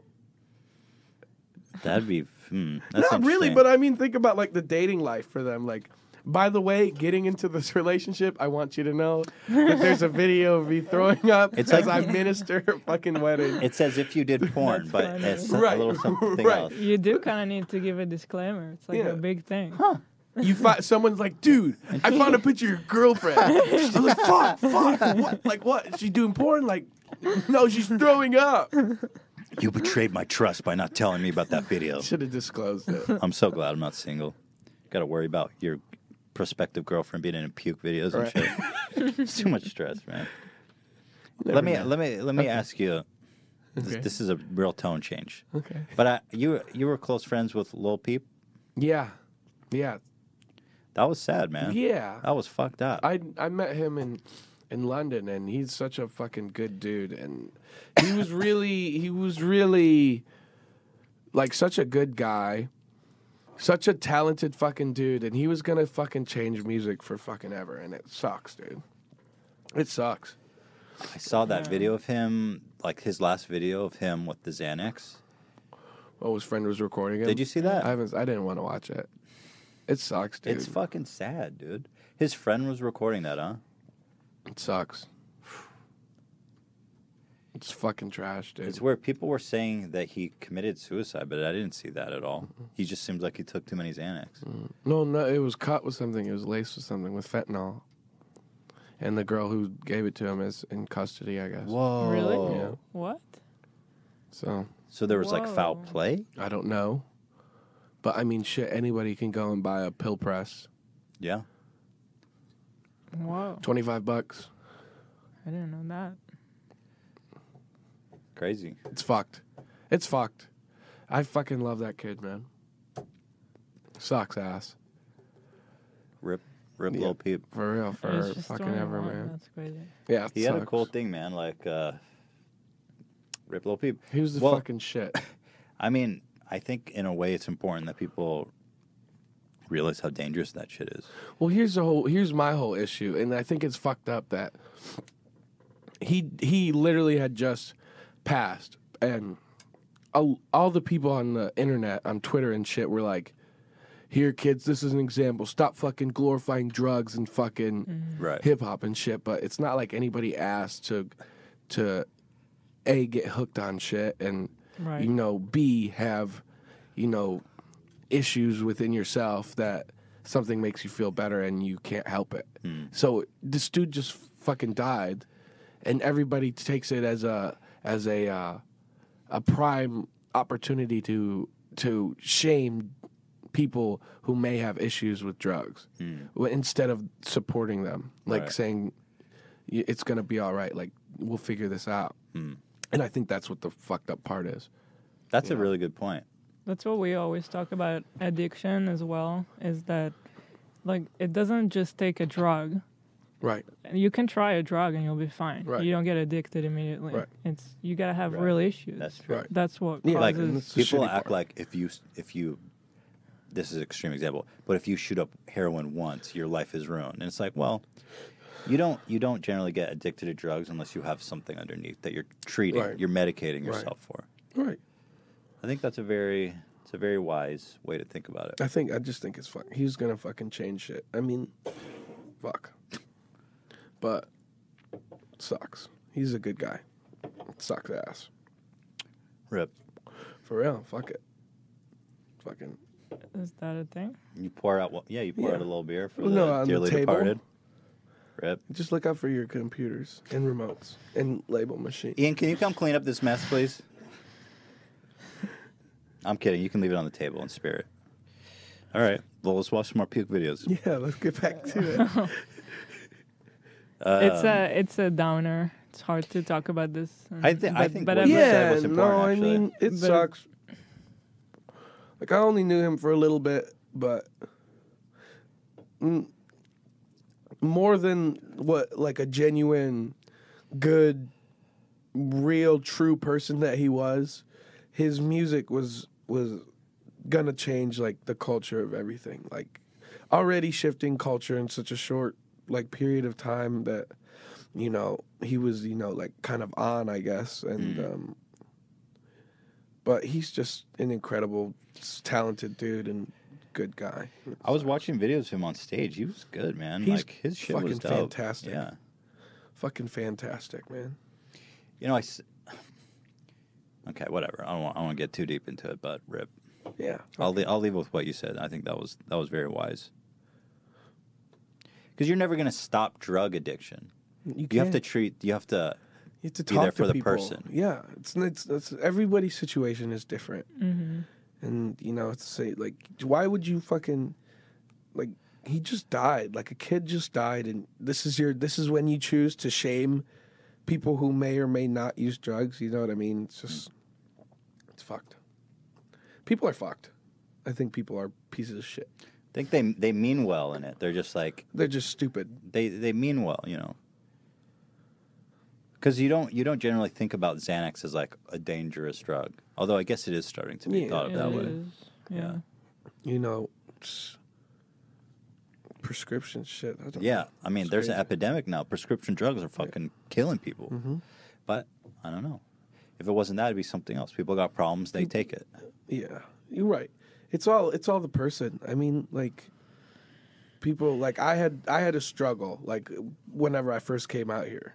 S1: That'd be. Hmm, that's
S2: Not really,
S1: interesting.
S2: but I mean, think about like the dating life for them. Like, by the way, getting into this relationship, I want you to know that there's a video of me throwing up
S1: It's
S2: as
S1: like-
S2: I minister a fucking wedding.
S1: it's as if you did porn, but
S3: funny.
S1: it's
S2: Right,
S1: a little something
S2: right.
S1: else.
S3: You do kind of need to give a disclaimer. It's like
S2: Yeah.
S3: a big thing.
S2: You find someone's like, dude, I found a picture of your girlfriend. I'm like, fuck, fuck, what? Like, what? Is she doing porn? Like, no, she's throwing up.
S1: You betrayed my trust by not telling me about that video.
S2: Should have disclosed it.
S1: I'm so glad I'm not single. Got to worry about your prospective girlfriend being in puke videos and shit. it's too much stress, man. let me let me let me ask you. This,
S2: Okay.
S1: this is a real tone change.
S2: Okay.
S1: But I, you you were close friends with Lil Peep.
S2: Yeah. Yeah.
S1: That was sad, man.
S2: Yeah.
S1: That was fucked up.
S2: I I met him in in London and he's such a fucking good dude and he was really he was really like such a good guy. Such a talented fucking dude and he was going to fucking change music for fucking ever and it sucks, dude. It sucks.
S1: I saw that video of him, like his last video of him with the Xanax.
S2: Oh, his friend was recording it.
S1: Did you see that?
S2: I haven't I didn't want to watch it. It sucks, dude.
S1: It's fucking sad, dude. His friend was recording that, huh?
S2: It sucks. It's fucking trash, dude.
S1: It's where people were saying that he committed suicide, but I didn't see that at all. He just seems like he took too many Xanax.
S2: No, no, it was cut with something. It was laced with something with fentanyl. And the girl who gave it to him is in custody, I guess.
S1: Whoa.
S3: Really?
S2: Yeah.
S3: What?
S2: So
S1: So there was like foul
S3: Whoa.
S1: play?
S2: I don't know, but I mean, shit. Anybody can go and buy a pill press,
S1: Yeah.
S3: Whoa.
S2: twenty five bucks.
S3: I didn't know that.
S1: Crazy.
S2: It's fucked. It's fucked. I fucking love that kid, man. Sucks ass
S1: Rip, rip
S2: Yeah.
S1: little peep.
S2: for real
S3: He's
S2: for
S3: just
S2: fucking
S3: 21,
S2: ever, man.
S3: That's crazy.
S2: Yeah, it
S1: He had a
S2: sucks.
S1: cool thing, man. Like, uh, rip little peep.
S2: He was the
S1: Well-
S2: fucking shit.
S1: I mean, I think in a way it's important that people realize how dangerous that shit is.
S2: Well, here's the whole here's my whole issue, and I think it's fucked up that he he literally had just passed, and all, all the people on the internet, on Twitter and shit, were like, "Here, kids, this is an example. Stop fucking glorifying drugs and fucking
S1: Right.
S2: hip hop and shit." But it's not like anybody asked to to a get hooked on shit and
S3: Right.
S2: you know b have you know issues within yourself that something makes you feel better and you can't help it. So this dude just fucking died, and everybody takes it as a as a uh, a prime opportunity to to shame people who may have issues with drugs w- instead of supporting them, like
S1: Right.
S2: saying "Y- it's gonna be all right, like we'll figure this out. And I think that's what the fucked up part is.
S1: That's a really good point.
S3: That's what we always talk about addiction as well is that like it doesn't just take a drug.
S2: Right.
S3: And You can try a drug and you'll be fine.
S2: Right.
S3: You don't get addicted immediately.
S2: Right.
S3: It's you gotta have
S1: Right.
S3: real issues.
S1: That's true.
S2: Right.
S3: That's what
S2: Yeah.
S1: Like
S2: and
S3: causes.
S2: it's the
S1: people
S2: shitty
S1: act
S2: part.
S1: like if you if you this is an extreme example, but if you shoot up heroin once, your life is ruined. And it's like, well, you don't you don't generally get addicted to drugs unless you have something underneath that you're treating,
S2: Right.
S1: you're medicating yourself for.
S2: Right.
S1: I think that's a very it's a very wise way to think about it.
S2: I think I just think it's fuck. He's gonna fucking change shit. I mean, fuck. But sucks. He's a good guy. Sucks ass.
S1: Rip,
S2: For real. Fuck it. Fucking
S3: Is that a thing?
S1: you pour out one- yeah, you pour
S2: Yeah.
S1: out a little beer for
S2: Well, no, on
S1: the
S2: the
S1: dearly
S2: table.
S1: departed. Rip,
S2: just look out for your computers and remotes and label machine.
S1: Ian, can you come clean up this mess, please? I'm kidding. You can leave it on the table in spirit. All right. Well, let's watch some more puke videos.
S2: Yeah, let's get back to it.
S1: Um,
S3: it's uh, a it's a downer. It's hard to talk about this.
S1: I think I
S3: But-
S1: think
S3: but
S1: what
S3: I'm-
S1: you said
S2: yeah,
S1: was important.
S2: no, I
S1: actually.
S2: mean it
S3: But-
S2: sucks. Like I only knew him for a little bit, but mm, more than what like a genuine, good, real, true person that he was, his music was was gonna change like the culture of everything. Like already shifting culture in such a short like period of time that you know he was you know like kind of on I guess and
S1: Mm.
S2: um but he's just an incredible s- talented dude and good guy.
S1: I was watching videos of him on stage. He was good, man.
S2: He's
S1: like his shit was
S2: fucking
S1: dope.
S2: fantastic.
S1: Yeah.
S2: Fucking fantastic, man.
S1: You know, I. s- Okay, whatever. I don't want. I don't want to get too deep into it, but rip.
S2: Yeah.
S1: I'll le- I'll leave with what you said. I think that was that was very wise. Because you're never going to stop drug addiction. You have to
S2: can't-
S1: treat. You have to.
S2: You have to
S1: Be
S2: talk
S1: there
S2: to
S1: for the
S2: people.
S1: person.
S2: Yeah, it's, it's it's everybody's situation is different, and you know it's say like why would you fucking like he just died like a kid just died and this is your this is when you choose to shame people who may or may not use drugs. You know what I mean? It's just it's fucked. People are fucked. I think people are pieces of shit.
S1: I think they they mean well in it. They're just like
S2: They're just stupid.
S1: they they mean well, you know. Because you don't you don't generally think about Xanax as like a dangerous drug. Although I guess it is starting to be
S2: Yeah.
S1: thought of
S3: it
S1: that way.
S3: is, Yeah.
S2: You know, it's prescription shit. I don't-
S1: Yeah, I mean,
S2: It's
S1: there's an
S2: crazy. Mm-hmm.
S1: epidemic now. Prescription drugs are fucking killing people. But I don't know. If it wasn't that, it'd be something else. People got problems, they take it.
S2: Yeah, you're right. It's all it's all the person. I mean, like people like I had I had a struggle like whenever I first came out here,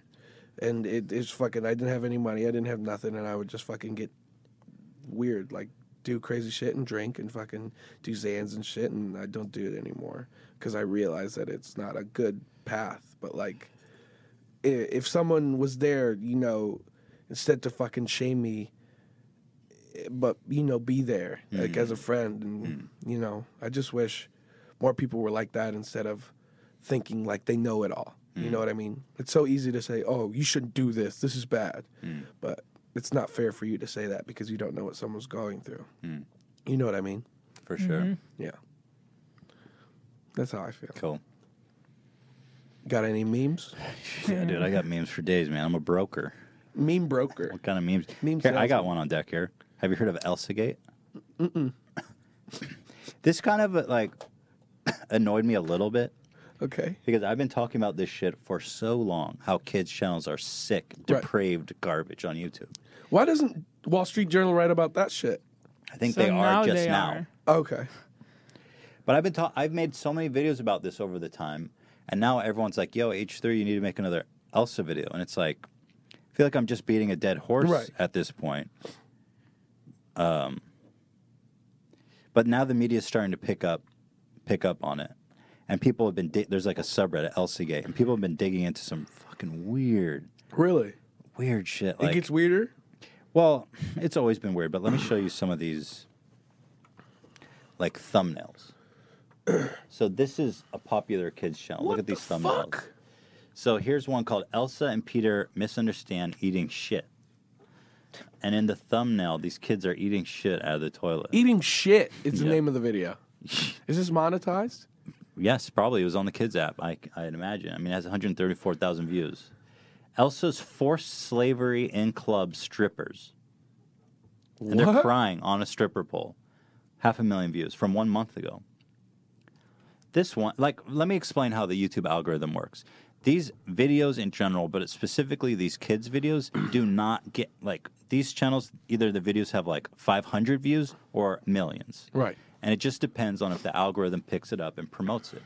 S2: and it is fucking. I didn't have any money. I didn't have nothing, and I would just fucking get weird, like do crazy shit and drink and fucking do Zans and shit, and I don't do it anymore because I realize that it's not a good path. But like, i- if someone was there, you know, instead to fucking shame me, but you know, be there like as a friend, and you know, I just wish more people were like that instead of thinking like they know it all. You know what I mean? It's so easy to say, "Oh, you shouldn't do this. This is bad,"
S1: mm,
S2: but it's not fair for you to say that because you don't know what someone's going through.
S1: mm.
S2: You know what I mean?
S1: For sure.
S3: Mm-hmm.
S2: Yeah. That's how I feel.
S1: Cool.
S2: Got any memes?
S1: Yeah, dude, I got memes for days, man. I'm a broker.
S2: Meme broker.
S1: What kind of memes?
S2: Meme
S1: Here, I got
S2: salesman.
S1: one on deck here. Have you heard of ElsaGate? this kind of uh, like annoyed me a little bit
S2: Okay.
S1: because I've been talking about this shit for so long. How kids channels are sick, depraved garbage on YouTube.
S2: Why doesn't Wall Street Journal write about that shit?
S1: I think
S3: So
S1: they are
S3: now
S1: just
S3: they
S1: now.
S3: are.
S2: Okay.
S1: But I've been ta- I've made so many videos about this over the time, and now everyone's like, "Yo, H three, you need to make another Elsa video," and it's like, I feel like I'm just beating a dead horse
S2: Right.
S1: at this point. Um, but now the media's starting to pick up pick up on it, and people have been di- there's like a subreddit Elsa Gate, and people have been digging into some fucking weird
S2: Really?
S1: weird shit.
S2: it
S1: Like,
S2: gets weirder.
S1: well, it's always been weird, but let me show you some of these like thumbnails. so this is a popular kids channel. Look at these thumbnails. So here's one called Elsa and Peter misunderstand eating shit. And in the thumbnail, these kids are eating shit out of the toilet.
S2: Eating shit is the
S1: Yeah.
S2: name of the video. Is this monetized?
S1: Yes, probably it was on the kids app. I I'd imagine. I mean, it has 134,000 views. Elsa's forced slavery in club strippers, and they're crying on a stripper pole. Half a million views from one month ago. This one, like, let me explain how the YouTube algorithm works. These videos in general, but specifically these kids' videos, do not get like these channels. Either the videos have like 500 views or millions.
S2: Right.
S1: And it just depends on if the algorithm picks it up and promotes it.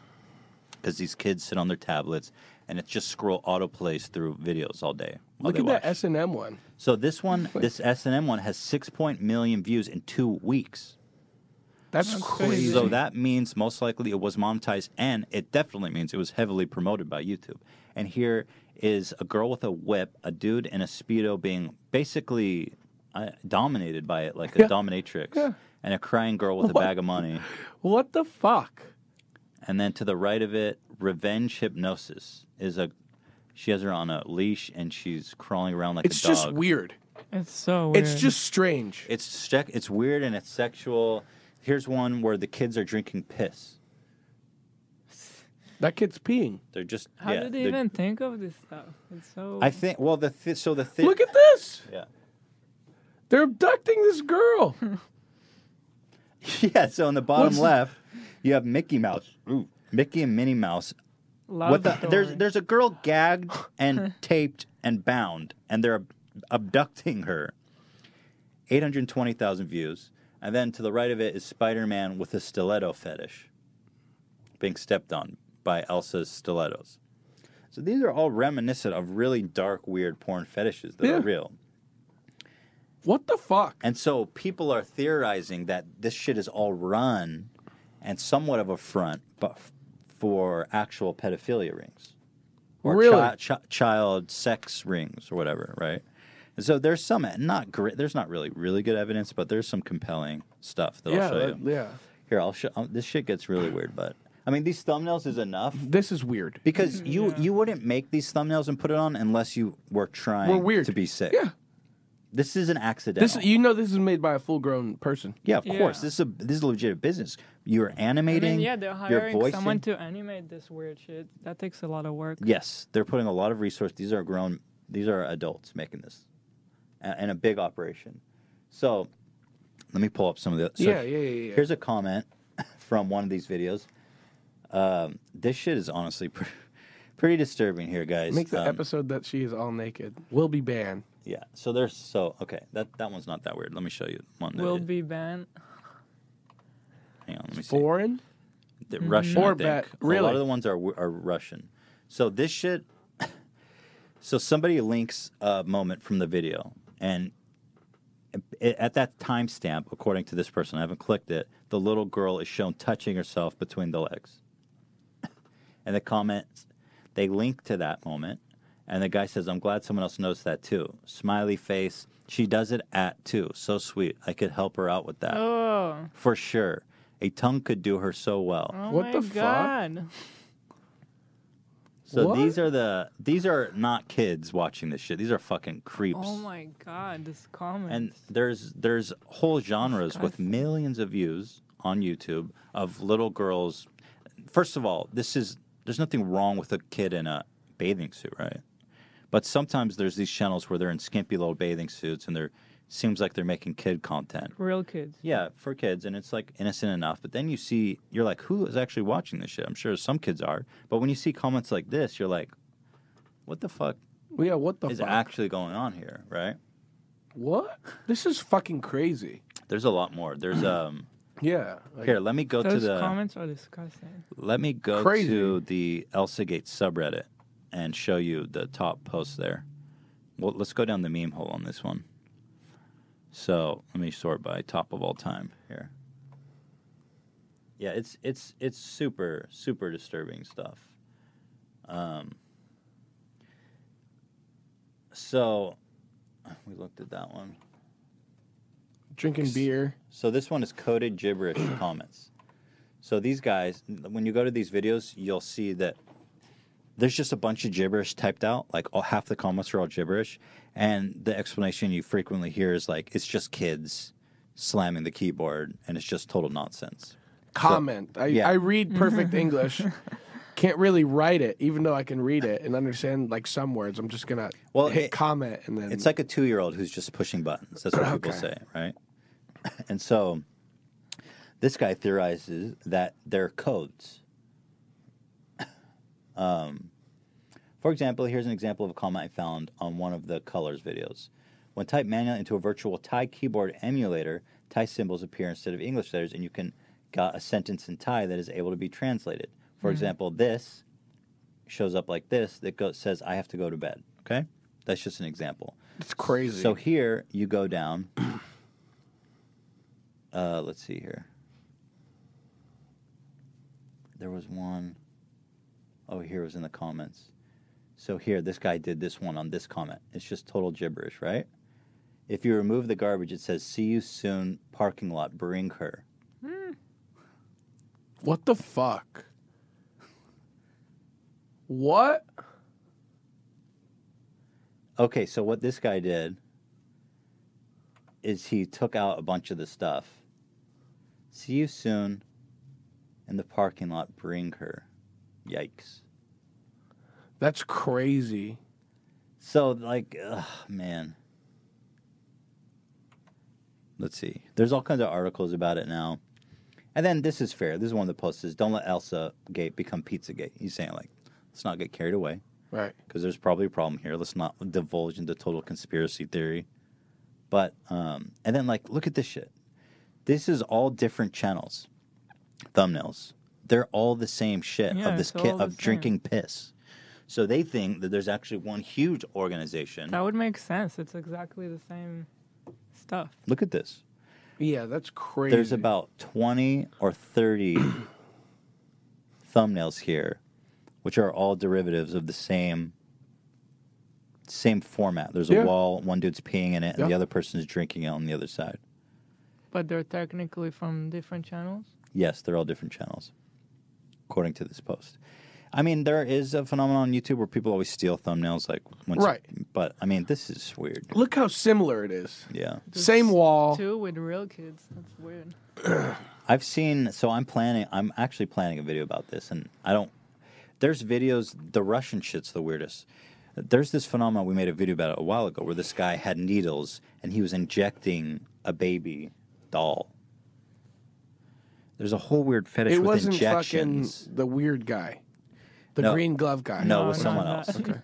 S1: Because these kids sit on their tablets and it just scroll autoplays through videos all day. while
S2: Look
S1: they
S2: at
S1: watch.
S2: that S and M one.
S1: so this one, this S and M one, has six point million views in two weeks.
S2: That's crazy.
S1: So that means most likely it was monetized, and it definitely means it was heavily promoted by YouTube. And here is a girl with a whip, a dude in a speedo being basically uh, dominated by it, like a dominatrix, and a crying girl with a bag of money.
S2: What the fuck?
S1: And then to the right of it, revenge hypnosis is a. She has her on a leash and she's crawling around like
S2: It's
S1: a dog.
S2: just weird.
S3: It's so weird.
S2: It's just strange.
S1: It's sec- it's weird and it's sexual. Here's one where the kids are drinking piss.
S2: That kid's peeing.
S1: They're just
S3: How
S1: yeah,
S3: do they
S1: they're-
S3: even think of this stuff? It's so.
S1: I think well the th- so the thi-
S2: Look at this.
S1: yeah
S2: They're abducting this girl.
S1: yeah so in the bottom
S2: What's-
S1: left you have Mickey Mouse. Ooh. Mickey and Minnie Mouse.
S3: love
S1: What the,
S3: story.
S1: there's there's a girl gagged and taped and bound and they're ab- abducting her. 820,000 views. And then to the right of it is Spider Man with a stiletto fetish being stepped on by Elsa's stilettos. So these are all reminiscent of really dark, weird porn fetishes that
S2: Yeah.
S1: are real.
S2: What the fuck?
S1: And so people are theorizing that this shit is all run and somewhat of a front but f- for actual pedophilia rings. Or
S2: Really?
S1: chi- chi- child sex rings or whatever, right? And so there's some not great. There's not really really good evidence, but there's some compelling stuff that
S2: yeah,
S1: I'll show
S2: that-
S1: you.
S2: yeah.
S1: Here, I'll show. Um, this shit gets really weird, but I mean, these thumbnails is enough
S2: This is weird.
S3: Mm-hmm.
S1: because you you wouldn't make these thumbnails and put it on unless you were trying
S2: We're weird.
S1: to be sick.
S2: Yeah.
S1: This is an accident.
S2: This you know this is made by a full grown person.
S1: Yeah, of course.
S3: Yeah.
S1: This is a this is a legit business. You're
S3: I
S1: animating.
S3: mean, yeah, they're
S1: you're
S3: hiring
S1: voicing.
S3: someone to animate this weird shit. That takes a lot of work.
S1: yes, they're putting a lot of resource. These are grown. These are adults making this, a- and a big operation. So, let me pull up some of the. So
S2: yeah, yeah, yeah, yeah.
S1: Here's a comment from one of these videos. Um, this shit is honestly pretty, pretty disturbing. Here, guys.
S2: Make the
S1: Um,
S2: episode that she is all naked. Will be banned.
S1: Yeah. So there's so okay. That that one's not that weird. Let me show you one. That
S3: Will
S1: is-
S3: be banned.
S1: Hang on. Let me see.
S2: Foreign?
S1: The Russian,
S2: Or
S1: I think.
S2: bat-
S1: A lot
S2: really?
S1: of the ones are are Russian. So this shit. So somebody links a moment from the video, and it, at that timestamp, according to this person, I haven't clicked it. The little girl is shown touching herself between the legs, and the comments they link to that moment, and the guy says, "I'm glad someone else noticed that too." Smiley face. She does it at too. So sweet. I could help her out with that
S3: Oh,
S1: for sure. A tongue could do her so well.
S3: oh
S2: What
S3: my
S2: the fuck?
S3: god!
S1: So
S2: What?
S1: these are the these are not kids watching this shit. These are fucking creeps.
S3: Oh my god! This comment.
S1: and there's there's whole genres with
S3: Disgusting.
S1: millions of views on YouTube of little girls. First of all, this is there's nothing wrong with a kid in a bathing suit, right? But sometimes there's these channels where they're in skimpy little bathing suits and they're seems like they're making kid content.
S3: real kids.
S1: Yeah, for kids, and it's like innocent enough. But then you see, you're like, who is actually watching this shit? I'm sure some kids are, but when you see comments like this, you're like, what the fuck
S2: Yeah, what the
S1: is
S2: fuck?
S1: actually going on here, right?
S2: what? This is fucking crazy.
S1: There's a lot more. There's um
S2: Yeah. like-
S1: here. Let me go to
S3: Those
S1: the
S3: comments are disgusting.
S1: let me go
S2: Crazy.
S1: to the Elsa Gate subreddit and show you the top post there. Well, let's go down the meme hole on this one. So let me sort by top of all time here. Yeah, it's it's it's super super disturbing stuff. Um. So, we looked at that one.
S2: Drinking beer.
S1: So this one is coded gibberish comments. So these guys, when you go to these videos, you'll see that there's just a bunch of gibberish typed out. Like all, half the comments are all gibberish, and the explanation you frequently hear is like it's just kids slamming the keyboard, and it's just total nonsense.
S2: comment. I,
S1: Yeah.
S2: I read perfect
S3: Mm-hmm.
S2: English. Can't really write it, even though I can read it and understand like some words. I'm just gonna
S1: Well,
S2: hit
S1: it-
S2: comment and then
S1: It's like a two year old who's just pushing buttons. That's what people
S2: Okay.
S1: say, right? And so this guy theorizes that they're codes. um, for example, here's an example of a comment I found on one of the colors videos. When typed manually into a virtual Thai keyboard emulator, Thai symbols appear instead of English letters, and you can got a sentence in Thai that is able to be translated.
S2: Mm-hmm.
S1: For example, this shows up like this that go, says, I have to go to bed. Okay? That's just an example.
S2: it's crazy.
S1: So here you go down. uh, let's see here. There was one oh here it was in the comments. So here, this guy did this one on this comment. It's just total gibberish, right? If you remove the garbage, it says "See you soon, parking lot. Bring her."
S9: Hmm.
S2: what the fuck? What?
S1: Okay, so what this guy did is he took out a bunch of the stuff. See you soon in the parking lot, bring her. Yikes.
S2: That's crazy.
S1: So, like, ugh, man. Let's see. There's all kinds of articles about it now. And then this is fair. This is one of the posts is don't let Elsa Gate become Pizza Gate. He's saying, like, let's not get carried away.
S2: Right.
S1: because there's probably a problem here. Let's not divulge into total conspiracy theory. But um, and then like look at this shit. This is all different channels, thumbnails. They're all the same shit
S3: Yeah,
S1: of this
S3: it's
S1: kit
S3: all the
S1: of
S3: same.
S1: drinking piss. So they think that there's actually one huge organization.
S3: That would make sense. It's exactly the same stuff.
S1: Look at this.
S2: Yeah, that's crazy.
S1: There's about 20 or 30 thumbnails here, which are all derivatives of the same same format. There's a
S2: Yeah.
S1: wall, one dude's peeing in it, and
S2: Yeah.
S1: the other person's drinking it on the other side.
S3: But they're technically from different channels.
S1: Yes, they're all different channels, according to this post. I mean, there is a phenomenon on YouTube where people always steal thumbnails, like when
S2: Right.
S1: But I mean, this is weird.
S2: Look how similar it is.
S1: Yeah.
S2: Same wall.
S3: Two with real kids. That's weird.
S1: I've seen. So I'm planning. I'm actually planning a video about this, and I don't. There's videos. The Russian shit's the weirdest. There's this phenomenon we made a video about it a while ago, where this guy had needles and he was injecting a baby doll. There's a whole weird fetish
S2: It
S1: with
S2: wasn't fucking
S1: injections.
S2: the weird guy, the
S1: No.
S2: green glove
S1: No,
S2: guy.
S1: it
S3: No,
S1: was
S3: not
S1: someone
S3: that.
S1: else.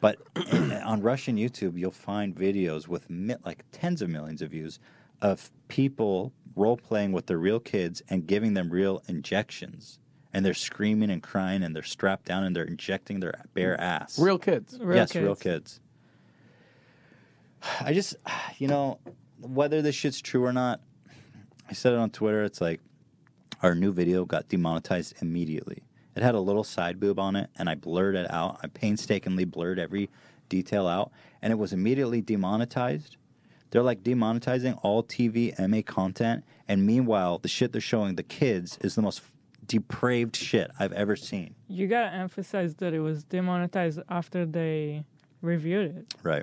S1: But on Russian YouTube, you'll find videos with mi- like tens of millions of views of people role playing with their real kids and giving them real injections. And they're screaming and crying and they're strapped down and they're injecting their bare ass.
S2: real kids.
S3: Real
S1: yes,
S3: kids.
S1: real kids. I just, you know, whether this shit's true or not, I said it on Twitter. It's like our new video got demonetized immediately. It had a little side boob on it, and I blurred it out. I painstakingly blurred every detail out, and it was immediately demonetized. They're like demonetizing all TV MA content, and meanwhile, the shit they're showing the kids is the most depraved shit I've ever seen.
S3: You gotta emphasize that it was demonetized after they reviewed it.
S1: Right.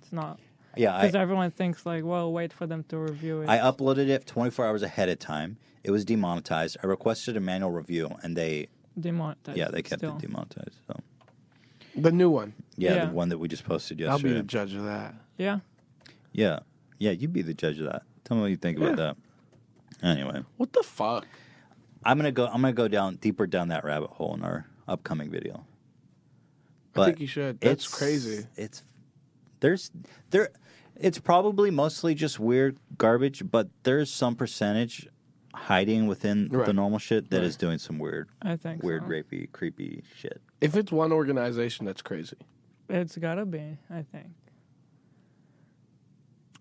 S3: It's not
S1: Yeah, I,
S3: because everyone thinks like, well, wait for them to review it.
S1: I uploaded it 24 hours ahead of time. It was demonetized. I requested a manual review, and they
S3: demonetized.
S1: yeah they kept
S3: still.
S1: it demonetized. So
S2: The new one.
S1: yeah,
S3: Yeah.
S1: the one that we just posted
S2: I'll be
S1: yesterday.
S2: the judge of that.
S3: Yeah,
S1: yeah, yeah, you be the judge of that. Tell me what you think about that. Anyway,
S2: What the fuck?
S1: I'm gonna go. I'm gonna go down deeper down that rabbit hole in our upcoming video.
S2: I think you should. That's crazy.
S1: It's there's there. It's probably mostly just weird garbage, but there's some percentage hiding within the
S2: Right.
S1: normal shit that is doing some weird
S3: I think
S1: weird,
S3: so.
S1: rapey, creepy shit.
S2: If it's one organization, that's crazy.
S3: It's gotta be. I think.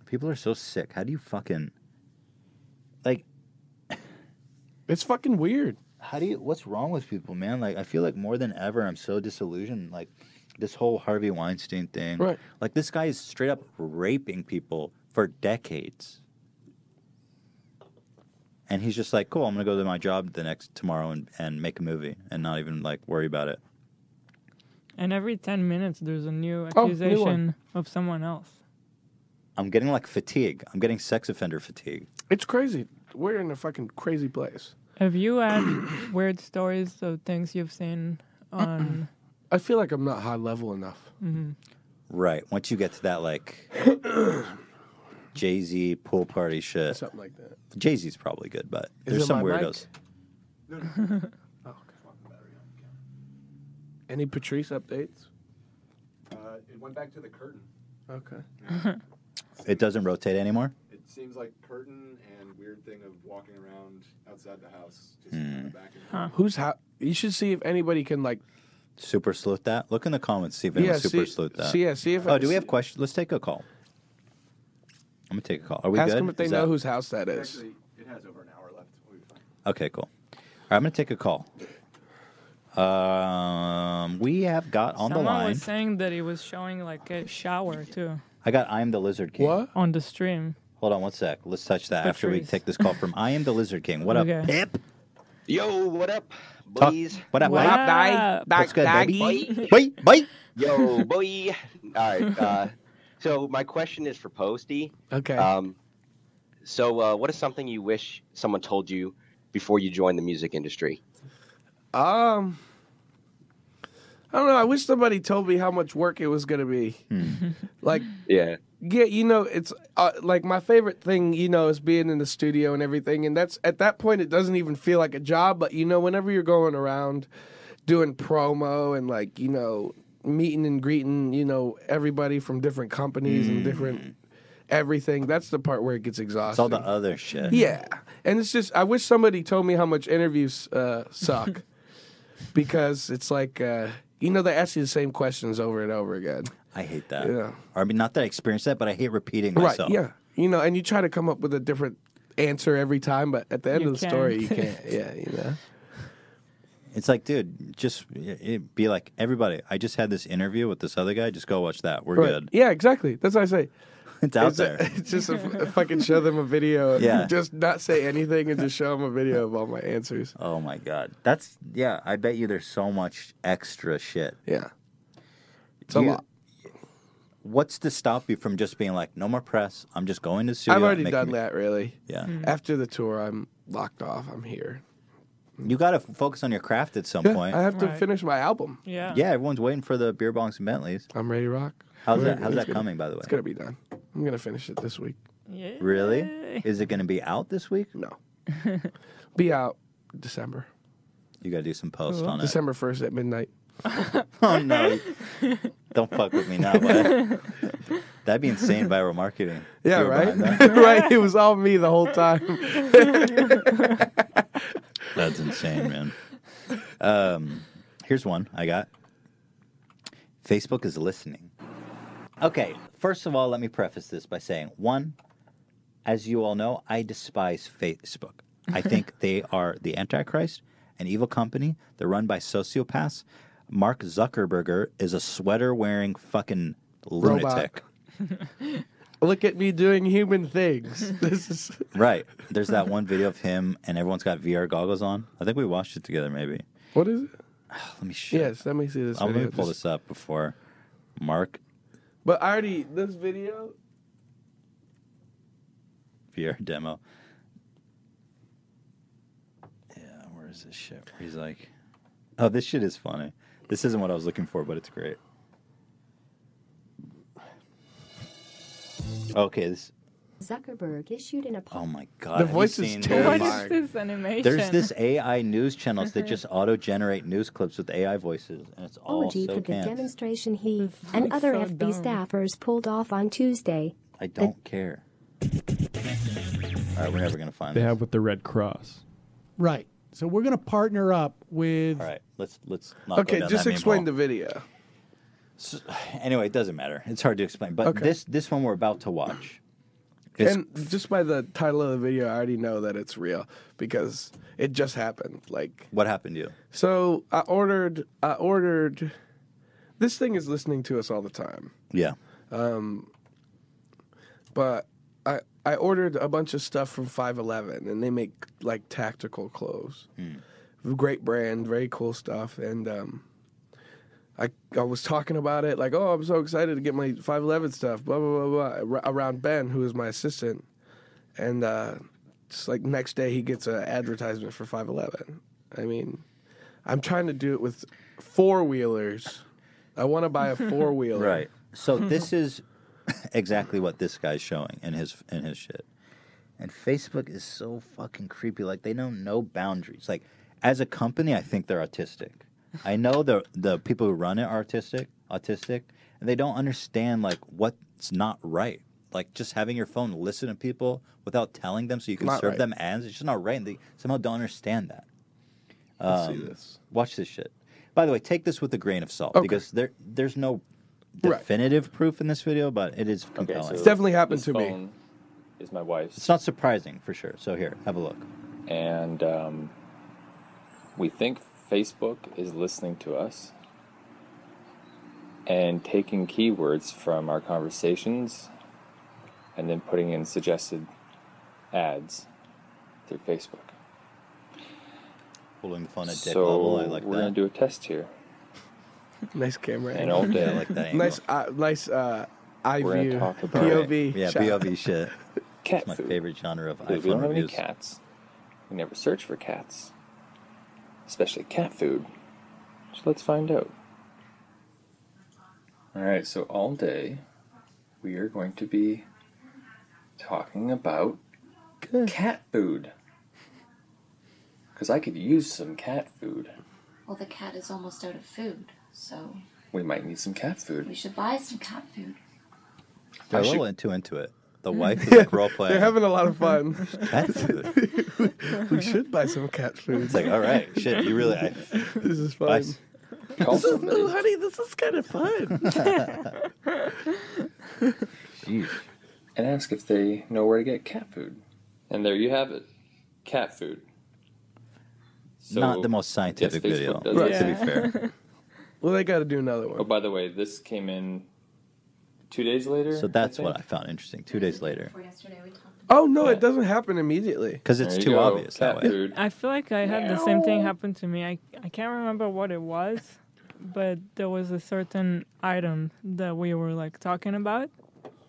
S1: People are so sick. How do you fucking like?
S2: It's fucking weird.
S1: How do you? What's wrong with people, man? Like, I feel like more than ever, I'm so disillusioned. Like, this whole Harvey Weinstein thing.
S2: Right.
S1: Like, this guy is straight up raping people for decades. And he's just like, cool. I'm gonna go to my job the next tomorrow and, and make a movie and not even like worry about it.
S3: And every ten minutes, there's a new
S2: Oh, new one.
S3: accusation of someone else.
S1: I'm getting like fatigue. I'm getting sex offender fatigue.
S2: It's crazy. we're in a fucking crazy place.
S3: Have you had weird stories of things you've seen on?
S2: I feel like I'm not high level enough.
S1: Right. Once you get to that like Jay Z pool party shit,
S2: Something like that.
S1: Jay Z's probably good, but
S2: Is
S1: there's
S2: it
S1: some
S2: my mic?
S1: weirdos.
S2: Any Patrice updates?
S4: Uh, it went back to the curtain.
S2: Okay.
S1: It doesn't rotate anymore.
S4: It seems like curtain and weird thing of walking around outside the house, just kinda back and forth.
S2: Who's how? you should see if anybody can like.
S1: Super sleuth that. Look in the comments see if anyone
S2: yeah,
S1: super
S2: see,
S1: sleuth that.
S2: see- yeah, see if.
S1: Oh, do we have questions? Let's take a call. I'm gonna take a call. Are we
S2: Ask
S1: good?
S2: them if they
S1: Is
S2: know
S1: that-
S2: whose house that is.
S4: Actually, it has over an hour left. We'll be fine.
S1: Okay, cool. All right, I'm gonna take a call. Um, we have got on
S3: Someone
S1: the line.
S3: was saying that he was showing like a shower too
S1: I got I am the Lizard King.
S2: What?
S3: on the stream.
S1: Hold on one sec. Let's touch that after we
S3: Patrice.
S1: take this call from I am the Lizard King. What
S3: Okay.
S1: up, Pip?
S10: Yo, what up,
S1: Talk-
S10: boys?
S1: What up,
S3: What
S1: buddy?
S3: up, Dai?
S1: What's good, baby?
S10: Doggy?
S1: Bye, bye.
S10: Yo, boy. All right. Uh, so my question is for Posty.
S2: Okay.
S10: Um, so uh, what is something you wish someone told you before you joined the music industry?
S2: Um, I don't know. I wish somebody told me how much work it was going to be.
S1: Hmm.
S2: like,
S10: Yeah.
S2: yeah, you know, it's uh, like my favorite thing, you know, is being in the studio and everything. And that's at that point, it doesn't even feel like a job. But, you know, whenever you're going around doing promo and like, you know, meeting and greeting, you know, everybody from different companies and different everything, that's the part where it gets exhausting.
S1: Mm. It's all the other shit.
S2: Yeah, and it's just I wish somebody told me how much interviews uh, suck because it's like uh, you know they ask you the same questions over and over again.
S1: I hate that.
S2: Yeah.
S1: Or I mean, not that I experienced that, but I hate repeating
S2: Right?
S1: myself.
S2: Yeah, you know, and you try to come up with a different answer every time, but at the end
S3: You
S2: of the story, you
S3: can't.
S2: can't. Yeah, you know.
S1: It's like, dude, just it, it'd be like, everybody, I just had this interview with this other guy. Just go watch that. We're
S2: Right.
S1: good.
S2: Yeah, exactly. That's what I say.
S1: It's out
S2: It's,
S1: there.
S2: it's just a, if I can show them a video,
S1: Yeah.
S2: just not say anything and just show them a video of all my answers.
S1: oh my god, that's yeah. I bet you there's so much extra shit.
S2: Yeah, it's
S1: You-
S2: a lot.
S1: What's to stop you from just being like, no more press? I'm just going to studio.
S2: I've already
S1: making
S2: done
S1: mu-
S2: that. Really,
S1: Yeah,
S3: Hmm.
S2: after the tour, I'm locked off. I'm here.
S1: you got to focus on your craft at some
S2: Yeah,
S1: point.
S2: I have to
S3: Right.
S2: finish my album.
S3: Yeah.
S1: yeah, everyone's waiting for the beer bongs and Bentleys.
S2: I'm ready to rock.
S1: How's
S2: We're-
S1: that? How's
S2: it's
S1: that
S2: gonna-
S1: coming? By the way,
S2: It's gonna be done. I'm gonna finish it this week.
S3: Yeah.
S1: really? Is it going to be out this week?
S2: No, be out December.
S1: You got to do some post
S3: Cool.
S1: on it.
S2: December first at midnight.
S1: Oh no! Don't fuck with me now, boy. That'd be insane viral marketing.
S2: Yeah,
S1: You were
S2: right.
S1: behind that?
S2: right. It was all me the whole time.
S1: That's insane, man. Um, here's one I got. Facebook is listening. Okay, first of all, let me preface this by saying one, as you all know, I despise Facebook. I think they are the Antichrist, an evil company. They're run by sociopaths. Mark Zuckerberger is a sweater wearing fucking
S2: Robot.
S1: lunatic.
S2: Look at me doing human things. This is
S1: Right. There's that one video of him and everyone's got VR goggles on. I think we watched it together, maybe.
S2: what is it?
S1: Let me share.
S2: Yes, let me see this.
S1: I'm
S2: video.
S1: gonna pull this up before Mark
S2: But I already this video.
S1: VR demo. Yeah, where is this shit? Where he's like, oh, this shit is funny. This isn't what I was looking for, but it's great. Okay, this.
S11: Zuckerberg issued an apology.
S1: Oh my god.
S2: The
S1: have you
S2: voice is
S1: seen
S3: What
S2: terrifying.
S12: Oh
S1: these?
S3: is this animation?
S1: There's this AI news channels that just auto-generate news clips with AI voices, and it's all
S11: apology
S1: so
S11: for the
S1: canned.
S11: demonstration he
S3: This
S11: and
S3: is
S11: other
S3: so
S11: FB
S3: dumb.
S11: staffers pulled off on Tuesday.
S1: I don't care. All right, we're never gonna find.
S12: they
S1: this.
S12: have with the Red Cross.
S13: Right. So we're going to partner up with.
S1: All right, let's let's not.
S2: Okay, just explain the video.
S1: the. Anyway, it doesn't matter. It's hard to explain, but
S2: Okay.
S1: this this one we're about to watch. It's,
S2: and just by the title of the video, I already know that it's real because it just happened. Like
S1: what happened to you?
S2: So I ordered. I ordered. This thing is listening to us all the time,
S1: Yeah,
S2: Um, but I I ordered a bunch of stuff from Five Eleven, and they make like tactical clothes. Great brand, very cool stuff, and um, I I was talking about it like, oh, I'm so excited to get my Five Eleven stuff, blah blah blah blah, ar- around Ben, who is my assistant, and uh, It's like next day he gets an advertisement for 511. I mean, I'm trying to do it with four wheelers. I want to buy a four wheeler.
S1: Right. So this is exactly what this guy's showing in his in his shit. And Facebook is so fucking creepy. Like they know no boundaries. Like as a company, I think they're autistic. I know the the people who run it are autistic, autistic, and they don't understand like what's not right. Like just having your phone listen to people without telling them, so you can
S2: Not
S1: serve
S2: right.
S1: them ads. It's just not right, and they somehow don't understand that.
S2: Let's see this.
S1: Um, Watch this shit. By the way, take this with a grain of salt
S2: Okay.
S1: because there there's no
S2: Right.
S1: definitive proof in this video, but it is compelling.
S2: It's definitely happened to me.
S12: Is my wife's,
S1: It's not surprising for sure. So here, have a look.
S12: and um, we think Facebook is listening to us and taking keywords from our conversations and then putting in suggested ads through Facebook.
S1: Holding the phone at dick
S12: so
S1: level, I like
S12: we're
S1: that.
S12: gonna do a test here.
S2: Nice camera.
S12: And
S2: angle.
S12: all day. Yeah, I like that angle.
S2: Nice, uh, nice uh, eye
S12: We're gonna
S2: view.
S12: talk about
S2: POV.
S12: it.
S1: Yeah,
S2: shot.
S1: BOV shit.
S12: Cat
S1: It's my
S12: food.
S1: favorite genre of
S12: we we don't
S1: iPhone
S12: have any
S1: reviews.
S12: cats. We never search for cats, especially cat food. So let's find out. All right, so all day we are going to be talking about cat food. Because I could use some cat food.
S14: Well, the cat is almost out of food, so
S12: We might need some cat
S14: we
S12: food.
S14: should buy some cat food.
S1: They're
S12: I
S1: a
S12: should-
S1: little into into it. The wife is like role playing.
S2: They're having Mm. a lot of fun.
S1: cat food.
S2: we should buy some cat food.
S1: It's like, all right, shit, you really. I,
S2: This is fun.
S1: I-
S2: This is, oh, honey, this is kind of fun.
S12: Jeez. And ask if they know where to get cat food. And there you have it cat food.
S1: not the most
S12: if
S1: scientific
S12: Facebook
S1: video,
S12: does
S1: right,
S12: it-
S1: to be fair.
S2: well, they got to do another
S12: Oh,
S2: one.
S12: by the way, this came in two days later.
S1: So that's what I
S12: think.
S1: found interesting. Two days later,
S2: Oh no, it doesn't happen immediately.
S1: because it's
S12: There you
S1: too
S12: go,
S1: obvious that
S12: cat
S1: way.
S12: food.
S3: I feel like I had the same thing happen to me. I, I can't remember what it was, but there was a certain item that we were like talking about,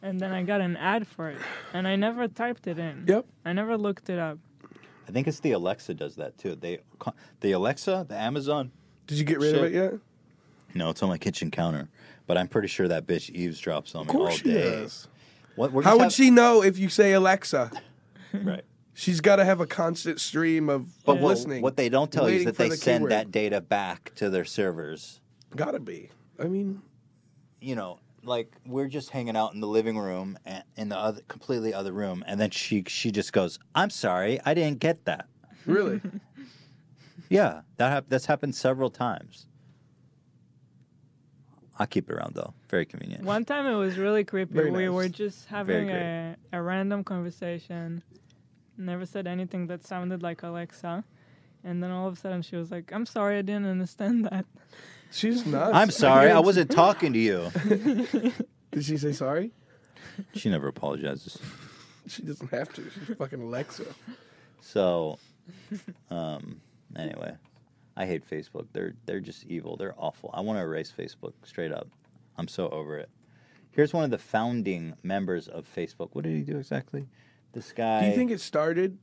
S3: and then I got an ad for it, and I never typed it in.
S2: Yep.
S3: I never looked it up.
S1: I think it's the Alexa does that too. They, the Alexa, the Amazon.
S2: Did you get rid of
S1: Shit.
S2: it yet?
S1: No, it's on my kitchen counter, but I'm pretty sure that bitch eavesdrops on me
S2: Of course
S1: all
S2: she
S1: day.
S2: does.
S1: What? we're
S2: How
S1: just
S2: would
S1: hav-
S2: she know if you say Alexa?
S1: Right.
S2: She's got to have a constant stream of
S1: But
S2: of
S1: what,
S2: listening.
S1: what they don't tell you is
S2: waiting
S1: that
S2: for
S1: they
S2: the
S1: send
S2: keyword.
S1: that data back to their servers.
S2: Gotta be. I mean,
S1: You know, like we're just hanging out in the living room and in the other completely other room, and then she she just goes, "I'm sorry, I didn't get that."
S2: really.
S1: Yeah, that hap- that's happened several times. I keep it around though. Very convenient.
S3: One time it was really creepy.
S1: Very
S3: We
S1: nice.
S3: were just having
S1: great.
S3: a, a random conversation, never said anything that sounded like Alexa. And then all of a sudden she was like, I'm sorry, I didn't understand that.
S2: She's nuts.
S1: I'm sorry, I
S2: mean,
S1: wasn't talking to you.
S2: Did she say sorry?
S1: She never apologizes.
S2: She doesn't have to. She's fucking Alexa.
S1: So, um, anyway, I hate Facebook. They're they're just evil. They're awful. I want to erase Facebook straight up. I'm so over it. Here's one of the founding members of Facebook. What did he do exactly? This guy.
S2: Do you think it started?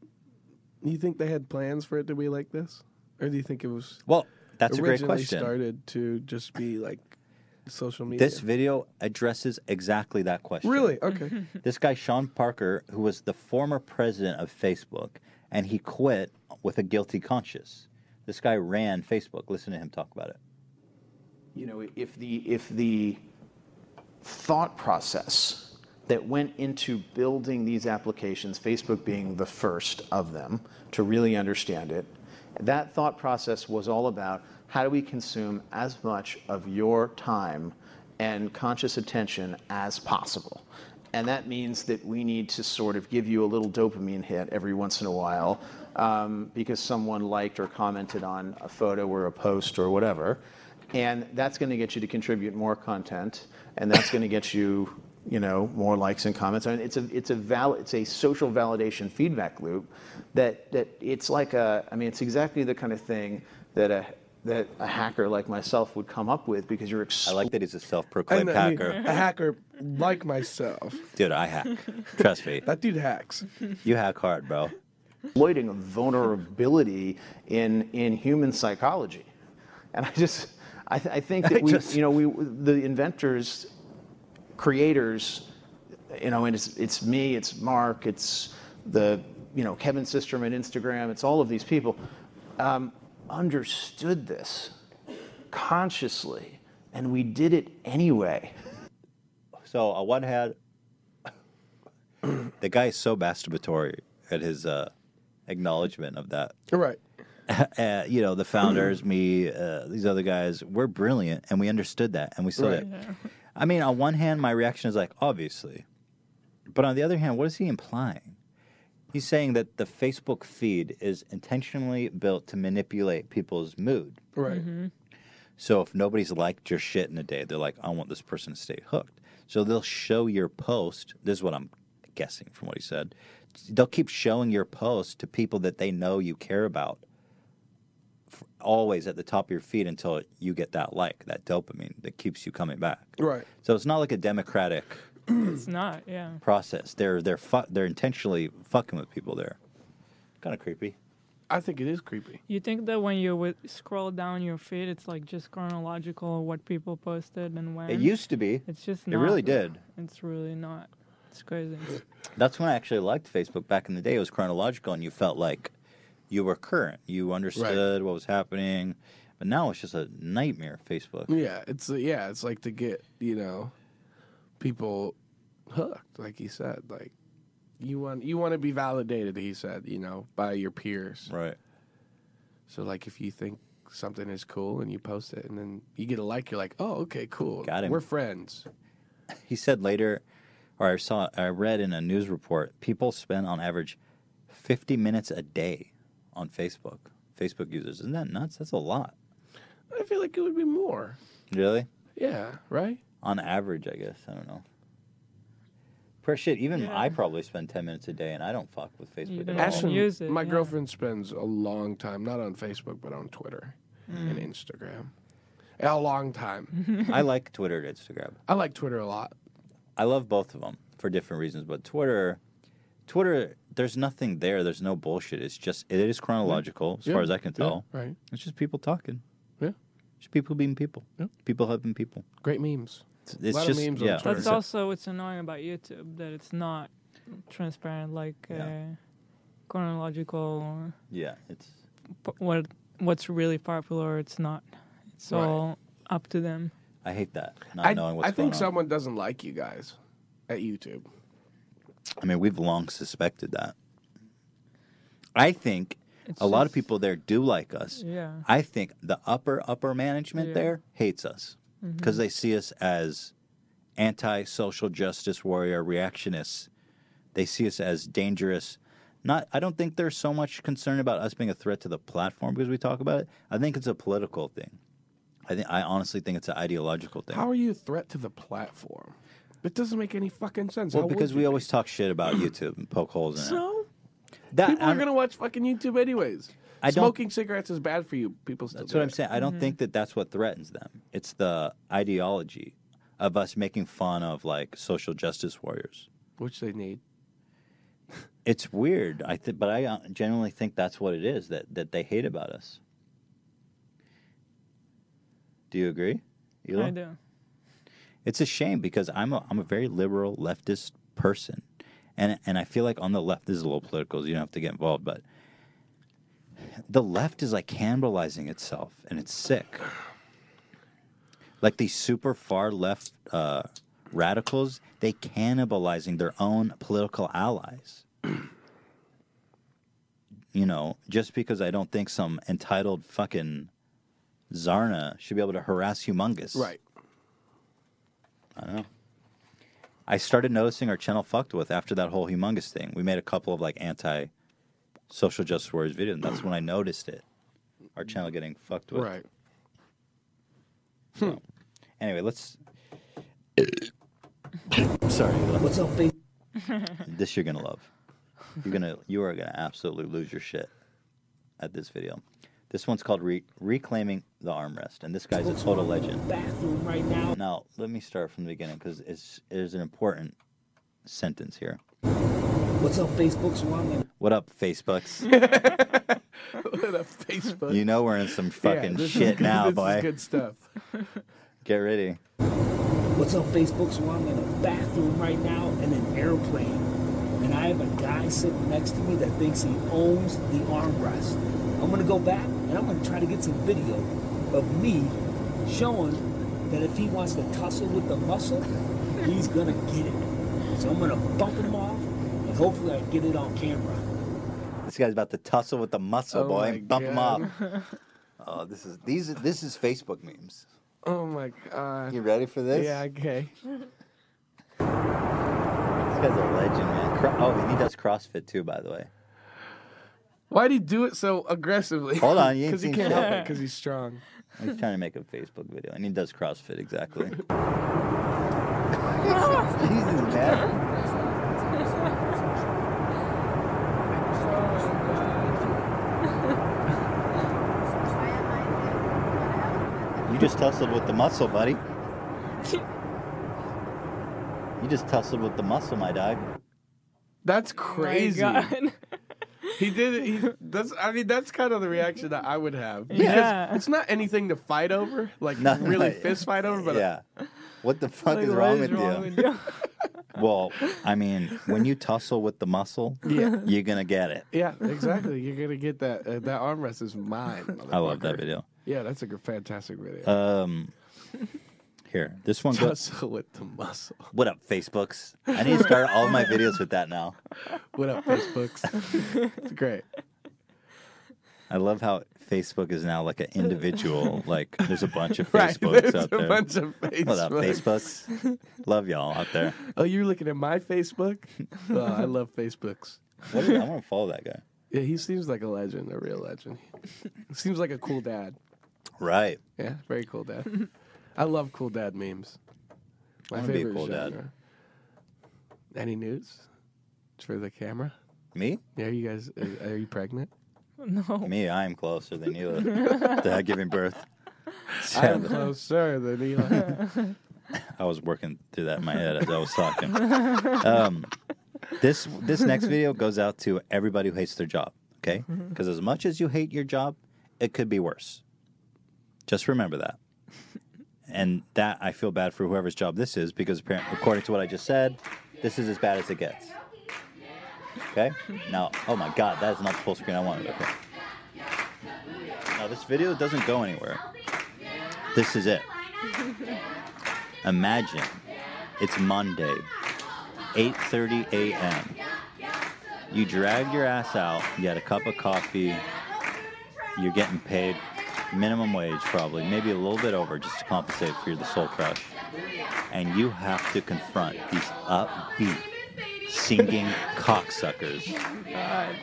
S2: Do you think they had plans for it to be like this, or do you think it was?
S1: Well, that's a great
S2: originally
S1: question.
S2: Started to just be like social media.
S1: This video addresses exactly that question.
S2: really okay.
S1: This guy Sean Parker, who was the former president of Facebook, and he quit with a guilty conscience. This guy ran Facebook. Listen to him talk about it.
S15: you know, if the, if the thought process that went into building these applications, Facebook being the first of them to really understand it, that thought process was all about how do we consume as much of your time and conscious attention as possible. And that means that we need to sort of give you a little dopamine hit every once in a while um, because someone liked or commented on a photo or a post or whatever. And that's going to get you to contribute more content, and that's going to get you, you know, more likes and comments. I mean, it's a it's a val it's a social validation feedback loop that that it's like a I mean, it's exactly the kind of thing that a that a hacker like myself would come up with because you're. I like
S1: that he's a
S2: And
S1: self-proclaimed
S2: I mean,
S1: hacker.
S2: a hacker like myself.
S1: Dude, I hack. Trust me.
S2: That dude hacks.
S1: You hack hard, bro.
S15: exploiting a vulnerability in in human psychology, and I just I, th- I think
S16: I
S15: that we
S16: just-
S15: you know we the inventors, creators, you know, and it's it's me, it's Mark, it's the you know Kevin Sisterman Instagram, it's all of these people, um, understood this consciously, and we did it anyway.
S1: So on one hand, the guy is so masturbatory at his uh, acknowledgement of that.
S2: Right.
S1: uh, you know, the founders, me, uh, these other guys, we're brilliant, and we understood that, and we still
S2: Right.
S1: did. I mean, on one hand, my reaction is like, obviously, but on the other hand, what is he implying? He's saying that the Facebook feed is intentionally built to manipulate people's mood.
S2: Right.
S3: Mm-hmm.
S1: So if nobody's liked your shit in a day, they're like, I want this person to stay hooked. So they'll show your post. This is what I'm guessing from what he said. They'll keep showing your post to people that they know you care about, f- always at the top of your feed until you get that like, that dopamine that keeps you coming back.
S2: Right.
S1: So it's not like a democratic
S3: it's not. Yeah.
S1: process. They're they're fu- they're intentionally fucking with people there. Kind of creepy.
S2: I think it is creepy.
S3: You think that when you would scroll down your feed, it's like just chronological what people posted and when.
S1: It used to be.
S3: It's just.
S1: It
S3: Not.
S1: really did.
S3: It's really not. It's crazy.
S1: That's when I actually liked Facebook back in the day. It was chronological, and you felt like you were current. You understood what was happening. But now it's just a nightmare. Facebook.
S2: Yeah, it's uh, yeah, it's like to get you know people hooked, like he said. Like you want you want to be validated. He said, you know, by your peers.
S1: Right.
S2: So like, if you think something is cool and you post it, and then you get a like, you're like, oh, okay, cool.
S1: Got him.
S2: We're friends.
S1: He said later, or I saw, I read in a news report, people spend on average fifty minutes a day on Facebook. Facebook users, isn't that nuts? That's a lot.
S2: I feel like it would be more.
S1: Really?
S2: Yeah. Right.
S1: On average, I guess. I don't know. Pretty shit. Even I probably spend ten minutes a day, and I don't fuck with Facebook. at all.
S2: Ashton, my girlfriend spends a long time, not on Facebook, but on Twitter and Instagram. A long time.
S1: I like Twitter and Instagram.
S2: I like Twitter a lot.
S1: I love both of them for different reasons, but Twitter, Twitter, there's nothing there. There's no bullshit. It's just it is chronological as
S2: Yeah,
S1: far as I can
S2: yeah,
S1: tell.
S2: right.
S1: It's just people talking.
S2: Yeah.
S1: Just people being people. People helping people.
S2: Great memes.
S1: It's, it's just yeah.
S3: That's also what's annoying about YouTube that it's not transparent, like uh, chronological. Or
S1: yeah. It's
S3: p- what what's really popular. It's not. It's
S2: Right.
S3: all up to them.
S1: I hate that not
S2: I,
S1: knowing what's
S2: I think
S1: going on.
S2: someone doesn't like you guys at YouTube.
S1: I mean, we've long suspected that. I think
S3: It's
S1: a lot of
S3: just-
S1: people there do like us.
S3: Yeah.
S1: I think the upper upper management
S3: Yeah.
S1: there hates us because
S3: Mhm.
S1: they see us as anti-social justice warrior reactionists. They see us as dangerous. Not, I don't think they're so much concerned about us being a threat to the platform because we talk about it. I think it's a political thing. I think I honestly think it's an ideological thing.
S2: How are you a threat to the platform? That doesn't make any fucking sense.
S1: well,
S2: How would
S1: because
S2: you
S1: we always talk shit about YouTube and poke holes in it.
S2: So
S1: That-
S2: people
S1: I'm-
S2: are gonna watch fucking YouTube anyways.
S1: I don't-
S2: Smoking cigarettes is bad for you. People still.
S1: That's
S2: do
S1: what
S2: it.
S1: I'm saying. I don't
S2: Mm-hmm.
S1: think that that's what threatens them. It's the ideology of us making fun of like social justice warriors.
S2: Which they need.
S1: It's weird, I think, but I uh, genuinely think that's what it is that that they hate about us. Do you agree? Elo?
S3: I do.
S1: It's a shame because I'm a I'm a very liberal leftist person, and and I feel like on the left this is a little political, so you don't have to get involved, but the left is like cannibalizing itself, and it's sick. Like these super far left uh, radicals, they cannibalizing their own political allies. you know, just because I don't think some entitled fucking Zarna should be able to harass Humongous.
S2: Right.
S1: I don't know. I started noticing our channel fucked with after that whole humongous thing. We made a couple of like anti social justice warriors videos, and that's when I noticed it. Our channel getting fucked with.
S2: Right.
S1: So, anyway, let's. Sorry. What's up, babe? This you're gonna love. You're gonna you are gonna absolutely lose your shit at this video. This one's called Re- "Reclaiming the Armrest," and this guy's a total legend.
S17: Bathroom right now.
S1: Now, let me start from the beginning because it's there's an important sentence here.
S16: What's up, Facebook? So I'm in
S1: What up, Facebooks?
S2: What a Facebook.
S1: You know we're in some fucking
S2: this is
S1: shit
S2: good-
S1: now,
S2: this is
S1: boy.
S2: good stuff.
S1: Get ready.
S16: What's up, Facebook? So I'm in a bathroom right now in an airplane. And I have a guy sitting next to me that thinks he owns the armrest. I'm gonna go back and I'm gonna try to get some video of me showing that if he wants to tussle with the muscle, he's gonna get it. So I'm gonna bump him off and hopefully I get it on camera.
S1: This guy's about to tussle with the muscle
S16: Oh
S1: boy
S16: my
S1: and bump him up.
S16: God.
S1: Oh, this is these. This is Facebook memes.
S2: Oh my god.
S1: You ready for this?
S2: Yeah, okay.
S1: This guy's a legend, man. Cro- oh, and he does CrossFit too, by the way.
S2: Why'd he do it so aggressively?
S1: Hold on, you ain't
S2: Because he
S1: seen
S2: can't
S1: shit.
S2: help it because he's strong.
S1: He's trying to make a Facebook video, and he does CrossFit exactly. Jesus, man. You just tussled with the muscle, buddy. You just tussled with the muscle, my dog.
S2: That's crazy.
S3: God.
S2: he did it. He, that's, I mean, that's kind of the reaction that I would have. Because
S1: Yeah.
S2: It's not anything to fight over, like
S1: No,
S2: really
S1: no,
S2: fist fight over, but
S1: yeah. What the fuck
S2: Like,
S1: is
S2: what
S1: wrong,
S2: is
S1: with,
S2: wrong
S1: you?
S2: with you?
S1: well, I mean, when you tussle with the muscle,
S2: Yeah.
S1: you're gonna get it.
S2: yeah, exactly. You're going to get that. Uh, that armrest is mine.
S1: I love that video.
S2: Yeah, that's a g- fantastic video.
S1: Um, here, this one goes.
S2: Tussle with the muscle.
S1: What up, Facebooks? I need to start all my videos with that now.
S2: What up, Facebooks? it's great.
S1: I love how Facebook is now like an individual. Like, there's a bunch of
S2: Right,
S1: Facebooks
S2: there's
S1: out
S2: a
S1: there.
S2: bunch of
S1: What up,
S2: Facebooks.
S1: Facebooks? Love y'all out there.
S2: Oh, you're looking at my Facebook? Oh, I love Facebooks.
S1: What is, I want to follow that guy.
S2: Yeah, he seems like a legend, a real legend. seems like a cool dad.
S1: Right.
S2: Yeah, very cool dad. I love cool dad memes.
S1: I wanna be a cool
S2: dad. Any news for the camera?
S1: Me?
S2: Yeah, you guys, are, are you pregnant?
S3: No.
S1: Me, I am closer than you are to giving birth.
S2: I'm closer than Eli.
S1: I was working through that in my head as I was talking. um, this this next video goes out to everybody who hates their job. Okay, because as much as you hate your job, it could be worse. Just remember that. And that I feel bad for whoever's job this is because apparently, according to what I just said, this is as bad as it gets. Okay. Now, oh my God, that is not the full screen I wanted. Okay. Now this video doesn't go anywhere. This is it. Imagine it's Monday, 8:30 a.m. You dragged your ass out, you had a cup of coffee, you're getting paid minimum wage probably, maybe a little bit over just to compensate for the soul crush. And you have to confront these upbeat singing cocksuckers.
S3: God.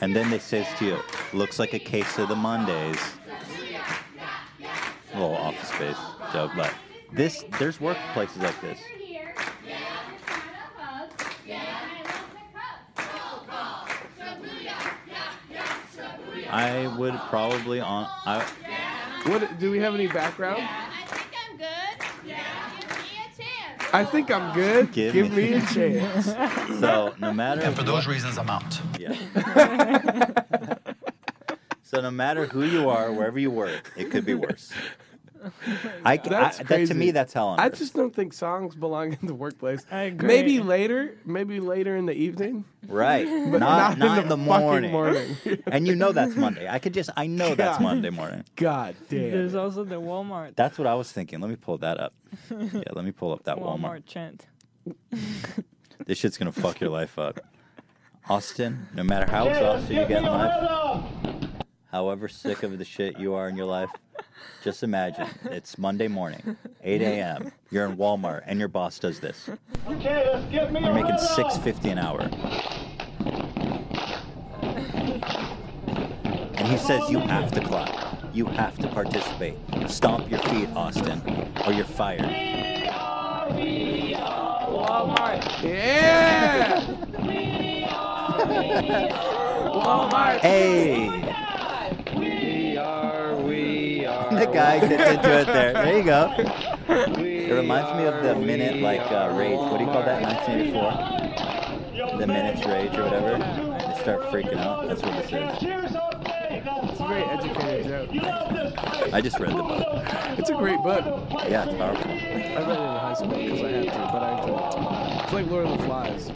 S1: And then they says to you, looks like a case of the Mondays. A little office space joke, but this there's workplaces like this. I would probably on I
S2: what do we have any background? I think I'm good.
S1: Give
S2: Give,
S1: me-
S2: me. a chance.
S1: so no matter
S2: And for those
S1: reasons I'm out. Yeah. so no matter who you are, wherever you work, it could be worse. I,
S2: That's
S1: I- that,
S2: crazy.
S1: to me that's hell on
S2: I
S1: earth.
S2: just don't think songs belong in the workplace.
S3: I agree.
S2: Maybe later, maybe later in the evening.
S1: Right.
S2: But
S1: not,
S2: not
S1: not
S2: in
S1: in the,
S2: the fucking
S1: morning.
S2: morning.
S1: and you know that's Monday. I could just, I know that's
S2: God.
S1: Monday morning.
S2: God damn.
S3: There's also the Walmart.
S1: That's what I was thinking. Let me pull that up. Yeah, let me pull up that Walmart.
S3: Walmart chant.
S1: This shit's going to fuck your life up. Austin, no matter how exhausted you get in life, however sick of the shit you are in your life, just imagine it's Monday morning, 8 a.m. You're in Walmart and your boss does this.
S17: Okay, let's give me
S1: You're making 650 an hour. And he says you have to clap. You have to participate. Stomp your feet, Austin, or you're fired.
S3: Walmart.
S2: Yeah.
S3: Walmart.
S1: Hey! the guy gets into it there. There you go. It reminds me of the minute like uh, Rage. What do you call that? 1984. the minutes rage or whatever, and they start freaking out. That's what this is.
S2: It's a very educated joke.
S1: I just read the book.
S2: It's a great book.
S1: Yeah, it's powerful.
S2: I read it in high school because I had to, but I enjoyed it. It's like Lord of the Flies.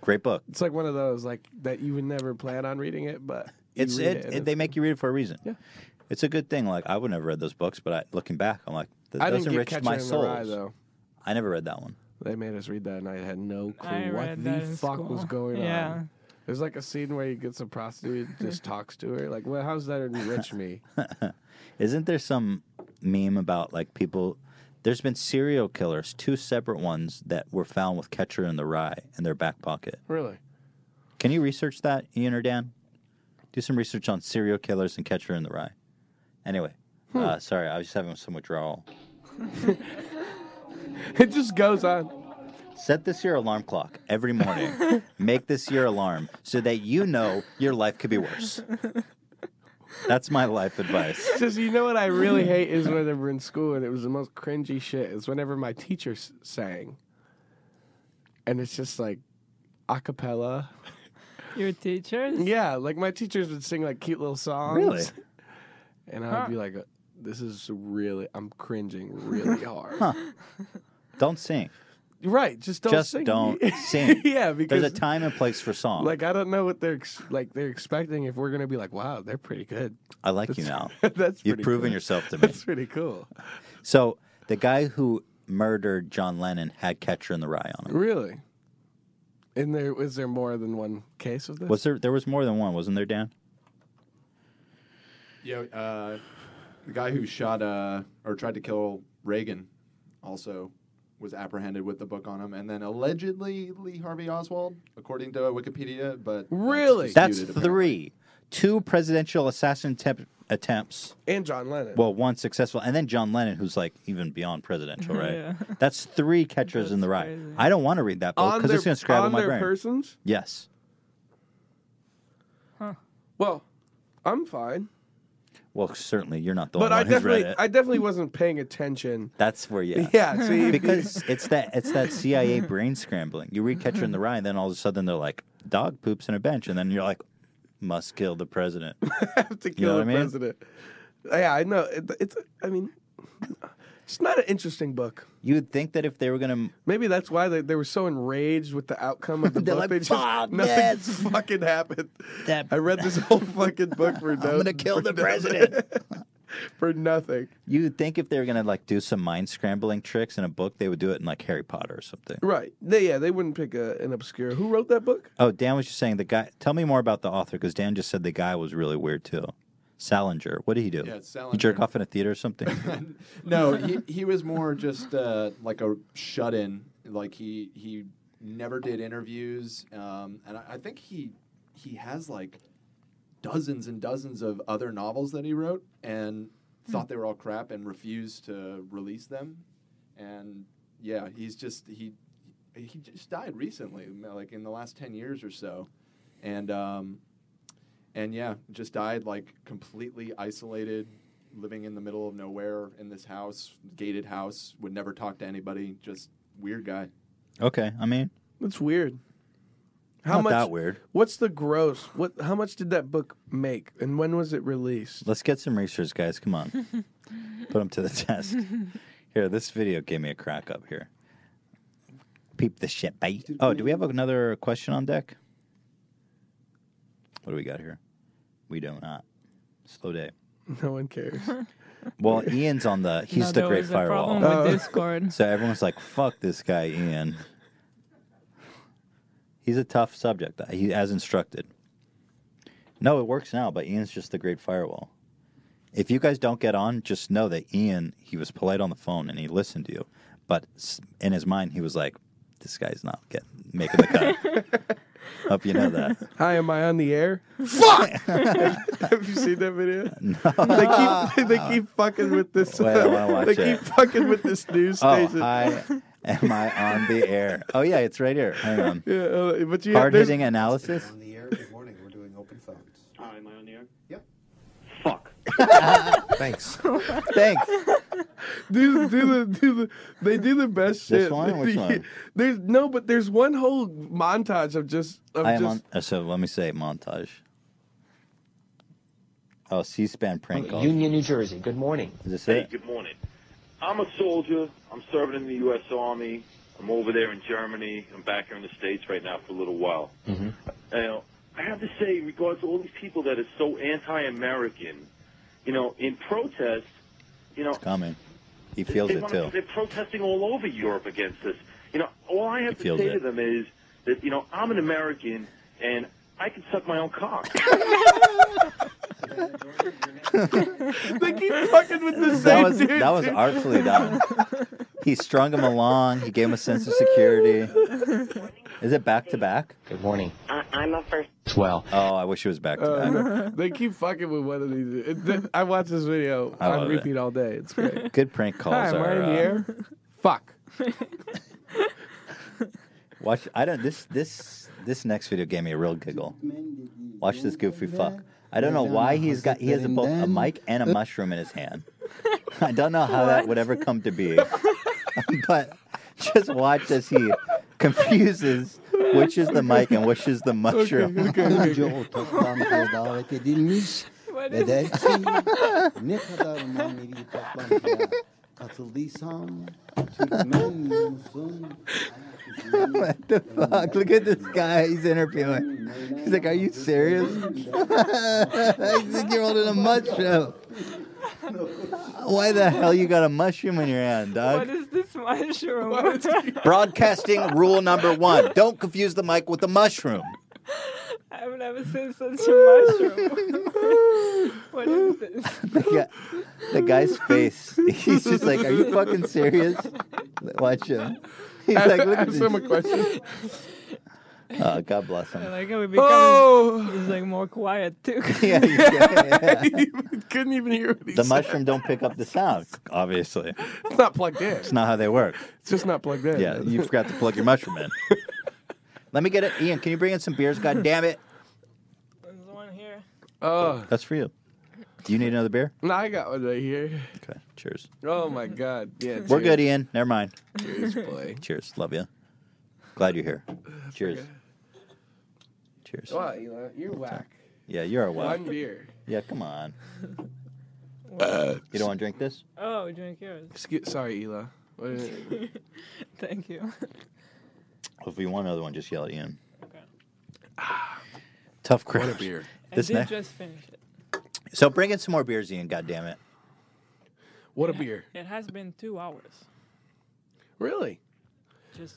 S1: Great book.
S2: It's like one of those like that you would never plan on reading it, but you
S1: It's
S2: read
S1: it,
S2: and
S1: it- They make you read it for a reason. Yeah, it's a good thing. Like I would never read those books, but I, looking back, I'm like, th-
S2: I
S1: those
S2: didn't get
S1: enriched
S2: Catcher
S1: my
S2: in the
S1: soul.
S2: Rye though.
S1: I never read that one.
S2: They made us read that, and I had no clue
S3: I
S2: what
S3: read that
S2: the
S3: in
S2: fuck was
S3: school.
S2: going
S3: Yeah.
S2: on. There's like a scene where he gets a prostitute, and just talks to her. Like, well, how's that enrich me?
S1: Isn't there some meme about like people? There's been serial killers, two separate ones that were found with Catcher in the Rye in their back pocket.
S2: Really?
S1: Can you research that, Ian or Dan? Do some research on serial killers and Catcher in the Rye. Anyway,
S2: Hmm.
S1: uh, sorry, I was just having some withdrawal.
S2: it just goes on.
S1: Set this your alarm clock every morning. Make this your alarm so that you know your life could be worse. That's my life advice.
S2: Just you know what I really hate is whenever we're in school and it was the most cringy shit. Is whenever my teacher s- sang, and it's just like a cappella.
S3: Your teachers?
S2: Yeah, like my teachers would sing like cute little songs.
S3: Really?
S2: And I'd
S3: Huh.
S2: be like, "Uh, "This is really, I'm cringing really hard."
S1: Don't sing.
S2: Right? Just don't
S1: Just
S2: sing.
S1: don't sing.
S2: yeah, because
S1: There's a time and place for song.
S2: like I don't know what they're ex- like they're expecting if we're gonna be like, "Wow, they're pretty good."
S1: I like you now.
S2: That's
S1: You've
S2: pretty
S1: proven
S2: cool.
S1: yourself to me.
S2: That's pretty cool.
S1: So the guy who murdered John Lennon had Catcher in the Rye on him.
S2: Really? And there is there more than one case of this?
S1: Was there? There was more than one, wasn't there, Dan?
S4: Yeah, uh, the guy who shot uh, or tried to kill Reagan also was apprehended with the book on him, and then allegedly Lee Harvey Oswald, according to Wikipedia. But
S2: Really?
S1: That's
S4: disputed,
S1: three. Two presidential assassin temp- attempts.
S2: And John Lennon.
S1: Well, one successful, and then John Lennon, who's like even beyond presidential, right?
S2: Yeah.
S1: That's three catchers in the rye. I don't want to read that book
S2: On
S1: because it's
S2: their-
S1: going to scramble
S2: on
S1: my
S2: their
S1: brain.
S2: persons?
S1: Yes.
S2: Well, I'm fine,
S1: Well, certainly you're not the
S2: but
S1: only
S2: I
S1: one who's read
S2: definitely
S1: it.
S2: I definitely wasn't paying attention.
S1: That's where yeah.
S2: Yeah, see, if you-
S1: because it's that it's that CIA brain scrambling. You read Catcher in the Rye, and then all of a sudden they're like, "Dog poops in a bench," and then you're like, "Must kill the president."
S2: Have to
S1: you know
S2: kill
S1: what I
S2: the
S1: mean?
S2: president. Yeah, I know. It, it's I mean, it's not an interesting book.
S1: You would think that if they were going to,
S2: maybe that's why they, they were so enraged with the outcome of the
S1: They're
S2: book.
S1: like,
S2: they just,
S1: "Fuck
S2: nothing
S1: this."
S2: fucking happened.
S1: That-
S2: I read this whole fucking book for nothing.
S1: gonna kill
S2: for
S1: the
S2: nothing.
S1: president.
S2: for nothing.
S1: You would think if they were going to like do some mind scrambling tricks in a book, they would do it in like Harry Potter or something.
S2: Right? They, yeah, they wouldn't pick a, an obscure. Who wrote that book?
S1: Oh, Dan was just saying the guy. Tell me more about the author because Dan just said the guy was really weird too. Salinger. What did he do?
S4: Yeah, it's
S1: He jerk
S4: Salinger.
S1: off in a theater or something.
S4: No, he, he was more just uh, like a shut in. Like he he never did interviews, um, and I, I think he he has like dozens and dozens of other novels that he wrote and thought they were all crap and refused to release them. And yeah, he's just he he just died recently, like in the last ten years or so, and um, and yeah, just died like completely isolated, living in the middle of nowhere in this house, gated house, would never talk to anybody, just weird guy.
S1: okay, I mean,
S2: That's weird.
S1: Not that weird.
S2: What's the gross? What? How much did that book make? And when was it released?
S1: let's get some research, guys. Come on, put them to the test. Here, this video gave me a crack up here. Peep the shit, bite. Oh, do we have another question on deck? What do we got here? We do not. Slow day.
S2: No one cares.
S1: Well, Ian's on the. He's
S3: No,
S1: the
S3: there
S1: great
S3: was a
S1: firewall.
S3: problem with Oh. Discord.
S1: So everyone's like, "Fuck this guy, Ian." He's a tough subject. He as instructed. No, it works now, but Ian's just the great firewall. If you guys don't get on, just know that Ian. He was polite on the phone and he listened to you, but s- in his mind, he was like, "This guy's not getting making the cut." Hope you know that.
S2: Hi, am I on the air? Fuck! Have you seen that video? No. They keep they keep fucking with this.
S1: Wait, I wanna watch
S2: they
S1: it.
S2: keep fucking with this news
S1: Oh,
S2: station.
S1: hi. Am I on the air? Oh yeah, it's right here. Hang on.
S2: Yeah, uh, but you
S1: Hard
S2: there's-
S1: hitting analysis.
S17: On the air. Good morning. We're doing open phones.
S8: Hi, am I on the air?
S17: Yep. Fuck. Thanks.
S1: Thanks.
S2: do, do the, do the, they do the best
S1: This
S2: shit.
S1: one? Which one?
S2: There's no, but there's one whole montage of just of
S1: I am
S2: just
S1: on, uh, so let me say montage. Oh, C-SPAN prank call.
S18: Union, New Jersey. Good morning.
S1: Is this
S18: Hey,
S1: it?
S18: good morning. I'm a soldier. I'm serving in the U.S. Army. I'm over there in Germany. I'm back here in the States right now for a little while. You know, I have to say, in regards to all these people that are so anti-American, you know, in protest, you know,
S1: It's coming. He feels
S18: they
S1: it
S18: wanna-
S1: too.
S18: They're protesting all over Europe against this. You know, all I have
S1: He
S18: to
S1: feels
S18: say
S1: it.
S18: to them is that you know I'm an American and I can suck my own cock.
S2: they keep fucking with the same
S1: That was
S2: dude.
S1: that was
S2: dude.
S1: artfully done. He strung him along. He gave him a sense of security. Is it back to back? Good morning.
S19: I, I'm a first.
S1: Well. Oh, I wish it was back to back.
S2: Uh, they keep fucking with one of these. It, th- I watch this video
S1: I
S2: on
S1: love it.
S2: repeat all day. It's great.
S1: Good prank calls
S2: Hi, I'm
S1: are.
S2: right
S1: uh,
S2: here. Fuck.
S1: Watch. I don't. This this this next video gave me a real giggle. Watch this goofy fuck. I don't know why he's got. He has both a mic and a mushroom in his hand. I don't know how that would ever come to be, but just watch as he confuses which is the mic and which is the mushroom.
S20: Önce toplantıya davet edilmiş ve der ki ne kadar manevi toplantıya katıldıysam Türkmen musun?
S1: what the fuck? Look at this guy. He's interviewing. He's like, "Are you serious?" Six year old in a mushroom. Why the hell you got a mushroom in your hand,
S3: What
S1: dog?
S3: is this mushroom?
S1: Broadcasting rule number one: don't confuse the mic with the mushroom.
S3: I've never seen such a mushroom. what is this?
S1: The, guy, the guy's face. He's just like, "Are you fucking serious?" Watch him. He's
S2: Ask-
S1: like, "Look at
S2: ask him a
S1: this."
S2: question.
S1: Oh, God bless him.
S3: I like how we become
S2: Oh.
S3: he's like more quiet too.
S1: Yeah, he's- yeah, yeah.
S2: Couldn't even hear what he
S1: The
S2: said.
S1: mushroom don't pick up the sound, obviously.
S2: It's not plugged in.
S1: It's not how they work.
S2: It's just not plugged in.
S1: Yeah, you forgot to plug your mushroom in. Let me get it, Ian. Can you bring in some beers? God damn it!
S3: There's one here.
S2: Oh
S1: That's for you. Do you need another beer?
S2: no, I got one right here.
S1: Okay, cheers.
S2: Oh my god. Yeah.
S1: We're
S2: cheers.
S1: good, Ian. Never mind.
S2: Cheers, boy.
S1: Cheers. Love you. Glad you're here. Cheers. Cheers.
S2: Wow, Eli, you're whack.
S1: Yeah, you're a wild.
S2: One beer.
S1: Yeah, come on. you don't want to drink this?
S3: Oh, drink yours.
S2: Excuse, sorry, Eli. What is it?
S3: Thank you.
S1: If you want another one, just yell at Ian. Tough crowd. This
S3: I did
S1: next.
S3: just finish it.
S1: So bring in some more beers, Ian. God damn it.
S2: What a beer.
S3: It has been two hours.
S2: Really?
S3: Just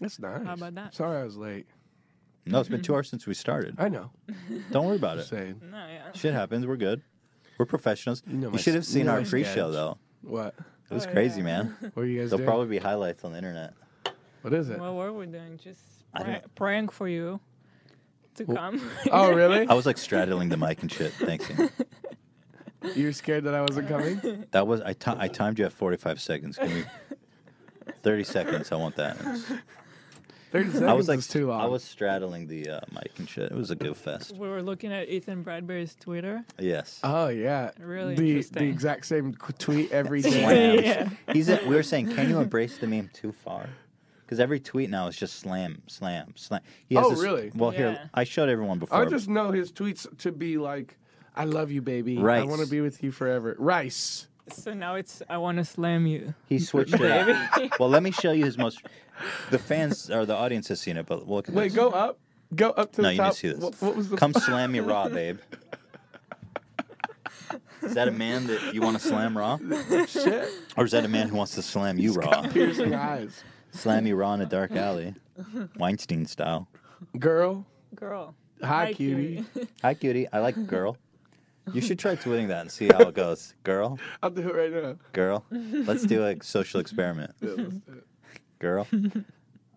S2: That's nice.
S3: How about that? Mm-hmm.
S2: Sorry I was late.
S1: No, it's been two hours since we started.
S2: I know.
S1: Don't worry about it.
S2: Saying.
S3: no, yeah.
S1: Shit happens. We're good. We're professionals. You,
S2: my
S1: should have
S2: s-
S1: seen
S2: you know
S1: our
S2: my
S1: pre-show
S2: sketch.
S1: though.
S2: What?
S1: It was
S3: Oh,
S1: crazy,
S3: yeah.
S1: man.
S3: What
S2: were you guys
S1: There'll
S2: doing?
S1: probably be highlights on the internet.
S2: What is it?
S3: What were we doing? Just
S1: I
S3: pray-
S1: don't-
S3: praying for you to come.
S2: Oh,
S1: I was like straddling the mic and shit. Thanks. Ian.
S2: You were scared that I wasn't coming?
S1: That was I. Ti- I timed you at forty-five seconds. Can we? Thirty seconds. I want that.
S2: 30 seconds
S1: I was like
S2: is too long.
S1: I was straddling the uh, mic and shit. It was a goof fest.
S3: we were looking at Ethan Bradbury's Twitter.
S1: Yes.
S2: Oh yeah.
S3: Really
S2: The the
S3: interesting.
S2: exact same qu- tweet every day.
S1: Slams. He's. A, we were saying, can you embrace the meme too far? Because every tweet now is just slam, slam, slam. He has
S2: Oh,
S1: this-
S2: really?
S1: Well,
S2: Yeah.
S1: here I showed everyone before.
S2: I just know his tweets to be like, "I love you, baby. I
S1: Rice.
S2: want to be with you forever." Rice.
S3: So now it's I want to slam you.
S1: He switched it
S3: Baby.
S1: up. Well, let me show you his most. The fans or the audience has seen it, but look at
S2: Wait,
S1: this.
S2: go up. Go up to
S1: no,
S2: the
S1: you
S2: top.
S1: didn't see this.
S2: What, what was the
S1: Come slam me raw, babe. Is that a man that you want to slam raw?
S2: Shit.
S1: Or is that a man who wants to slam you raw?
S2: Piercing eyes.
S1: slam you raw in a dark alley, Weinstein style.
S2: Girl.
S3: Girl.
S2: Hi, cutie.
S1: Hi, cutie. I like girl. You should try tweeting that and see how it goes. Girl,
S2: I'll do it right now.
S1: girl. Let's do a social experiment.
S2: Yeah, let's do it.
S1: Girl,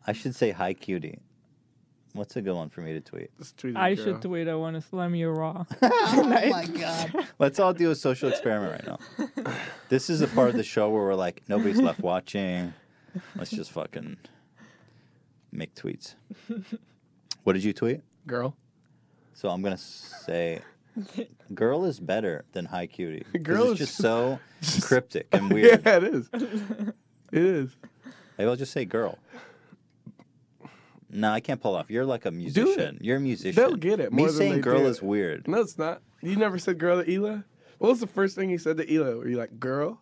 S1: I should say hi, cutie. What's a good one for me to tweet?
S2: tweet
S3: I should tweet I want to slam you raw.
S1: oh my god. Let's all do a social experiment right now. This is the part of the show where we're like, nobody's left watching. Let's just fucking make tweets. What did you tweet?
S2: Girl.
S1: So I'm gonna say Girl is better than high cutie. 'Cause
S2: Girl
S1: it's
S2: is-
S1: just so cryptic and weird.
S2: yeah, it is. It is.
S1: Maybe I'll just say girl. No, I can't pull off. You're like a musician. You're a musician.
S2: They'll get it.
S1: Me
S2: more than
S1: saying
S2: they
S1: girl
S2: do.
S1: is weird.
S2: No, it's not. You never said girl to Ela. What was the first thing you said to Ela? Were you like girl?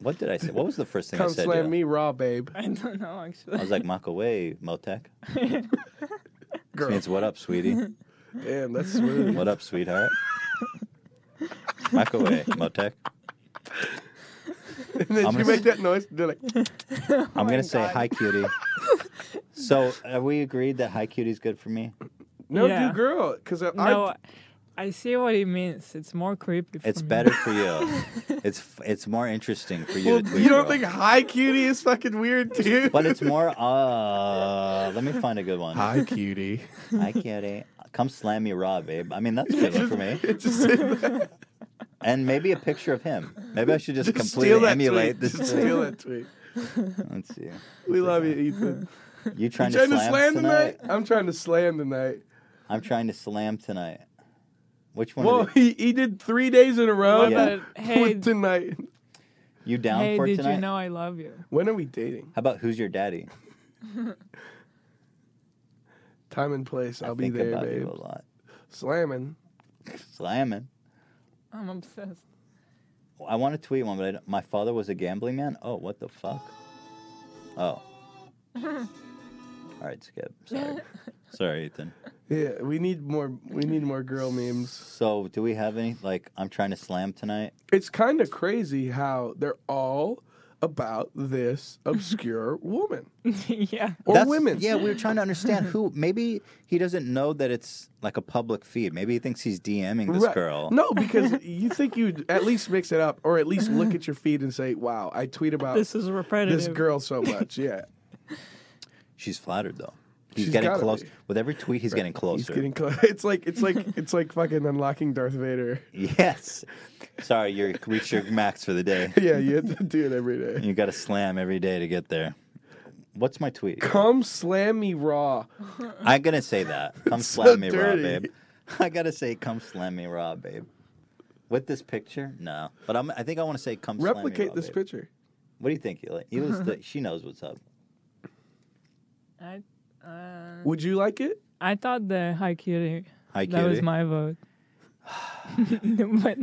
S1: What did I say? What was the first thing
S2: Come
S1: I said?
S2: slam
S1: yeah?
S2: me raw, babe.
S3: I don't know actually.
S1: I was like, mock away, Motec.
S2: Girl.
S1: It's what up, sweetie?
S2: Damn, that's smooth.
S1: What up, sweetheart? Microwave, Motec.
S2: and then
S1: I'm gonna
S2: you make
S1: s-
S2: that Oh noise. They're like,
S1: I'm gonna say hi, cutie. so, are we agreed that hi, cutie's good for me?
S2: no,
S3: Yeah.
S2: do girl, because I,
S3: No, I see what he means. It's more creepy.
S1: It's
S3: for me.
S1: better for you. It's f- it's more interesting for you.
S2: well,
S1: to tweet
S2: you don't
S1: girl.
S2: think hi cutie is fucking weird, dude?
S1: But it's more. Uh, let me find a good one.
S2: Hi, cutie.
S1: Hi, cutie. Come slam me raw, babe. I mean, that's a good one for me.
S2: Just say that.
S1: And maybe a picture of him. Maybe I should just,
S2: Just steal
S1: completely
S2: that
S1: emulate
S2: tweet.
S1: this.
S2: Just
S1: tweet.
S2: steal that tweet.
S1: Let's see.
S2: We love you, Ethan.
S1: You trying,
S2: you trying
S1: to
S2: to
S1: slam,
S2: slam
S1: tonight?
S2: tonight? I'm trying to slam tonight.
S1: I'm trying to slam tonight. Which one?
S2: Well,
S1: of
S2: he, he did three days in a row.
S1: What about-
S2: with
S3: hey-
S2: tonight.
S1: you, you down
S3: hey,
S1: for
S3: did
S1: tonight?
S3: you know I love you?
S2: When are we dating?
S1: How about who's your daddy?
S2: Time and place. I'll be
S1: Think
S2: there,
S1: about
S2: babe.
S1: you a lot.
S2: Slamming.
S1: Slamming.
S3: I'm obsessed.
S1: I want to tweet one, but I don't- my father was a gambling man. Oh, what the fuck? Oh, all right, skip. Sorry, sorry, Ethan.
S2: Yeah, we need more. We need more girl memes.
S1: So, Oh, do we have any like I'm trying to slam tonight?
S2: It's kind of crazy how they're all about this obscure woman
S3: yeah.
S2: or
S1: That's-
S2: women.
S1: Yeah, we were trying to understand who. Maybe he doesn't know that it's like a public feed. Maybe he thinks he's DMing this
S2: Right.
S1: girl.
S2: No, because you think you'd at least mix it up or at least look at your feed and say, wow, I tweet about
S3: This is repetitive.
S2: this girl so much. Yeah.
S1: she's flattered though. He's
S2: She's
S1: getting
S2: gotta
S1: close
S2: be.
S1: with every tweet. He's getting closer.
S2: He's getting close. It's like it's like it's like fucking unlocking Darth Vader.
S1: Yes. Sorry, you reached your max for the day.
S2: Yeah, you have to do it every day.
S1: You got to slam every day to get there. What's my tweet?
S2: Come slam me raw.
S1: I'm gonna say that. Come
S2: It's
S1: slam
S2: so
S1: me
S2: dirty.
S1: raw, babe. I gotta say, come slam me raw, babe. With this picture, no. But I'm, I think I want to say, come slam me
S2: Replicate
S1: raw,
S2: this
S1: babe.
S2: picture.
S1: What do you think, Ela? Ela's the, she knows what's up.
S3: I, uh,
S2: Would you like it?
S3: I thought the hi cutie.
S1: Hi,
S3: that was
S1: cutie.
S3: my vote. but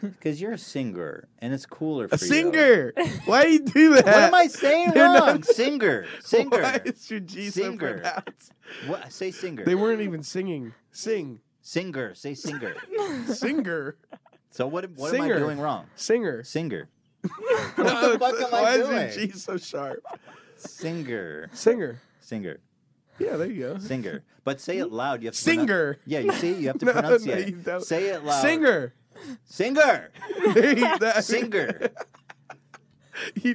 S1: Because you're a singer, and it's cooler for
S2: A
S1: you.
S2: singer. Why do you do that?
S1: What am I saying
S2: They're not-
S1: wrong? Singer, singer.
S2: Why is your G so
S1: Singer.
S2: pronounced?
S1: What? Say singer.
S2: They weren't even singing. Sing.
S1: singer. Say singer.
S2: Singer.
S1: So what? What
S2: Singer.
S1: am I doing wrong?
S2: Singer.
S1: Singer.
S2: No,
S1: fuck
S2: it's-
S1: am I
S2: Why is your
S1: doing?
S2: G so sharp?
S1: Singer.
S2: Singer.
S1: Singer.
S2: Yeah, there you go.
S1: Singer. But say it loud. You have to pronounce-
S2: Singer.
S1: Yeah, you see, you have to
S2: No,
S1: pronounce
S2: no, you
S1: it.
S2: don't.
S1: Say it loud.
S2: Singer.
S1: Singer.
S2: There you- that-
S1: Singer.
S2: you-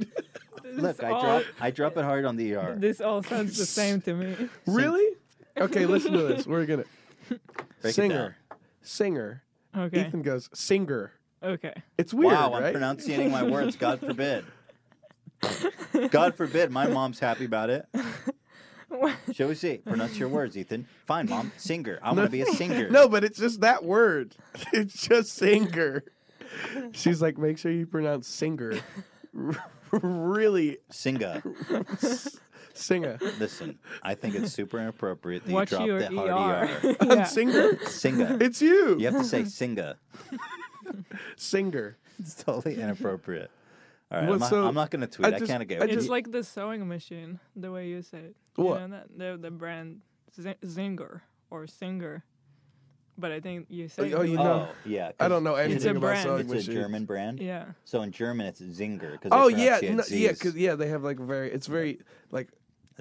S1: Look, I
S3: all-
S1: drop I drop it hard on the ER.
S3: this all sounds the same to me.
S2: really? Okay, listen to this. We're gonna
S1: Break it
S2: singer, singer.
S3: Okay.
S2: Ethan goes singer.
S3: Okay.
S2: It's weird,
S1: wow, I'm
S2: right?
S1: pronouncing my words. God forbid. God forbid. My mom's happy about it. Shall we see? Pronounce your words, Ethan. Fine, mom. Singer. I want to be a singer.
S2: No, but it's just that word. It's just singer. She's like, make sure you pronounce singer. really,
S1: Singer.
S2: singer.
S1: Listen, I think it's super inappropriate that
S3: Watch
S1: you drop
S3: your
S1: that hard ER.
S3: ER.
S2: On
S3: Yeah.
S2: singer.
S1: Singer.
S2: It's you.
S1: You have to say singer.
S2: singer.
S1: It's totally inappropriate. All right,
S2: Well,
S1: I'm not,
S2: so
S1: I'm not going to tweet. I,
S2: just-
S1: can't get.
S2: I
S1: with
S3: It's
S1: you.
S3: like the sewing machine, the way you say it.
S2: What?
S3: You know that? The, the brand Z- Zinger or Singer. But I think you say
S2: oh,
S3: it
S2: you
S3: the-
S2: know.
S1: Oh, yeah.
S2: I don't know
S1: it's
S2: anything
S1: a
S2: about
S1: brand.
S2: sewing
S1: It's
S2: machines.
S1: a German brand.
S3: Yeah.
S1: So in German, it's Zinger. 'cause they
S2: Oh yeah, no,
S1: pronounce it
S2: yeah,
S1: Zs.
S2: because yeah, they have like very. It's very like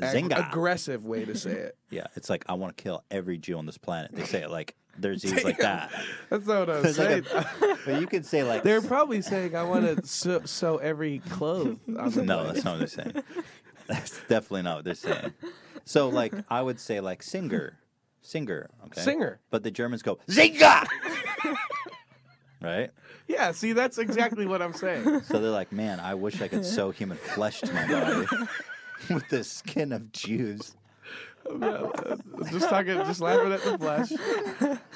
S2: ag-
S1: Zinga.
S2: aggressive way to say it.
S1: yeah, it's like I want to kill every Jew on this planet. They say it like there's Z's like that.
S2: That's not what I
S1: There's
S2: was saying.
S1: like a, but you could say like
S2: They're probably saying, "I want to sew, sew every clothes." On the
S1: no,
S2: plane."
S1: that's not what they're saying. That's definitely not what they're saying. So like I would say like Singer, Singer, okay,
S2: Singer.
S1: But the Germans go Zinger, right?
S2: Yeah, see, that's exactly what I'm saying.
S1: So they're like, man, I wish I could sew human flesh to my body with the skin of Jews.
S2: I'm not- I'm uh, just talking, just laughing at the flash.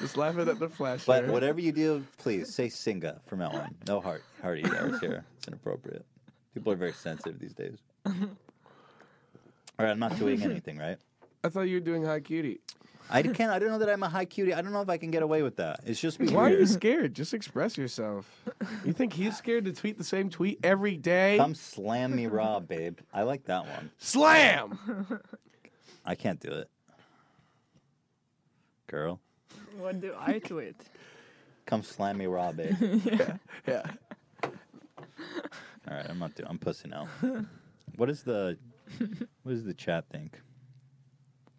S2: Just laughing at the flash.
S1: But
S2: here.
S1: whatever you do, please say Singa from now on. No heart, hearty errors here. It's inappropriate. People are very sensitive these days. All right, I'm not doing anything, right?
S2: I thought you were doing high cutie.
S1: I can't. I don't know that I'm a high cutie. I don't know if I can get away with that. It's just be
S2: Why are
S1: weird.
S2: you scared? Just express yourself. You think he's scared to tweet the same tweet every day?
S1: Come slam me raw, babe. I like that one.
S2: Slam!
S1: I can't do it. Girl,
S3: What do I tweet?
S1: come slam me raw, babe.
S3: Yeah,
S2: yeah.
S1: All right, I'm not doing. I'm pussing out. What is the what does the chat think?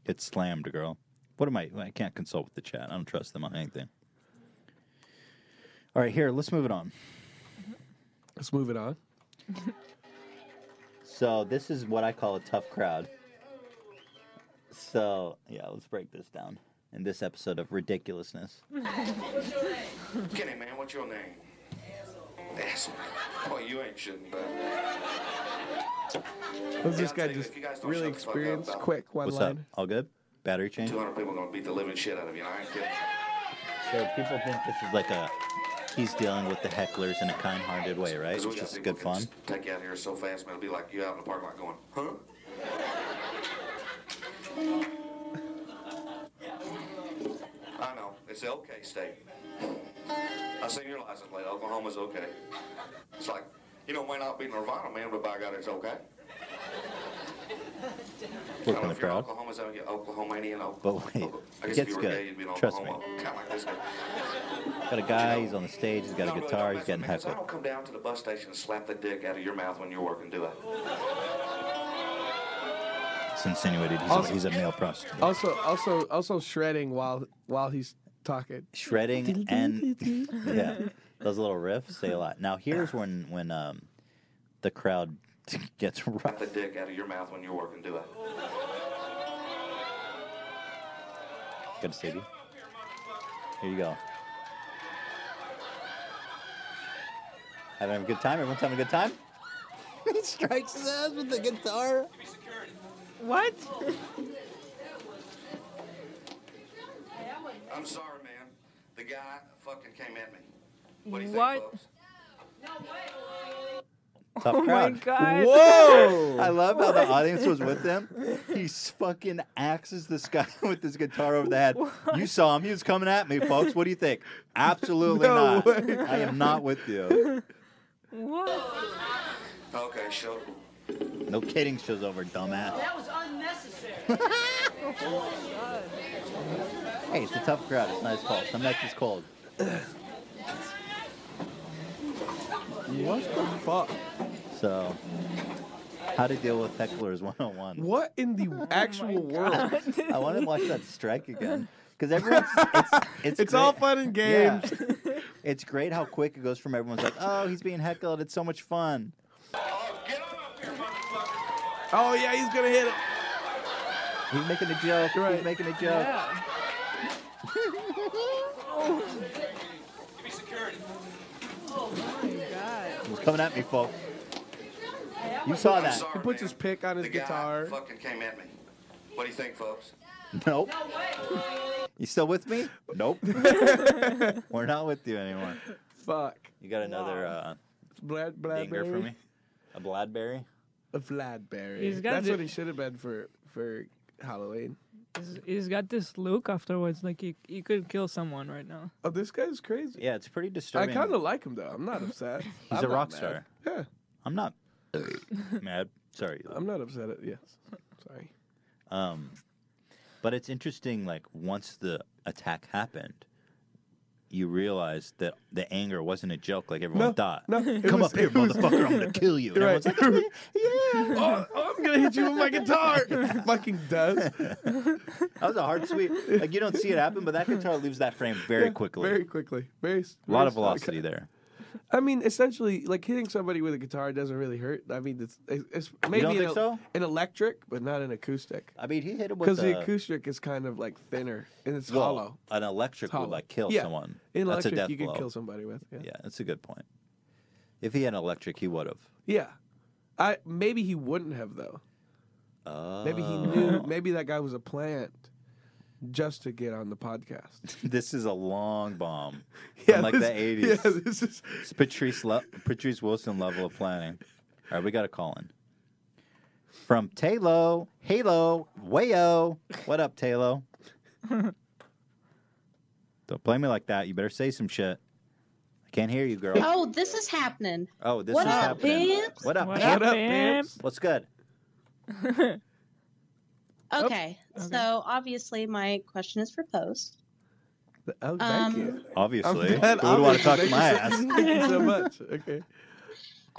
S1: It's slammed, girl. What am I? I can't consult with the chat. I don't trust them on anything. All right, here. Let's move it on.
S2: Let's move it on.
S1: So this is what I call a tough crowd. So yeah, let's break this down in this episode of ridiculousness.
S19: What's your name? Get it, man. What's your name? Asshole. Boy, you ain't shitting, but.
S2: What's this guy just really experienced? Quick, one
S1: What's
S2: line.
S1: up? All good? Battery change?
S19: 200 people gonna beat the living shit out of you. and I ain't kidding.
S1: So people think this is like a he's dealing with the hecklers in a kind-hearted way, right? It's
S19: Because we got
S1: just
S19: people
S1: good
S19: can
S1: fun.
S19: just Take you out of here so fast, man. It'll be like you out in the parking lot going, huh? I know. It's the okay state. I seen your license plate. Oklahoma's okay. It's like, you know, it may not be Nirvana, man, but by God, it's okay.
S1: Work on the
S19: if you're
S1: crowd.
S19: Oklahoma's out, you're Oklahomanian.
S1: But wait,
S19: I
S1: it
S19: guess if
S1: gets
S19: you were gay,
S1: good.
S19: you'd be an
S1: Trust me.
S19: Oklahoma. Kind of like this guy.
S1: Got a guy, he's on the stage, he's got a
S19: No, really,
S1: guitar,
S19: don't
S1: he's
S19: mess
S1: getting
S19: with me, 'cause I
S1: heckled.
S19: don't come down to the bus station and slap the dick out of your mouth when you're working, do I?
S1: It's insinuated he's,
S2: Also-
S1: a, he's a male prostitute.
S2: Also, also, also shredding while while he's talking.
S1: Shredding and yeah, those little riffs say a lot. Now here's when when um the crowd gets
S19: Slap
S1: rough.
S19: the dick out of your mouth when you're working, do I?
S1: Good to see you. Here you go. Having a good time. Everyone's having a good time. he strikes his ass with the guitar.
S3: What?
S19: I'm sorry, man. The guy fucking came at me.
S3: What?
S1: Tough
S3: Oh my
S1: crowd.
S3: God.
S1: Whoa! I love how the
S3: What?
S1: audience was with them. He s- fucking axes this guy with his guitar over the head. You saw him. He was coming at me, folks. What do you think? Absolutely
S19: No
S1: not.
S19: way.
S1: I am not with you.
S3: What?
S19: Okay, show.
S1: No kidding. Show's over, dumbass.
S19: was unnecessary.
S2: Oh
S1: Hey, it's a tough crowd. It's not his fault. Some nights it's cold.
S2: What the fuck?
S1: So, how to deal with hecklers 101.
S2: What in the actual world?
S1: I want to watch that strike again because everyone's it's it's,
S2: It's all fun and games.
S1: Yeah. It's great how quick it goes from everyone's like, oh, he's being heckled. It's so much fun.
S2: Oh yeah, he's gonna hit him.
S1: He's making a joke. He's making a joke.
S19: Give me security.
S1: He's coming at me, folks. You saw that.
S2: He puts his pick on his guitar.
S19: Fucking came at me. What do you think, folks?
S1: Nope. You still with me? Nope. We're not with you anymore.
S2: Fuck.
S1: You got another uh,
S2: Blad
S1: dinger for
S2: Bladberry?
S1: me? A Bladberry?
S2: A Vladberry.
S3: He's got
S2: That's
S3: the-
S2: what he should have been for for Halloween.
S3: He's- he's got this look afterwards, like he, he could kill someone right now.
S2: Oh, this guy's crazy.
S1: Yeah, it's pretty
S2: I
S1: disturbing.
S2: kind of like him though. I'm not upset. He's
S1: He's a rock star.
S2: Yeah.
S1: I'm not mad. Sorry.
S2: I'm not upset at yes. Sorry.
S1: Um, but it's interesting. Like once the attack happened, you realized that the anger wasn't a joke, like everyone thought.
S2: no, it
S1: Come
S2: was-
S1: up here,
S2: it was-
S1: motherfucker! I'm gonna kill you. And
S2: Right.
S1: everyone's like, "Yeah."
S2: Oh, oh, I'm gonna hit you with my guitar. It fucking does.
S1: that was a hard sweep. Like you don't see it happen, but that guitar leaves that frame very
S2: Yeah,
S1: quickly.
S2: Very quickly. Very.
S1: a lot of velocity there.
S2: I mean, essentially, like hitting somebody with a guitar doesn't really hurt. I mean, it's, it's maybe
S1: don't
S2: an,
S1: think so?
S2: an electric, but not an acoustic.
S1: I mean, he hit him with
S2: because the
S1: a-
S2: acoustic is kind of like thinner and it's
S1: Well,
S2: hollow.
S1: An electric
S2: It's hollow.
S1: would like kill
S2: Yeah.
S1: someone.
S2: In
S1: That's a
S2: electric,
S1: death
S2: you
S1: blow.
S2: could kill somebody with. Yeah.
S1: Yeah, that's a good point. If he had an electric, he would have.
S2: Yeah. I maybe he wouldn't have though. Maybe
S1: Uh.
S2: he knew. Maybe that guy was a plant just to get on the podcast.
S1: this is a long bomb.
S2: Yeah,
S1: Unlike
S2: this-
S1: the 80s.
S2: yeah, this is
S1: it's Patrice, Le- Patrice Wilson level of planning. All right, we got a call in. From Taylo. Halo. Wayo. What up, Taylo? Don't play me like that. You better say some shit. I can't hear you, girl.
S21: Oh, this is happening.
S1: Oh, this
S21: What
S1: is
S21: up,
S1: happening.
S21: pimps?
S1: What up,
S21: What
S1: pimp?
S21: up, What up, pimps?
S1: What's good?
S21: Okay, so obviously my question is for Post.
S2: Oh, thank
S21: Um,
S2: you.
S1: Obviously.
S2: I'm glad-
S1: Who would want to
S2: obviously.
S1: talk to
S2: Thank
S1: my
S2: you so-
S1: ass?
S2: Thank you so much. Okay.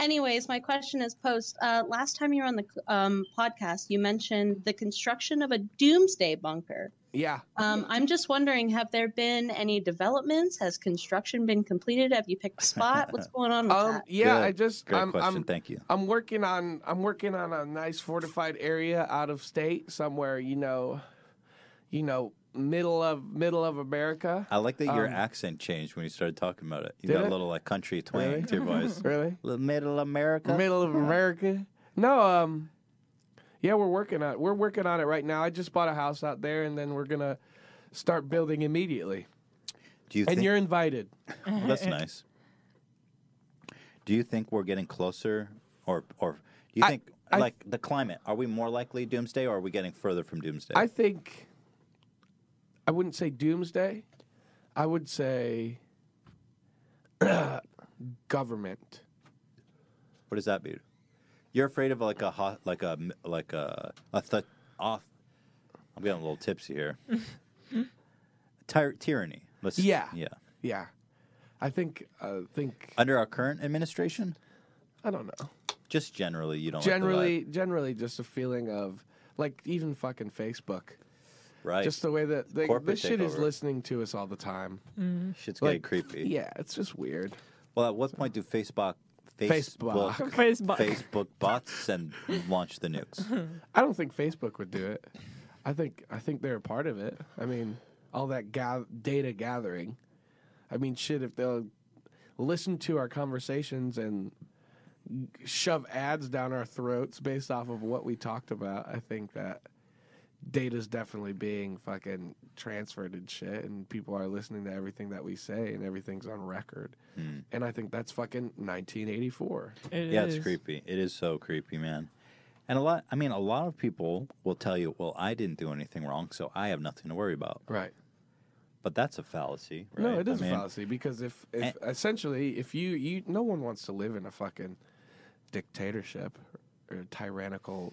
S21: Anyways, my question is Post. Uh, last time you were on the um, podcast, you mentioned the construction of a doomsday bunker.
S2: Yeah.
S21: Um, I'm just wondering, have there been any developments? Has construction been completed? Have you picked a spot? What's going on with that?
S2: Um, Yeah,
S1: Good.
S2: I just
S1: Great
S2: I'm,
S1: question.
S2: I'm-
S1: Thank you.
S2: I'm working on I'm working on a nice fortified area out of state somewhere, you know, you know, middle of middle of America.
S1: I like that your
S2: Um,
S1: accent changed when you started talking about it. You
S2: Did
S1: got a
S2: it?
S1: little like country twang
S2: Really?
S1: to your voice.
S2: Really?
S1: Middle America.
S2: Middle of America. No, um yeah, we're working on we're working on it right now. I just bought a house out there and then we're going to start building immediately.
S1: Do you
S2: and
S1: think-
S2: you're invited.
S1: Well, that's nice. Do you think we're getting closer, or or do you think like the climate? Are we more likely doomsday, or are we getting further from doomsday?
S2: I think I wouldn't say doomsday. I would say government.
S1: what does that mean? You're afraid of like a hot, like a m- like a, a th- off. I'm getting a little tipsy here. Tyr- tyranny. Let's,
S2: Yeah.
S1: yeah.
S2: Yeah. I think I think
S1: Under our current administration,
S2: I don't know.
S1: just generally, you don't
S2: generally
S1: Like
S2: generally just a feeling of like even fucking Facebook.
S1: the vibe. right?
S2: Just the way that they,
S1: Corporate
S2: this shit is
S1: takeover.
S2: listening to us all the time.
S1: Mhm. Shit's getting creepy.
S2: Yeah, it's just weird.
S1: Well, at what point do Facebook,
S2: Facebook.
S1: Facebook,
S2: Facebook.
S1: Facebook bots send launch the nukes?
S2: I don't think Facebook would do it. I think I think they're a part of it. I mean, all that ga- data gathering. I mean, shit, if they'll listen to our conversations and shove ads down our throats based off of what we talked about, I think that data's definitely being fucking transferred and shit, and people are listening to everything that we say, and everything's on record. And I think that's fucking 1984.
S1: yeah, it's creepy. It is so creepy, man. And a lot, I mean, a lot of people will tell you, well, I didn't do anything wrong, so I have nothing to worry about.
S2: Right.
S1: But that's a fallacy, right?
S2: No, it is
S1: I mean,
S2: a fallacy because if, if essentially if you you no one wants to live in a fucking dictatorship or tyrannical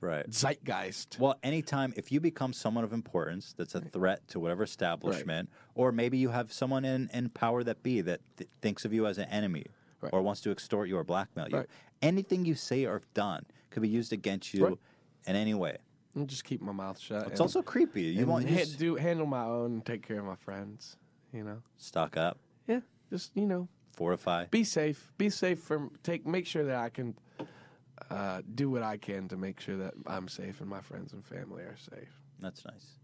S1: right.
S2: zeitgeist.
S1: Well, anytime, if you become someone of importance that's a threat to whatever establishment, or maybe you have someone in, in power that be that th- thinks of you as an enemy or wants to extort you or blackmail you,
S2: Right.
S1: anything you say or have done could be used against you
S2: Right.
S1: in any way.
S2: and just keep my mouth shut.
S1: It's
S2: and-
S1: also creepy. You
S2: and
S1: want you
S2: ha-
S1: s-
S2: do handle my own and take care of my friends, you know.
S1: stock up,
S2: Yeah, just you know,
S1: fortify.
S2: be safe. Be safe from take make sure that I can uh, do what I can to make sure that I'm safe and my friends and family are safe.
S1: That's nice.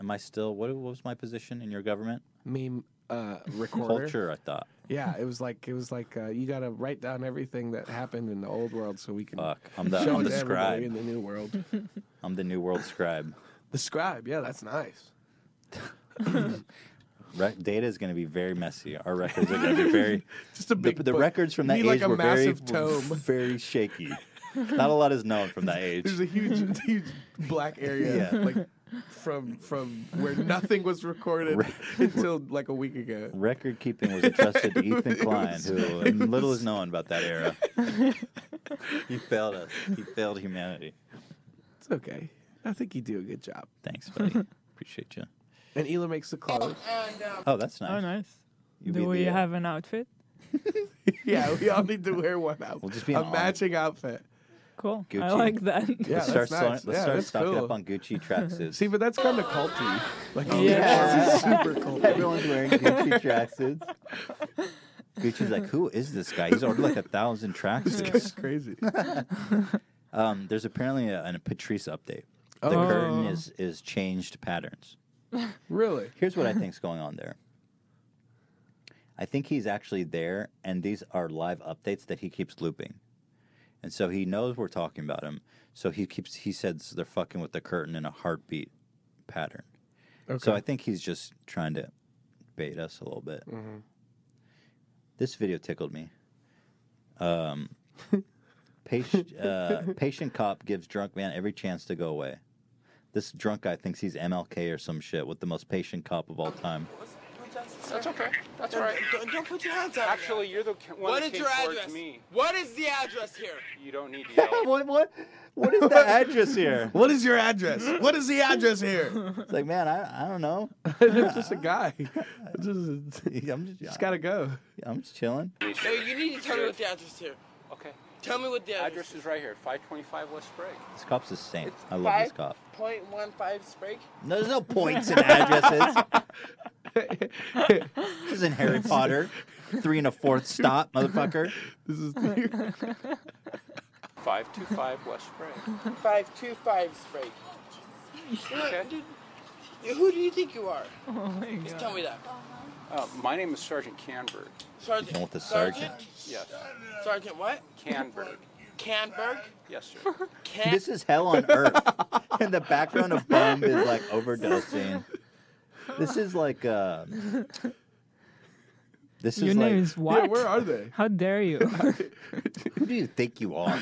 S1: Am I still? What, what was my position in your government?
S2: Meme uh, recorder.
S1: Culture, I thought.
S2: Yeah, it was like it was like uh, you got to write down everything that happened in the old world so we can
S1: Fuck, I'm the-
S2: show
S1: I'm
S2: it
S1: the
S2: to
S1: scribe.
S2: everybody in the new world.
S1: I'm the New World Scribe.
S2: the scribe, yeah, that's nice.
S1: Rec- data is going to be very messy. Our records are going to be very.
S2: Just a big
S1: The, the
S2: book.
S1: records from that
S2: Need
S1: age
S2: like a
S1: were very,
S2: massive tome.
S1: were very shaky. Not a lot is known from that age.
S2: There's a huge, huge black area,
S1: Yeah.
S2: like from from where nothing was recorded until like a week ago.
S1: Record keeping was entrusted to Ethan
S2: It
S1: Klein,
S2: was-
S1: who
S2: it
S1: little
S2: was-
S1: is known about that era. he failed us. He failed humanity.
S2: It's okay. I think you do a good job.
S1: Thanks, buddy. Appreciate you.
S2: And Ela makes the clothes.
S1: Oh, that's nice.
S3: Oh, nice.
S1: You be
S3: Do we
S1: the, uh,
S3: have an outfit?
S2: yeah, we all need to wear one out.
S1: We'll just be
S2: a
S1: an honor.
S2: matching outfit.
S3: Cool.
S1: Gucci.
S3: I like that.
S1: Let's
S2: Yeah,
S1: start,
S2: that's nice.
S1: selling- let's
S2: Yeah,
S1: start
S2: that's
S1: stocking
S2: cool.
S1: up on Gucci tracksuits.
S2: See, but that's kind of culty. Like,
S1: Oh,
S2: yeah,
S1: yeah.
S2: it's super culty.
S1: Everyone's wearing Gucci tracksuits. Gucci's like, who is this guy? He's ordered like a thousand
S2: It's
S1: tracksuits.
S2: crazy.
S1: Um, there's apparently a, a Patrice update. The
S2: Oh.
S1: curtain is is changed patterns.
S2: really?
S1: Here's what I think's going on there. I think he's actually there, and these are live updates that he keeps looping. and so he knows we're talking about him. So he keeps he says they're fucking with the curtain in a heartbeat pattern.
S2: Okay.
S1: So I think he's just trying to bait us a little bit.
S3: Mm-hmm.
S2: Mhm.
S1: This video tickled me. Um, patient, uh, patient cop gives drunk man every chance to go away. This drunk guy thinks he's MLK or some shit with the most patient cop of all time.
S9: That's okay. That's right. Don't, don't put your hands out. Actually, you're the one
S5: What
S9: that
S5: is
S9: came
S5: your
S9: towards
S5: address?
S9: me.
S5: What is the address here?
S9: You don't need to yell.
S1: what, what, what is the address here?
S2: What is your address? What is the address here?
S1: It's like, man, I, I don't know.
S2: it's just a guy. It's just,
S1: I'm just,
S2: just gotta go.
S1: I'm just chilling.
S5: No, you need to tell me what the address is here.
S9: Okay.
S5: Tell me what the address,
S9: address is right here, 525 West Sprague.
S1: This cop's a saint. I love this cop.
S5: Point one five Sprague.
S1: No, there's no points in addresses. this isn't Harry Potter. Three and a fourth stop, motherfucker.
S2: This is
S9: 525 West Sprague.
S5: Five two five Sprague. Who do you think you are? Just tell me that.
S9: Uh, my name is Sergeant Canberg.
S5: Sergeant.
S1: with the
S9: Yes.
S5: Sergeant what?
S9: Canberg.
S5: Canberg?
S9: Yes, sir.
S1: This is hell on earth. and the background of Bum is like overdosing. This is like uh This
S3: Your
S1: is
S3: name
S1: like,
S3: is what?
S2: are they?
S3: How dare you?
S1: Who do you think you are?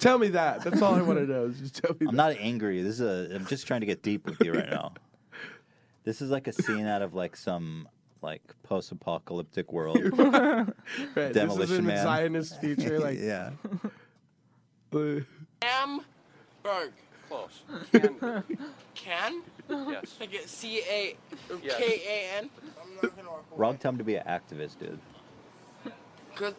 S2: tell me that. That's all I want to know. is Just tell me.
S1: I'm not angry. This is a. I'm just trying to get deep with you right now. This is like a scene out of like some like post-apocalyptic world.
S2: Right, this is
S1: Demolition
S2: in
S1: Man.
S2: Zionist future. Like,
S1: yeah.
S2: uh,
S5: Canberg.
S9: Close.
S5: Can?
S9: Yes.
S5: Like a C A or
S1: Yes.
S5: K A N?
S1: Wrong time to be an activist, dude.
S5: Because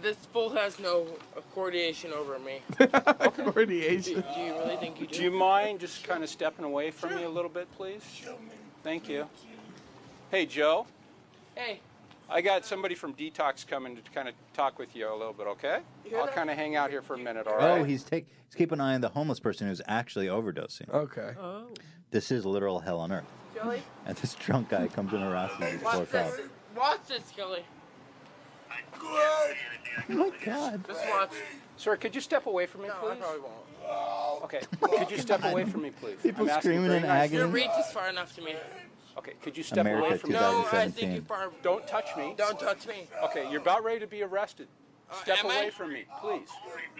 S5: this fool has no coordination over me.
S2: Coordination.
S5: Do, do you really think you do?
S9: Do you mind just kind of stepping away from me a little bit, please? Thank you. Hey, Joe.
S5: Hey.
S9: I got somebody from Detox coming to kind of talk with you a little bit, okay? I'll kind of hang out here for a minute, all right?
S1: Oh, he's take he's keeping an eye on the homeless person who's actually overdosing.
S2: Okay.
S5: Oh.
S1: This is literal hell on earth.
S5: Skelly?
S1: And this drunk guy comes and harasses this poor cop.
S5: Watch this. Watch this, Skelly.
S9: Oh my God.
S5: Just watch.
S9: Sir, could you step away from me,
S5: No, I
S9: please?
S5: probably won't.
S9: Okay. Could you step away from me, please?
S1: People
S9: asking
S1: screaming
S9: very
S1: in
S9: nicely.
S5: Your reach is far enough to me.
S9: Okay, could you step away
S1: America,
S9: from me?
S5: No, I think you're far.
S9: Don't touch me.
S5: Don't touch me. Uh,
S9: Okay, you're about ready to be arrested. Step
S5: am I?
S9: away from me, please.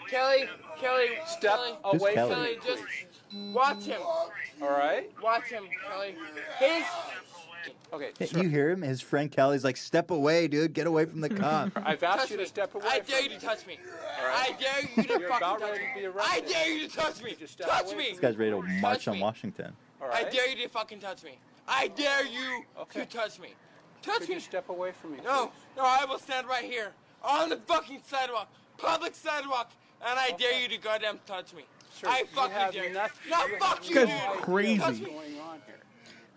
S5: Kelly, Kelly,
S9: Step
S5: Kelly,
S9: away
S5: Kelly,
S9: from me.
S5: just watch him.
S9: All right.
S5: Watch him, Kelly. His.
S9: Okay.
S1: Hey, You hear him? His friend Kelly's like, "Step away, dude! Get away from the cop!"
S9: I've asked
S5: Touch
S9: you
S5: me.
S9: to step away.
S5: I
S9: from
S5: dare
S9: me.
S5: you to touch me.
S9: All right.
S5: I dare you to
S9: You're
S5: fucking
S9: about
S5: touch
S9: ready to be
S5: me. I
S9: arrested.
S5: dare you to touch me.
S9: Just step
S5: Touch
S9: away
S5: me.
S1: This guy's ready to march on Washington.
S9: All
S5: I
S9: right.
S5: dare you to fucking touch me. I dare you to touch me. Touch
S9: Could
S5: me.
S9: you step away from me?
S5: No, no, I will stand right here on the fucking sidewalk, public sidewalk, and I dare you to goddamn touch me. I
S9: you
S5: fucking
S9: have
S5: dare you.
S9: nothing-
S5: No,
S9: you
S5: fuck
S9: have
S5: you,
S9: no
S5: dude.
S9: idea what's
S5: Crazy. Touch me.
S9: going on here.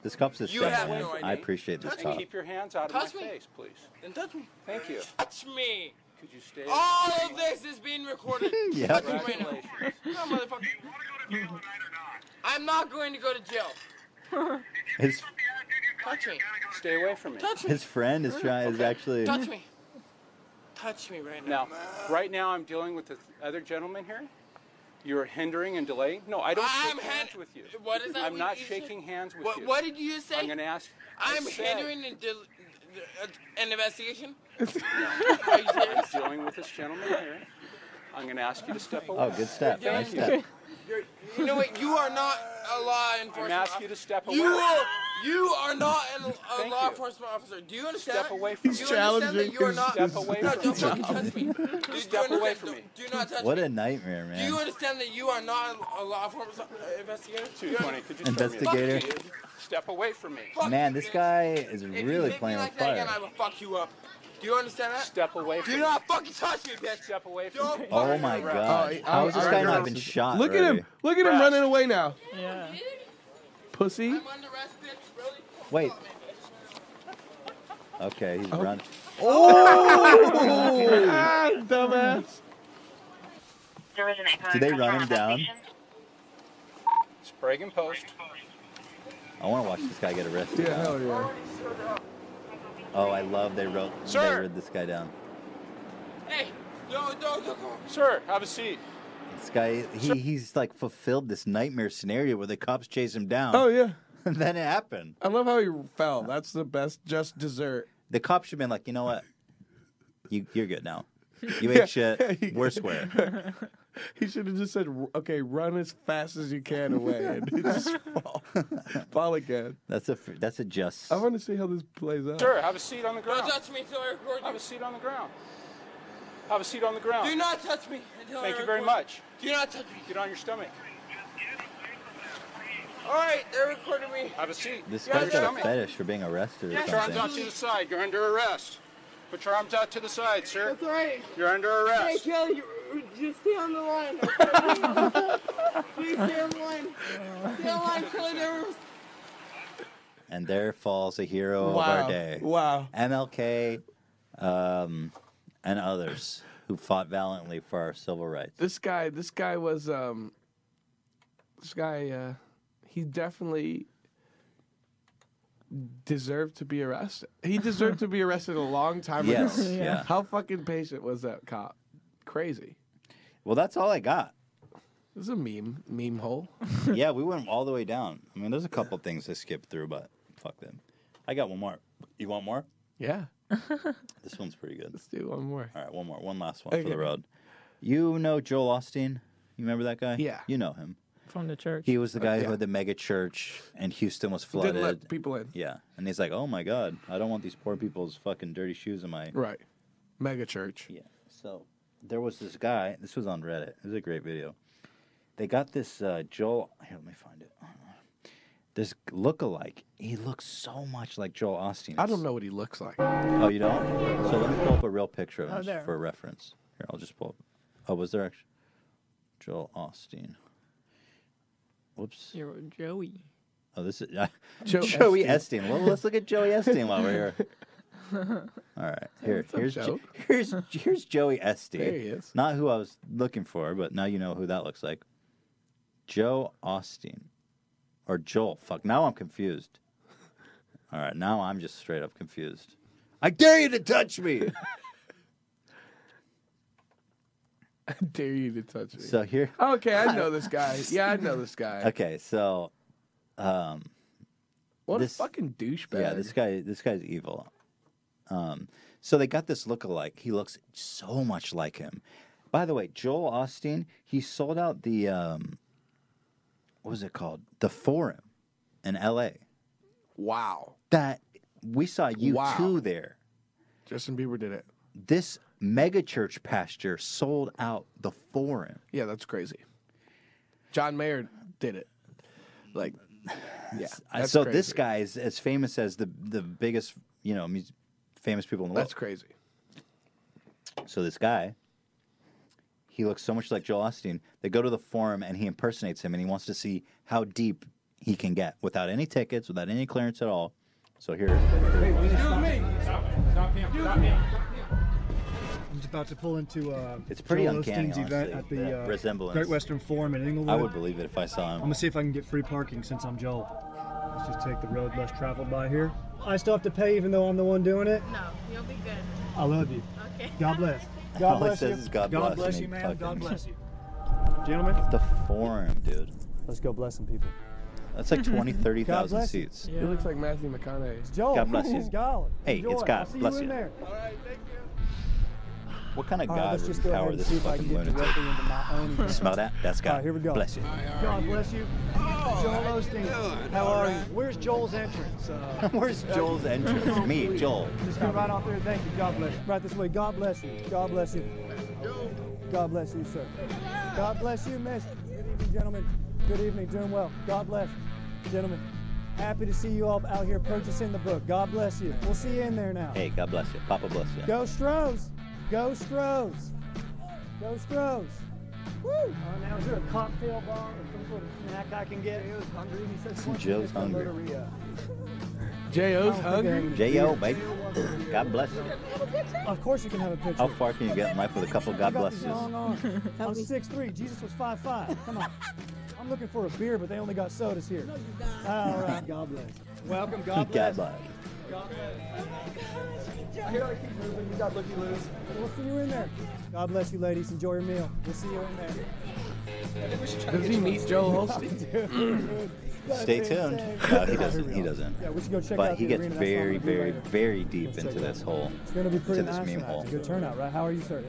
S1: This cop's a
S5: You
S1: saint,
S5: have
S1: man.
S5: no
S1: I
S5: idea.
S1: appreciate this
S5: Touch
S1: cop.
S5: me.
S9: Keep your hands out of
S5: Touch
S9: my
S5: me.
S9: face, please.
S5: Then touch me.
S9: Thank you.
S5: Touch me.
S9: Could you stay?
S5: All of this is being recorded.
S9: Yep.
S5: Touch me right now.
S9: Congratulations.
S5: No, motherfucker. I'm not going to go to jail.
S1: His
S5: touch me.
S9: Stay away from me.
S5: Touch me.
S1: his friend is trying is actually
S5: Touch me. Touch me right now.
S9: Now, right now, I'm dealing with the th- other gentleman here. You're hindering and delaying. No, I don't
S5: I'm
S9: shake hands with you.
S5: What is that
S9: I'm
S5: we-
S9: not
S5: you said?
S9: shaking hands with
S5: What-
S9: you.
S5: what did you say?
S9: I'm going to ask. I
S5: I'm
S9: said
S5: hindering an, del- an investigation.
S9: I'm dealing with this gentleman here. I'm going to ask you to step away.
S1: Oh, good step.
S5: You're
S1: Nice
S5: doing-
S1: step.
S5: You're, you know what? You are not a law enforcement.
S9: asking
S5: officer.
S9: you to step
S5: You
S9: away.
S5: are, you are not a, a
S9: Thank
S5: law
S9: you.
S5: enforcement officer. Do you understand?
S9: Step away
S5: that?
S9: from
S5: Do
S9: me.
S5: you understand that you are not.
S9: Step away
S5: no,
S9: from
S5: don't fucking
S9: me.
S5: touch me. Do you- do you
S9: Step away
S5: understand?
S9: from me.
S5: Do not touch
S1: What
S5: me.
S1: a nightmare,
S5: Do you
S1: man.
S5: understand that you are not a law enforcement investigator? Do you-
S9: 220, could you turn me around?
S1: Investigator.
S9: Fuck you. Step away from me.
S1: Man, this guy is
S5: If
S1: really
S5: you hit me
S1: playing with
S5: like that
S1: fire.
S5: again, I will fuck you up. Do you understand that?
S9: Step away
S5: Do not fucking touch me, bitch. Step
S9: away
S5: from Don't
S1: Oh my god!
S2: I-
S1: How is this
S2: I-
S1: guy
S2: I-
S1: not been shot?
S2: Look at him.
S1: already?
S2: Look at him running away now.
S3: Yeah.
S2: Pussy.
S1: Wait. Okay, he's running.
S2: Oh, dumbass.
S1: Did they run him down?
S9: Sprague and Post.
S1: I want to watch this guy get arrested.
S2: Yeah,
S1: now.
S2: hell yeah.
S1: Oh, I love they wrote.
S5: Sir.
S1: They wrote this guy down.
S5: Hey,
S9: No, no, no, no. Sir, have a seat.
S1: This guy, he, he's like fulfilled this nightmare scenario where the cops chase him down.
S2: Oh, yeah.
S1: and then it happened.
S2: I love how he fell. That's the best. Just dessert.
S1: The cops should have been like, you know what? You, you're good now. You ate shit. We're square.
S2: He should have just said, "Okay, run as fast as you can away," and he just fall, fall again.
S1: That's a fr- that's a just.
S2: I want to see how this plays out.
S9: Sir, have a seat on the ground.
S5: Don't touch me until I record
S9: Have a seat on the ground. Have a seat on the ground.
S5: Do not touch me until
S9: Thank
S5: I
S9: you very
S5: record.
S9: much.
S5: Do not touch me.
S9: Get on your stomach.
S5: All right, they're recording me.
S9: Have a seat.
S1: This
S9: Get on
S1: guy's
S9: your
S1: got a
S9: stomach.
S1: fetish for being arrested or
S9: Put your arms out to
S1: something.
S9: the side. You're under arrest. Put your arms out to the side, sir.
S5: That's all right.
S9: You're under arrest.
S5: Hey, Kelly, you- just stay on the line. okay? Please stay on the line. Stay on the line, Kelly. Never
S1: And there falls a hero of
S2: Wow.
S1: our day.
S2: Wow.
S1: MLK, um, and others who fought valiantly for our civil rights.
S2: This guy, this guy was, um, this guy, uh, he definitely deserved to be arrested. He deserved to be arrested a long time
S1: Yes,
S2: ago.
S1: Yeah. yeah.
S2: How fucking patient was that cop? Crazy.
S1: Well, that's all I got.
S2: This is a meme meme hole.
S1: yeah, we went all the way down. I mean, there's a couple things I skipped through, but fuck them. I got one more. You want more?
S2: Yeah.
S1: This one's pretty good. Let's
S2: do one more.
S1: All right, one more. One last one for
S3: Okay.
S1: the road. You know Joel Austin? You remember that guy?
S3: Yeah.
S1: You know him.
S3: from the church.
S1: He was the guy
S3: yeah.
S1: who had the mega church, and Houston was flooded.
S3: Didn't let people in.
S1: Yeah, and he's like, "Oh my god, I don't want these poor people's fucking dirty shoes in my."
S2: Right. Mega church.
S1: Yeah. So there was this guy. This was on Reddit. It was a great video. They got this uh, Joel. Here, let me find it. This look-alike. He looks so much like Joel Austin.
S2: I don't know what he looks like.
S1: Oh, you don't? So let me pull up a real picture of
S2: Oh,
S1: him
S2: there.
S1: for reference. Here, I'll just pull up. Oh, was there actually Joel Austin? Whoops.
S3: You're Joey.
S1: Oh, this is uh,
S3: Joe
S1: Joey
S3: Epstein.
S1: Epstein. Well, let's look at Joey Epstein while we're here.
S3: Oh,
S1: All right,
S3: Hey,
S1: here,
S3: what's up,
S1: here's,
S3: Joe?
S1: jo- here's here's Joey Esty.
S3: There he is.
S1: Not who I was looking for, but now you know who that looks like. Joe Austin, or Joel? Fuck. Now I'm confused. All right, now I'm just straight up confused. I dare you to touch me.
S2: I dare you to touch me.
S1: so
S3: Oh,
S1: here.
S2: Okay, I know this guy. Yeah, I know this guy.
S1: Okay, so, um,
S2: What
S1: this-
S2: a fucking douchebag.
S1: Yeah, this guy, this guy's evil. Um, so they got this look-alike. He looks so much like him. By the way, Joel Austin, he sold out the um, what was it called? The Forum in L.A.
S2: Wow.
S1: That we saw you
S2: Wow.
S1: two there.
S2: Justin Bieber did it.
S1: This mega church pastor sold out the Forum.
S2: Yeah, that's crazy. John Mayer did it. Like, yeah.
S1: I-
S2: that's
S1: so this
S2: crazy.
S1: guy is as famous as the the biggest, you know, mus- famous people in the world.
S2: That's crazy.
S1: So this guy, he looks so much like Joel Osteen. They go to the forum and he impersonates him, and he wants to see how deep he can get without any tickets, without any clearance at all. So here,
S5: Excuse me. Stop it. Stop him. Stop him.
S6: I'm just about to pull into uh,
S1: It's pretty
S6: Joel
S1: uncanny,
S6: Osteen's event at
S1: honestly,
S6: the
S1: that
S6: uh,
S1: resemblance.
S6: Great Western Forum in Inglewood.
S1: I would believe it if I saw
S6: I'm
S1: him.
S6: gonna see if I can get free parking since I'm Joel. Let's just take the road less traveled by here. I still have to pay even though I'm the one doing it.
S22: No, you'll be good.
S6: I love you.
S22: Okay.
S6: God bless.
S1: All
S6: God
S1: it
S6: bless you.
S1: says is God bless, and
S6: you,
S1: he
S6: man.
S1: fucking-
S6: God bless you, gentlemen.
S1: The forum, dude.
S6: Let's go bless some people.
S1: That's like 20,
S6: God
S1: 30,000
S6: bless you.
S1: seats.
S2: He looks like Matthew McConaughey.
S6: Joel,
S1: God bless you.
S6: it's God.
S1: Hey,
S6: Enjoy.
S1: it's God.
S6: I'll see
S1: Bless
S6: you. In
S1: you.
S6: there.
S1: What kind of
S6: All right,
S1: God
S6: let's
S1: would
S6: just go ahead
S1: empower
S6: and
S1: this
S6: see if I can
S1: fucking
S6: get
S1: lunatic?
S6: directly into my own event.
S1: Smell that? That's God.
S6: All right, here we go.
S1: Bless you.
S6: God bless you. Joel Osteen, how are you? Where's Joel's entrance? Uh,
S1: Where's Joel's entrance? Me, Joel.
S6: Just come right off there. Thank you. God bless you. Right this way. God bless you. God bless you. God bless you, sir. God bless you, miss. Good evening, gentlemen. Good evening. Doing well. God bless. Gentlemen, happy to see you all out here purchasing the book. God bless you. We'll see you in there now.
S1: Hey, God bless you. Papa bless you.
S6: Go Stros! Go Stros! Go Stros! Woo! Uh, now, is there a cocktail bar or some sort of snack I can get? He was hungry. He said, "Come on,
S1: Joe's
S6: let's go
S1: hungry.
S6: Loteria."
S2: J.O.'s
S6: hungry?
S1: J.O., baby. God bless you.
S6: Of course you can have a picture.
S1: How far can you get in life with a couple
S6: I
S1: God
S6: got
S1: blesses?
S6: these long arms. I'm 6'3". Jesus was 5'5". Come on. I'm looking for a beer, but they only got sodas here. All right. God bless. Welcome. God
S1: God
S6: bless.
S1: bless.
S6: God bless.
S4: I gotta keep moving. You got looky loose.
S6: We'll see you in there. God bless you, ladies. Enjoy your meal. We'll see you in there.
S13: Does he meet Joe Holstein?
S6: Dude.
S1: Stay tuned. No, he doesn't. He doesn't.
S6: Yeah, we should go check
S1: but
S6: out
S1: he
S6: the
S1: gets
S6: arena. That's what
S1: very,
S6: I'm gonna do
S1: very,
S6: later.
S1: very deep into this hole.
S6: It's gonna be pretty
S1: to this
S6: nice
S1: meme
S6: tonight.
S1: hole.
S6: It's a good turnout, right? How are you, sir?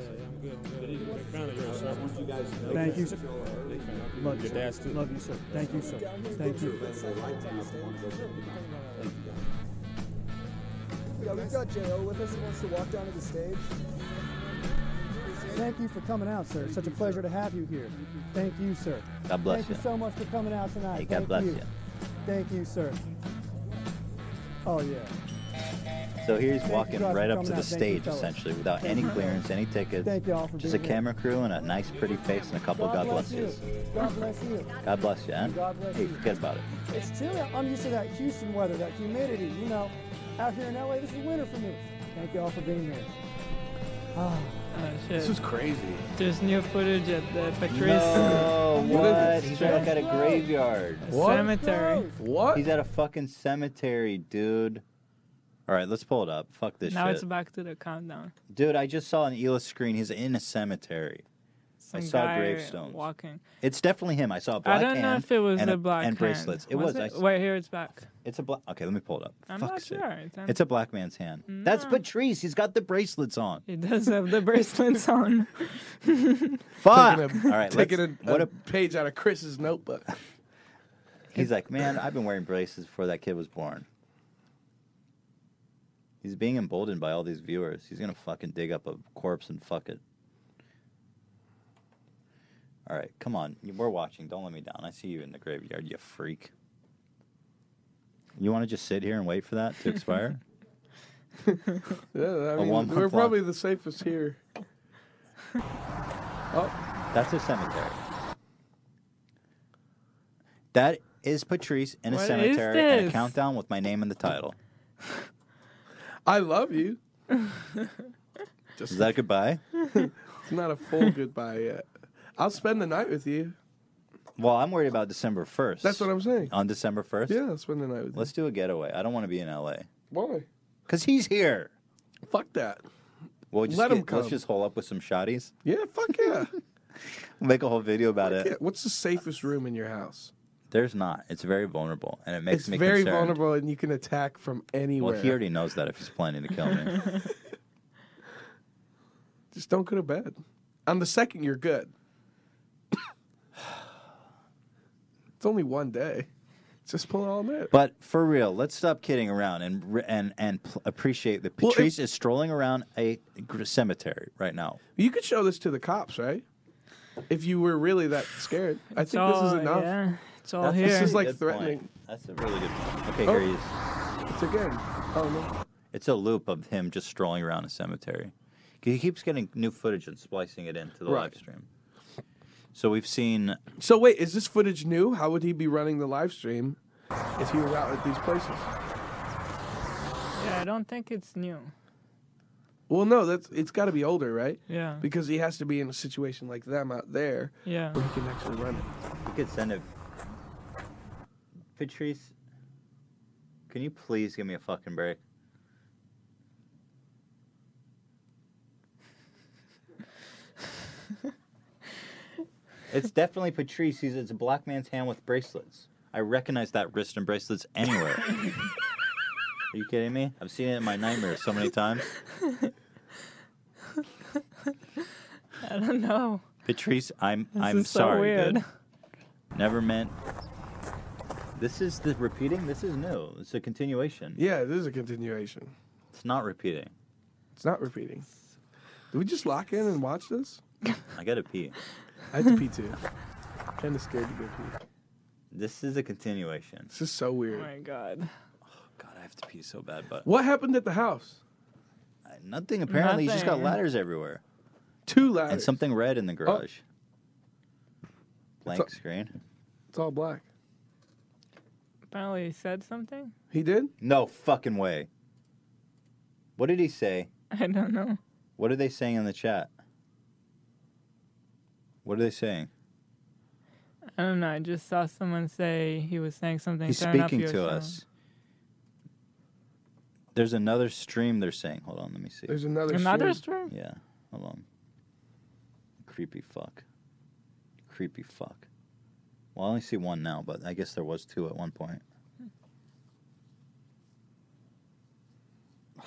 S6: Thank you, sir. Love you, sir. Love you, sir. Thank you, sir. Thank you.
S7: Yeah, we've got JO with us. He wants to walk down to the stage.
S6: Thank you for coming out, sir. It's such a pleasure to have you here. Thank you, sir.
S1: God bless
S6: Thank you
S1: you.
S6: so much for coming out tonight.
S1: Hey, God
S6: Thank
S1: bless
S6: you.
S1: you.
S6: Thank you, sir. Oh yeah.
S1: So here he's
S6: Thank you
S1: walking
S6: guys for
S1: right up
S6: coming
S1: to the
S6: out. Thank you,
S1: stage,
S6: fellas.
S1: essentially, without any clearance, any tickets,
S6: Thank you all for
S1: just a
S6: being here.
S1: camera crew and a nice, pretty face and a couple God bless
S6: you.
S1: yous.
S6: God bless you.
S1: God bless you, and
S6: God bless
S1: hey,
S6: you.
S1: forget about it.
S6: It's chilly. I'm used to that Houston weather, that humidity. You know, out here in LA, this is winter for me. Thank you all for being here. Ah.
S3: This
S6: is
S3: crazy. There's new footage at the Patrice.
S1: No, what? He's
S3: Cemetery.
S1: like at a graveyard.
S3: A Cemetery.
S1: What? He's at a fucking cemetery, dude. All right, let's pull it up. Fuck this
S3: now
S1: shit.
S3: it's back to the countdown.
S1: Dude, I just saw an Ela screen. He's in a cemetery.
S3: Some
S1: I saw
S3: guy
S1: gravestones.
S3: walking.
S1: It's definitely him. I saw a black
S3: I don't know
S1: hand
S3: if it was
S1: and
S3: a black hand.
S1: and bracelets. It was. I s-
S3: Wait, here it's back.
S1: It's a black. Okay, let me pull it up.
S3: I'm
S1: Fuck
S3: not
S1: sake.
S3: sure. It's on-
S1: It's a black man's hand. That's Patrice. He's got the bracelets on.
S3: It does have the bracelets on.
S1: Fuck.
S2: Taking
S1: All right,
S2: taking
S1: let's-
S2: a,
S1: what
S2: a
S1: a-
S2: page out of Chris's notebook.
S1: He's like, man, I've been wearing braces before that kid was born. He's being emboldened by all these viewers. He's gonna fucking dig up a corpse and fuck it. All right, come on. You- We're watching. Don't let me down. I see you in the graveyard, you freak. You want to just sit here and wait for that to expire?
S2: Yeah, I
S1: A
S2: mean,
S1: one-month
S2: we're
S1: long-
S2: probably the safest here.
S1: That's a cemetery. That is Patrice in a
S2: What is
S1: cemetery and a
S2: this?
S1: countdown with my name in the title.
S2: I love you. Just
S1: Is that goodbye?
S2: it's not a full goodbye yet. I'll spend the night with you.
S1: Well, I'm worried about December 1st.
S2: That's what I'm saying.
S1: On December 1st?
S2: Yeah, I'll spend the night with
S1: Let's do a getaway. I don't want to be in LA.
S2: you. Why?
S1: Because he's here.
S2: Fuck that.
S1: Well, just
S2: Let
S1: get-
S2: him come.
S1: Let's just hole up with some shotties.
S2: Yeah, fuck yeah.
S1: Make a whole video about
S2: yeah.
S1: it.
S2: What's the safest room in your house?
S1: There's not. It's very vulnerable, and it makes
S2: it's
S1: me
S2: very
S1: concerned.
S2: vulnerable, and you can attack from anywhere.
S1: Well, he already knows that if he's planning to kill me.
S2: Just don't go to bed. On the second, you're good. it's only one day. Just pull it all night.
S1: But for real, let's stop kidding around and re- and and pl- appreciate that
S2: Well, if-
S1: Patrice is strolling around a gr- cemetery right now.
S2: You could show this to the cops, right? If you were really that scared. I think this
S3: all-
S2: is enough.
S3: yeah, it's all
S2: That's a This
S3: here.
S2: is like
S1: Good point.
S2: threatening.
S1: That's a really good point. Okay,
S2: Oh.
S1: here he is.
S2: It's again. Oh
S1: It's a loop of him just strolling around a cemetery. 'Cause He keeps getting new footage and splicing it into the
S2: Right.
S1: live stream. So we've seen
S2: no. So wait, is this footage new? How would he be running the live stream if he were out at these places?
S3: Yeah, I don't think it's new.
S2: Well, no, that's it's got to be older, right?
S3: Yeah.
S2: Because he has to be in a situation like them out there.
S3: Yeah.
S2: Where he can actually run it.
S1: We could send a. Patrice, can you please give me a fucking break? it's definitely Patrice. He's it's a black man's hand with bracelets. I recognize that wrist and bracelets anywhere. Are you kidding me? I've seen it in my nightmares so many times.
S3: I don't know.
S1: Patrice, I'm
S3: This
S1: I'm
S3: is so
S1: sorry.
S3: weird.
S1: dude. Never meant. This is the repeating. This is new. It's a continuation.
S2: Yeah, this is a continuation.
S1: It's not repeating.
S2: It's not repeating. Do we just lock in and watch this?
S1: I gotta pee.
S2: I have to pee too. Kind of scared to go pee.
S1: This is a continuation. Oh
S2: This is so weird.
S3: Oh my god.
S1: God, I have to pee so bad, but
S2: What happened at the house?
S1: nothing. Apparently, he's just got
S2: Nothing.
S1: ladders everywhere.
S2: Two ladders. Oh.
S1: And something red in the garage. Blank
S2: It's
S1: screen.
S2: It's all black.
S3: Apparently, he said something.
S2: He did?
S1: No fucking way. What did he say?
S3: I don't know.
S1: What are they saying in the chat? What are they saying?
S3: I don't know. I just saw someone say he was saying something.
S1: He's
S3: "Turn up
S1: speaking
S3: your
S1: to
S3: sound."
S1: us. There's another stream they're saying. Hold on, let me see.
S2: There's another Another
S3: stream?
S1: Yeah, hold on. Creepy fuck. Creepy fuck. Well, I only see one now, but I guess there was two at one point.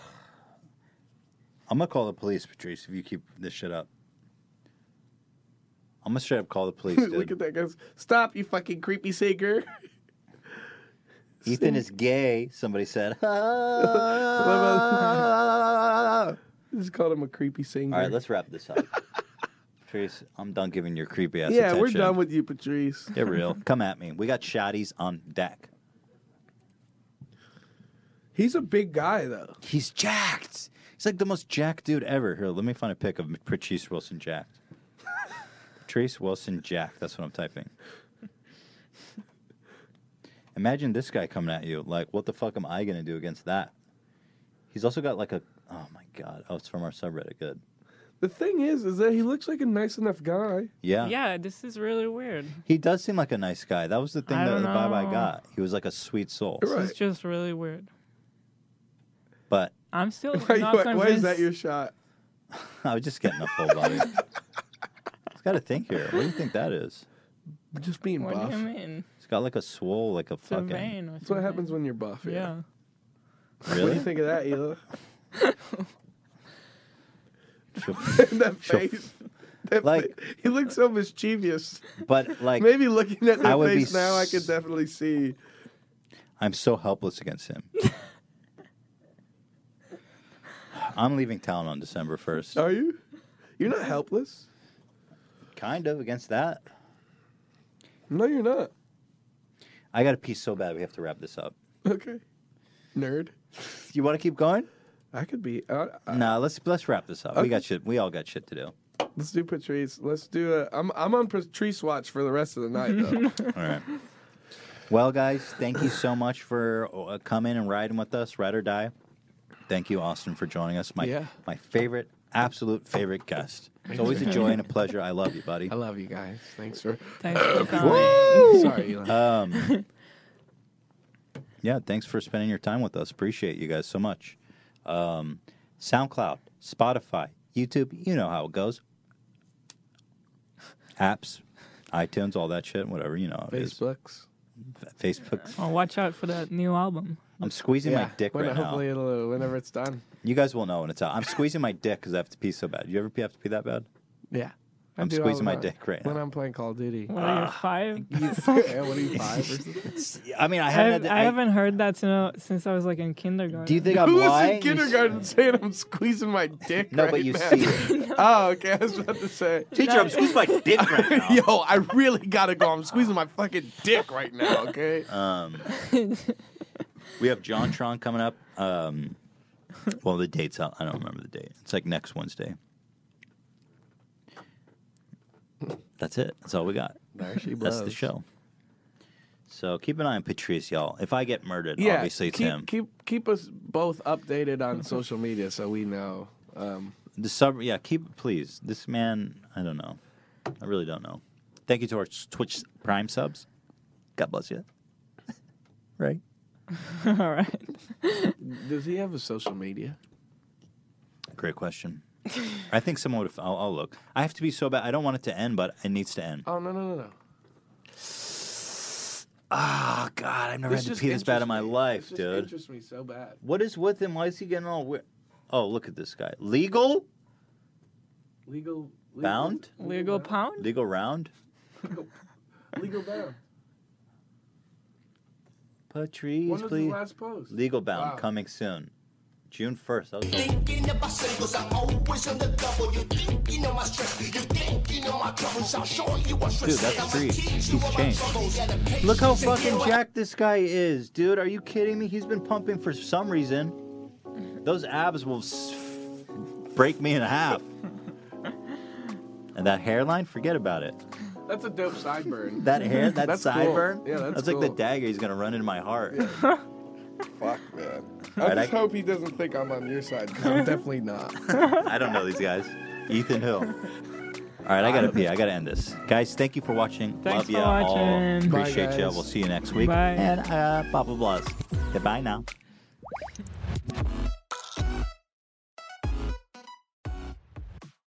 S1: I'm gonna call the police, Patrice. If you keep this shit up, I'm gonna straight up call the police. Dude.
S2: Look at that guy. Stop, you fucking creepy seeker.
S1: Ethan is gay. Somebody said.
S2: Just called him a creepy singer.
S1: All right, let's wrap this up. Patrice, I'm done giving your creepy ass
S2: yeah,
S1: attention.
S2: we're done with you, Patrice.
S1: Get real. Come at me. We got shotties on deck.
S2: He's a big guy though.
S1: He's jacked. He's like the most jacked dude ever. Here, let me find a pic of Patrice Wilson jacked. Patrice Wilson jacked. That's what I'm typing. Imagine this guy coming at you. Like, what the fuck am I gonna do against that? He's also got like a. Oh my god. Oh, it's from our subreddit. Good.
S2: The thing is, is that he looks like a nice enough guy.
S1: Yeah.
S3: Yeah, this is really weird.
S1: He does seem like a nice guy. That was the thing
S3: I
S1: that
S3: don't
S1: the vibe I
S3: know.
S1: got. He was like a sweet soul.
S3: This is just really weird.
S1: But
S3: I'm still
S2: Why,
S3: not
S2: why-
S3: convinced.
S2: why is that your shot?
S1: I was just getting a full body. He's got to think here. What do you think that is?
S2: Just being
S3: What
S2: buff.
S3: do you mean?
S1: He's got like a swole, like a
S3: It's a
S1: fucking.
S3: vein or
S2: That's what
S3: something.
S2: happens when you're buff. Yeah.
S3: Yeah.
S2: What do
S1: Really?
S2: you think of that, Ela?
S1: She'll-
S2: that
S1: she'll-
S2: face. That
S1: Like-
S2: fa- he looked so mischievous.
S1: But like,
S2: Maybe looking at
S1: I
S2: that
S1: would be
S2: face now, I could definitely see.
S1: I'm so helpless against him. I'm leaving town on December 1st.
S2: Are you? You're not helpless.
S1: Kind of against that.
S2: No, you're not.
S1: I got a piece so bad we have to wrap this up.
S2: Okay. Nerd.
S1: You want to keep going?
S2: I could be. Uh,
S1: No, let's let's wrap this up. We got shit. We all got shit to do.
S2: let's do Patrice. Let's do a. I'm I'm on Patrice watch for the rest of the night though.
S1: All right. Well, guys, thank you so much for uh, coming and riding with us, ride or die. Thank you, Austin, for joining us. My
S13: Yeah.
S1: my favorite, absolute favorite guest. It's
S13: Thank
S1: always
S13: you.
S1: a joy and a pleasure. I love you, buddy. I
S13: love you guys. Thanks for.
S3: Thanks for
S13: Woo! Sorry, Elon.
S1: Um, yeah, thanks for spending your time with us. Appreciate you guys so much. Um, SoundCloud, Spotify, YouTube, you know how it goes. Apps, iTunes, all that shit, whatever, you know. how it is.
S2: Facebooks.
S1: Facebooks.
S3: Oh, watch out for that new album.
S1: I'm squeezing my
S2: Yeah,
S1: dick
S2: when-
S1: right
S2: hopefully
S1: now.
S2: it'll uh, whenever it's done.
S1: You guys will know when it's out. I'm squeezing my dick because I have to pee so bad. You ever have to pee that bad?
S2: Yeah. I
S1: I'm
S2: do all
S1: squeezing
S2: the
S1: my
S2: time.
S1: dick right Ah.
S2: when I'm playing Call of Duty.
S3: What are you five?
S2: yeah, what are you five or something?
S1: I mean,
S3: I haven't, I, haven't heard that since, since I was like in kindergarten.
S1: Do you think I'm
S2: Who was
S1: lying?
S2: in kindergarten saying I'm squeezing my dick?
S1: No,
S2: right
S1: but you
S2: now?
S1: see
S2: oh, okay. I was about to say,
S1: Teacher, I'm squeezing my dick right now.
S2: Yo, I really gotta go. I'm squeezing my fucking dick right now. Okay.
S1: Um, we have John Tron coming up. Um, well, the date's out. I don't remember the date. It's like next Wednesday. That's it. That's all we got.
S2: There she
S1: That's the
S2: blows.
S1: show. So keep an eye on Patrice, y'all. If I get murdered,
S2: Yeah.
S1: obviously it's
S2: keep,
S1: him.
S2: Keep keep us both updated on social media so we know. Um,
S1: The sub, yeah. Keep please. This man, I don't know. I really don't know. Thank you to our Twitch Prime subs. God bless you. right.
S3: All right.
S2: Does he have a social media?
S1: Great question. I think someone would. I'll, I'll look. I have to be so bad. I don't want it to end, but it needs to end.
S2: Oh no no no no.
S1: Ah, God, I've never
S2: This
S1: had
S2: just
S1: to pee this bad in my
S2: interests me.
S1: life,
S2: This just
S1: dude.
S2: interests me so bad.
S1: What is with him? Why is he getting all weird? Oh, look at this guy. Legal
S2: Legal, legal
S1: bound.
S3: Legal pound?
S1: Legal round.
S2: Legal bound.
S1: Patrice,
S2: When was
S1: please.
S2: the last post?
S1: Legal bound
S2: Wow.
S1: coming soon, June first.
S10: Thinking of my singles, I'm always on the double. You think you know my stress, you think you know my troubles. I'll show you what's
S1: Dude,
S10: stress.
S1: that's free.
S10: teach you
S1: He's
S10: about
S1: changed.
S10: troubles. Yeah, the
S1: Look how
S10: patience and
S1: fucking
S10: you-
S1: jacked this guy is, dude. Are you kidding me? He's been pumping for some reason. Those abs will s- break me in half. And that hairline, forget about it.
S2: That's a dope sideburn.
S1: That hair, that
S2: That's cool.
S1: sideburn,
S2: Yeah, that's,
S1: like the
S2: cool.
S1: dagger he's gonna run into my heart.
S2: Fuck, man. I
S1: All right,
S2: just
S1: I-
S2: hope he doesn't think I'm on your side. 'cause I'm definitely not.
S1: I don't know these guys. Ethan Hill. All right, I gotta pee. I gotta end this, guys. Thank you for watching.
S3: Thanks
S1: Love
S3: for
S1: ya all.
S3: watching. Bye,
S1: Appreciate ya.
S3: guys.
S1: We'll see you next week.
S3: Bye.
S1: And uh, blah blah blahs. Goodbye now.